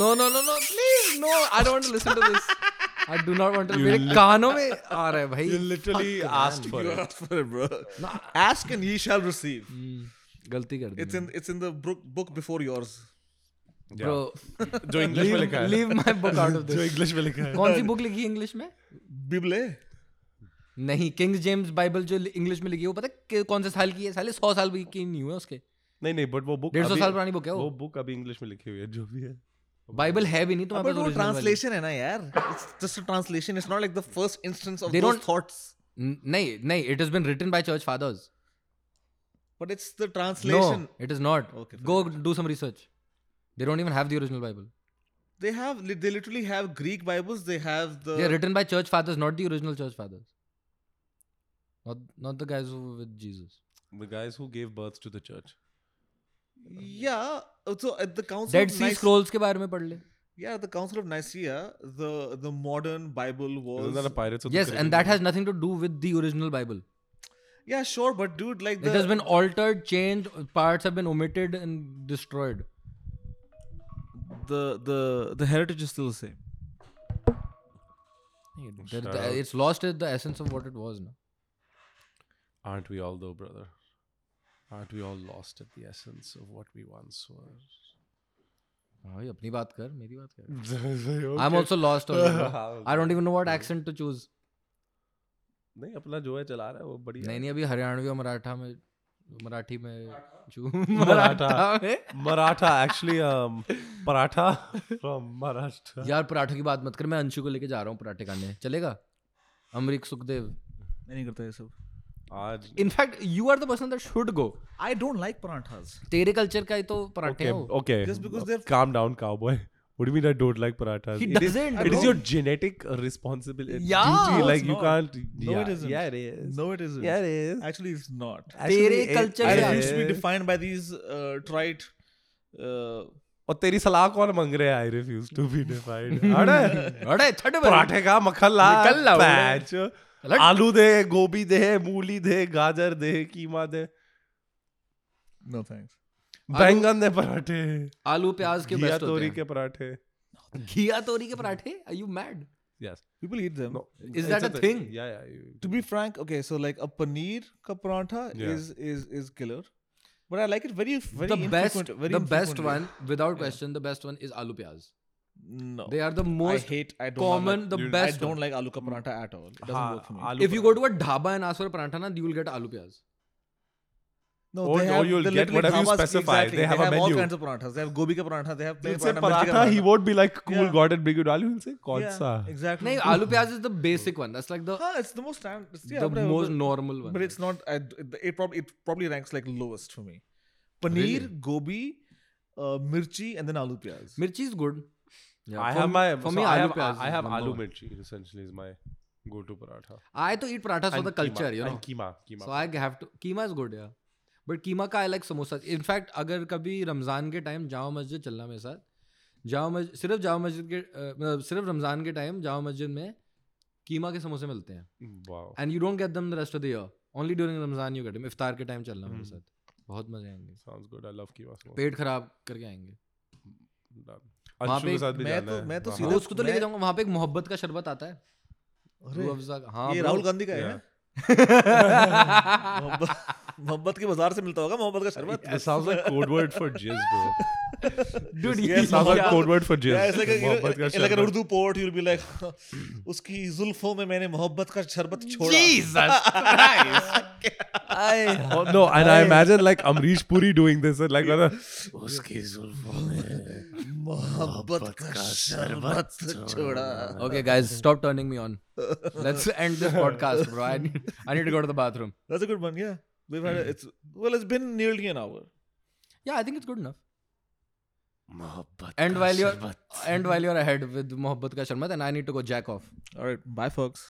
[SPEAKER 1] no no no no please no i don't want to listen to this I do not want
[SPEAKER 2] You
[SPEAKER 1] मेरे
[SPEAKER 2] lit-
[SPEAKER 1] कानों में आ रहा है भाई Hmm,
[SPEAKER 2] You literally
[SPEAKER 1] Fuck,
[SPEAKER 2] asked
[SPEAKER 1] man.
[SPEAKER 2] for
[SPEAKER 3] You
[SPEAKER 2] it.
[SPEAKER 3] asked for it,
[SPEAKER 1] <laughs>
[SPEAKER 3] bro.
[SPEAKER 1] No.
[SPEAKER 3] Ask and ye shall receive.
[SPEAKER 1] Hmm, गलती कर दी
[SPEAKER 3] It's in it's in the book book before yours.
[SPEAKER 2] Yeah.
[SPEAKER 1] Bro
[SPEAKER 2] जो English में लिखा है
[SPEAKER 1] leave my book out of
[SPEAKER 2] जो
[SPEAKER 1] this
[SPEAKER 2] English में लिखा <laughs> है
[SPEAKER 1] <laughs> कौन सी बुक लिखी इंग्लिश में
[SPEAKER 3] Bible.
[SPEAKER 1] नहीं किंग्स जेम्स बाइबल जो इंग्लिश में लिखी है वो पता है कि- कौन से साल की है साले सौ साल भी की नहीं हुए उसके
[SPEAKER 2] नहीं नहीं बट वो बुक
[SPEAKER 1] 150 साल पुरानी book है वो।
[SPEAKER 2] वो बुक अभी इंग्लिश में लिखी हुई है जो भी है
[SPEAKER 1] बाइबल है भी नहीं
[SPEAKER 3] Uh,
[SPEAKER 1] तुम्हारे
[SPEAKER 3] But
[SPEAKER 1] पास
[SPEAKER 3] no
[SPEAKER 1] original वाली।
[SPEAKER 3] translation है ना यार. It's just a translation. It's not like the first instance of
[SPEAKER 1] They
[SPEAKER 3] those
[SPEAKER 1] don't-
[SPEAKER 3] thoughts.
[SPEAKER 1] न- नहीं नहीं it has been written by church fathers
[SPEAKER 3] But it's the
[SPEAKER 1] no
[SPEAKER 3] translation.
[SPEAKER 1] It is not
[SPEAKER 3] Okay,
[SPEAKER 1] go do some research they don't even have the original Bible
[SPEAKER 3] They have li- they literally have Greek Bibles. They have the
[SPEAKER 1] they are written by church fathers not the original church fathers not not the guys with Jesus
[SPEAKER 2] the guys who gave birth to the church
[SPEAKER 3] yeah. So at the council
[SPEAKER 1] dead
[SPEAKER 3] of
[SPEAKER 1] sea
[SPEAKER 3] Nice- तो
[SPEAKER 1] scrolls के बारे में पढ़ ले
[SPEAKER 3] yeah, the council of Nicaea, the the modern Bible was
[SPEAKER 2] Isn't that a Pirates of
[SPEAKER 3] तो
[SPEAKER 1] yes
[SPEAKER 2] the
[SPEAKER 1] and that has nothing to do with the original bible
[SPEAKER 3] yeah sure, but dude like
[SPEAKER 1] it
[SPEAKER 3] the
[SPEAKER 1] has been altered changed parts have been omitted and destroyed
[SPEAKER 3] the the the heritage is still the same.
[SPEAKER 1] That-
[SPEAKER 2] Shut
[SPEAKER 1] that-
[SPEAKER 2] up.
[SPEAKER 1] it's lost it- the essence of what it was now
[SPEAKER 2] Aren't we all though, brother? Aren't we all lost at the essence of what we once <laughs> were?
[SPEAKER 1] हाँ, भाई अपनी बात कर मेरी बात कर
[SPEAKER 2] okay.
[SPEAKER 1] I am also
[SPEAKER 2] <laughs>
[SPEAKER 1] lost
[SPEAKER 2] हाँ,
[SPEAKER 1] I don't even know what accent to choose
[SPEAKER 2] नहीं अपना जो है चला रहा है वो बढ़िया
[SPEAKER 1] नहीं
[SPEAKER 2] है।
[SPEAKER 1] नहीं अभी हरियाणवी और मराठा में मराठी में <laughs>
[SPEAKER 2] <laughs>
[SPEAKER 1] चू
[SPEAKER 2] मराठा।
[SPEAKER 1] मराठा में
[SPEAKER 2] Maratha actually <laughs> um, paratha from Maharashtra
[SPEAKER 1] यार पराठे की बात मत कर मैं अंशु को लेके जा रहा हूँ पराठे खाने चलेगा अमरीक सुखदेव
[SPEAKER 3] नहीं करता ये सब.
[SPEAKER 2] आज
[SPEAKER 1] in fact you are the person that should go
[SPEAKER 3] I don't like parathas.
[SPEAKER 1] तेरे कल्चर का ही तो पराठे
[SPEAKER 2] okay
[SPEAKER 1] हैं वो।
[SPEAKER 2] okay
[SPEAKER 3] Just because they're-
[SPEAKER 2] calm down cowboy what do you mean I don't like parathas
[SPEAKER 1] He
[SPEAKER 2] It is-
[SPEAKER 1] doesn't,
[SPEAKER 2] it is
[SPEAKER 1] bro.
[SPEAKER 2] your genetic responsibility
[SPEAKER 1] Yeah.
[SPEAKER 2] duty
[SPEAKER 1] No,
[SPEAKER 2] like
[SPEAKER 3] it's
[SPEAKER 2] you
[SPEAKER 3] not.
[SPEAKER 2] can't
[SPEAKER 3] No,
[SPEAKER 2] yeah
[SPEAKER 3] it isn't.
[SPEAKER 2] yeah it is
[SPEAKER 3] No, it isn't.
[SPEAKER 2] yeah it is
[SPEAKER 3] Actually, it's not.
[SPEAKER 1] तेरे
[SPEAKER 2] it-
[SPEAKER 1] culture
[SPEAKER 2] it
[SPEAKER 3] I
[SPEAKER 1] Yeah.
[SPEAKER 3] refuse to be
[SPEAKER 2] is.
[SPEAKER 3] defined by these uh, trite. Uh,
[SPEAKER 2] और तेरी सलाह कौन मांग रहा है I refuse to be defined अरे
[SPEAKER 1] अरे छठ
[SPEAKER 2] पराठे का मक्खन ला
[SPEAKER 1] निकल ला, बोले।
[SPEAKER 2] पैच आलू दे गोभी दे मूली दे गाजर दे कीमा दे
[SPEAKER 3] no thanks.
[SPEAKER 2] बैंगन दे पराठे
[SPEAKER 1] आलू प्याज के
[SPEAKER 2] घिया
[SPEAKER 1] बेस्ट
[SPEAKER 2] तोरी
[SPEAKER 1] होते
[SPEAKER 2] के पराठे
[SPEAKER 1] हैं घिया तोरी के पराठे are you mad
[SPEAKER 2] yes
[SPEAKER 3] People eat them.
[SPEAKER 2] No
[SPEAKER 1] Is that a thing?
[SPEAKER 2] या
[SPEAKER 3] To be frank, okay, so like a paneer ka paratha
[SPEAKER 2] Yeah.
[SPEAKER 3] is is is killer, but I like it very very
[SPEAKER 1] the best
[SPEAKER 3] infrequent- very
[SPEAKER 1] the best
[SPEAKER 3] infrequently.
[SPEAKER 1] one without question the best one is aloo pyaz
[SPEAKER 3] No,
[SPEAKER 1] they are the
[SPEAKER 3] I
[SPEAKER 1] most
[SPEAKER 3] hate. I don't
[SPEAKER 1] common
[SPEAKER 3] Like,
[SPEAKER 1] the
[SPEAKER 2] Dude,
[SPEAKER 3] I
[SPEAKER 1] best
[SPEAKER 3] don't
[SPEAKER 1] one.
[SPEAKER 3] like aloo ka paratha at all. It doesn't work for me.
[SPEAKER 1] if you go to a dhaba and ask for a paratha na you will get aloo
[SPEAKER 3] <laughs>
[SPEAKER 1] pyaz
[SPEAKER 3] No,
[SPEAKER 2] Or-
[SPEAKER 3] they
[SPEAKER 2] or
[SPEAKER 3] have,
[SPEAKER 2] you'll
[SPEAKER 3] they
[SPEAKER 2] get
[SPEAKER 3] literally
[SPEAKER 2] whatever you
[SPEAKER 3] dhabas-
[SPEAKER 2] specify.
[SPEAKER 3] Exactly.
[SPEAKER 2] They have a
[SPEAKER 3] all
[SPEAKER 2] menu.
[SPEAKER 3] kinds of parathas. They have gobi ka paratha. They
[SPEAKER 1] तो
[SPEAKER 3] have
[SPEAKER 2] say
[SPEAKER 3] plain paratha, mirchi ka
[SPEAKER 2] paratha he
[SPEAKER 3] paratha.
[SPEAKER 2] won't be like cool
[SPEAKER 3] Yeah.
[SPEAKER 2] got it big deal he'll say कौन
[SPEAKER 3] Yeah,
[SPEAKER 2] सा
[SPEAKER 3] Exactly.
[SPEAKER 1] nahi aloo pyaz is the basic one that's like the
[SPEAKER 3] Huh, it's the most standard. it's- Yeah,
[SPEAKER 1] the
[SPEAKER 3] but I-
[SPEAKER 1] most
[SPEAKER 3] but-
[SPEAKER 1] normal one
[SPEAKER 3] But it's not. I, it, it probably it probably ranks like lowest for me. Paneer,
[SPEAKER 1] Really?
[SPEAKER 3] gobi, uh, mirchi, and then aloo pyaz.
[SPEAKER 1] mirchi is good Yeah,
[SPEAKER 2] I
[SPEAKER 1] for
[SPEAKER 2] have
[SPEAKER 1] me-
[SPEAKER 2] my
[SPEAKER 1] for
[SPEAKER 2] so
[SPEAKER 1] me
[SPEAKER 2] I
[SPEAKER 1] aloo
[SPEAKER 2] have
[SPEAKER 1] pyaz
[SPEAKER 2] I
[SPEAKER 1] is
[SPEAKER 2] have
[SPEAKER 1] number
[SPEAKER 2] aloo
[SPEAKER 1] one.
[SPEAKER 2] mirchi essentially is my go to paratha
[SPEAKER 1] I to eat parathas for
[SPEAKER 2] And
[SPEAKER 1] the culture
[SPEAKER 2] keema,
[SPEAKER 1] you know
[SPEAKER 2] and keema keema
[SPEAKER 1] so I have to keema is good yeah but keema का I like samosa in fact अगर कभी रमज़ान के time Jama Masjid चलना मेरे साथ जामा मस्जिद सिर्फ जामा मस्जिद के अ, मतलब सिर्फ रमज़ान के टाइम जामा मस्जिद में कीमा के समोसे मिलते हैं
[SPEAKER 2] Mm, wow
[SPEAKER 1] and you don't get them the rest of the year only during Ramzan you get them इफ्तार के टाइम चलना मेरे
[SPEAKER 2] Hmm.
[SPEAKER 1] साथ बहुत मजे आएंगे
[SPEAKER 2] sounds good I love keema so
[SPEAKER 1] पेट खराब करके आएंगे
[SPEAKER 2] done
[SPEAKER 1] वहाँ पे
[SPEAKER 2] अंशु के साथ भी
[SPEAKER 3] मैं
[SPEAKER 2] जाना
[SPEAKER 3] तो-
[SPEAKER 2] है
[SPEAKER 3] मैं तो
[SPEAKER 2] वहाँ-
[SPEAKER 1] वो
[SPEAKER 3] सीधा-
[SPEAKER 1] उसको तो लेके
[SPEAKER 3] मैं-
[SPEAKER 1] जाऊंगा वहाँ पे एक मोहब्बत का शरबत आता है रूह
[SPEAKER 3] अरे,
[SPEAKER 1] अफ़ज़ा का- हाँ
[SPEAKER 3] ये
[SPEAKER 1] bro।
[SPEAKER 3] राहुल गांधी का है
[SPEAKER 2] Yeah.
[SPEAKER 3] मोहब्बत मोहब्बत के बाजार से मिलता होगा मोहब्बत का <laughs> शरबत
[SPEAKER 2] <laughs> It sounds like code word for jizz, bro.
[SPEAKER 1] Dude,
[SPEAKER 2] It
[SPEAKER 1] ये
[SPEAKER 2] sounds like
[SPEAKER 1] मोहब्बत-
[SPEAKER 2] code word for jizz.
[SPEAKER 3] Yeah, it's like a, you know,
[SPEAKER 2] मोहब्बत का
[SPEAKER 3] it- like an
[SPEAKER 2] शरबत.
[SPEAKER 3] Urdu poet, you'll be like, <laughs> उसकी जुल्फों में मैंने मोहब्बत का शरबत छोड़ा.
[SPEAKER 1] Jesus Christ. I-
[SPEAKER 2] Oh, no, and I imagine like Amrish Puri doing this and like brother, उसकी जुल्फों में
[SPEAKER 3] मोहब्बत का शरबत छोड़ा.
[SPEAKER 1] <laughs> Okay, guys, stop turning me on. Let's end this podcast, bro. I need, I need to go to the bathroom.
[SPEAKER 3] That's a good one, yeah. We've had a, it's well, it's been nearly an hour.
[SPEAKER 1] Yeah, I think it's good enough.
[SPEAKER 2] मोहब्बत
[SPEAKER 1] And
[SPEAKER 2] का
[SPEAKER 1] while you're
[SPEAKER 2] शरबत.
[SPEAKER 1] and while you're ahead with Mohabbat Ka Sharmat, and I need to go jack off.
[SPEAKER 3] All right, bye, folks.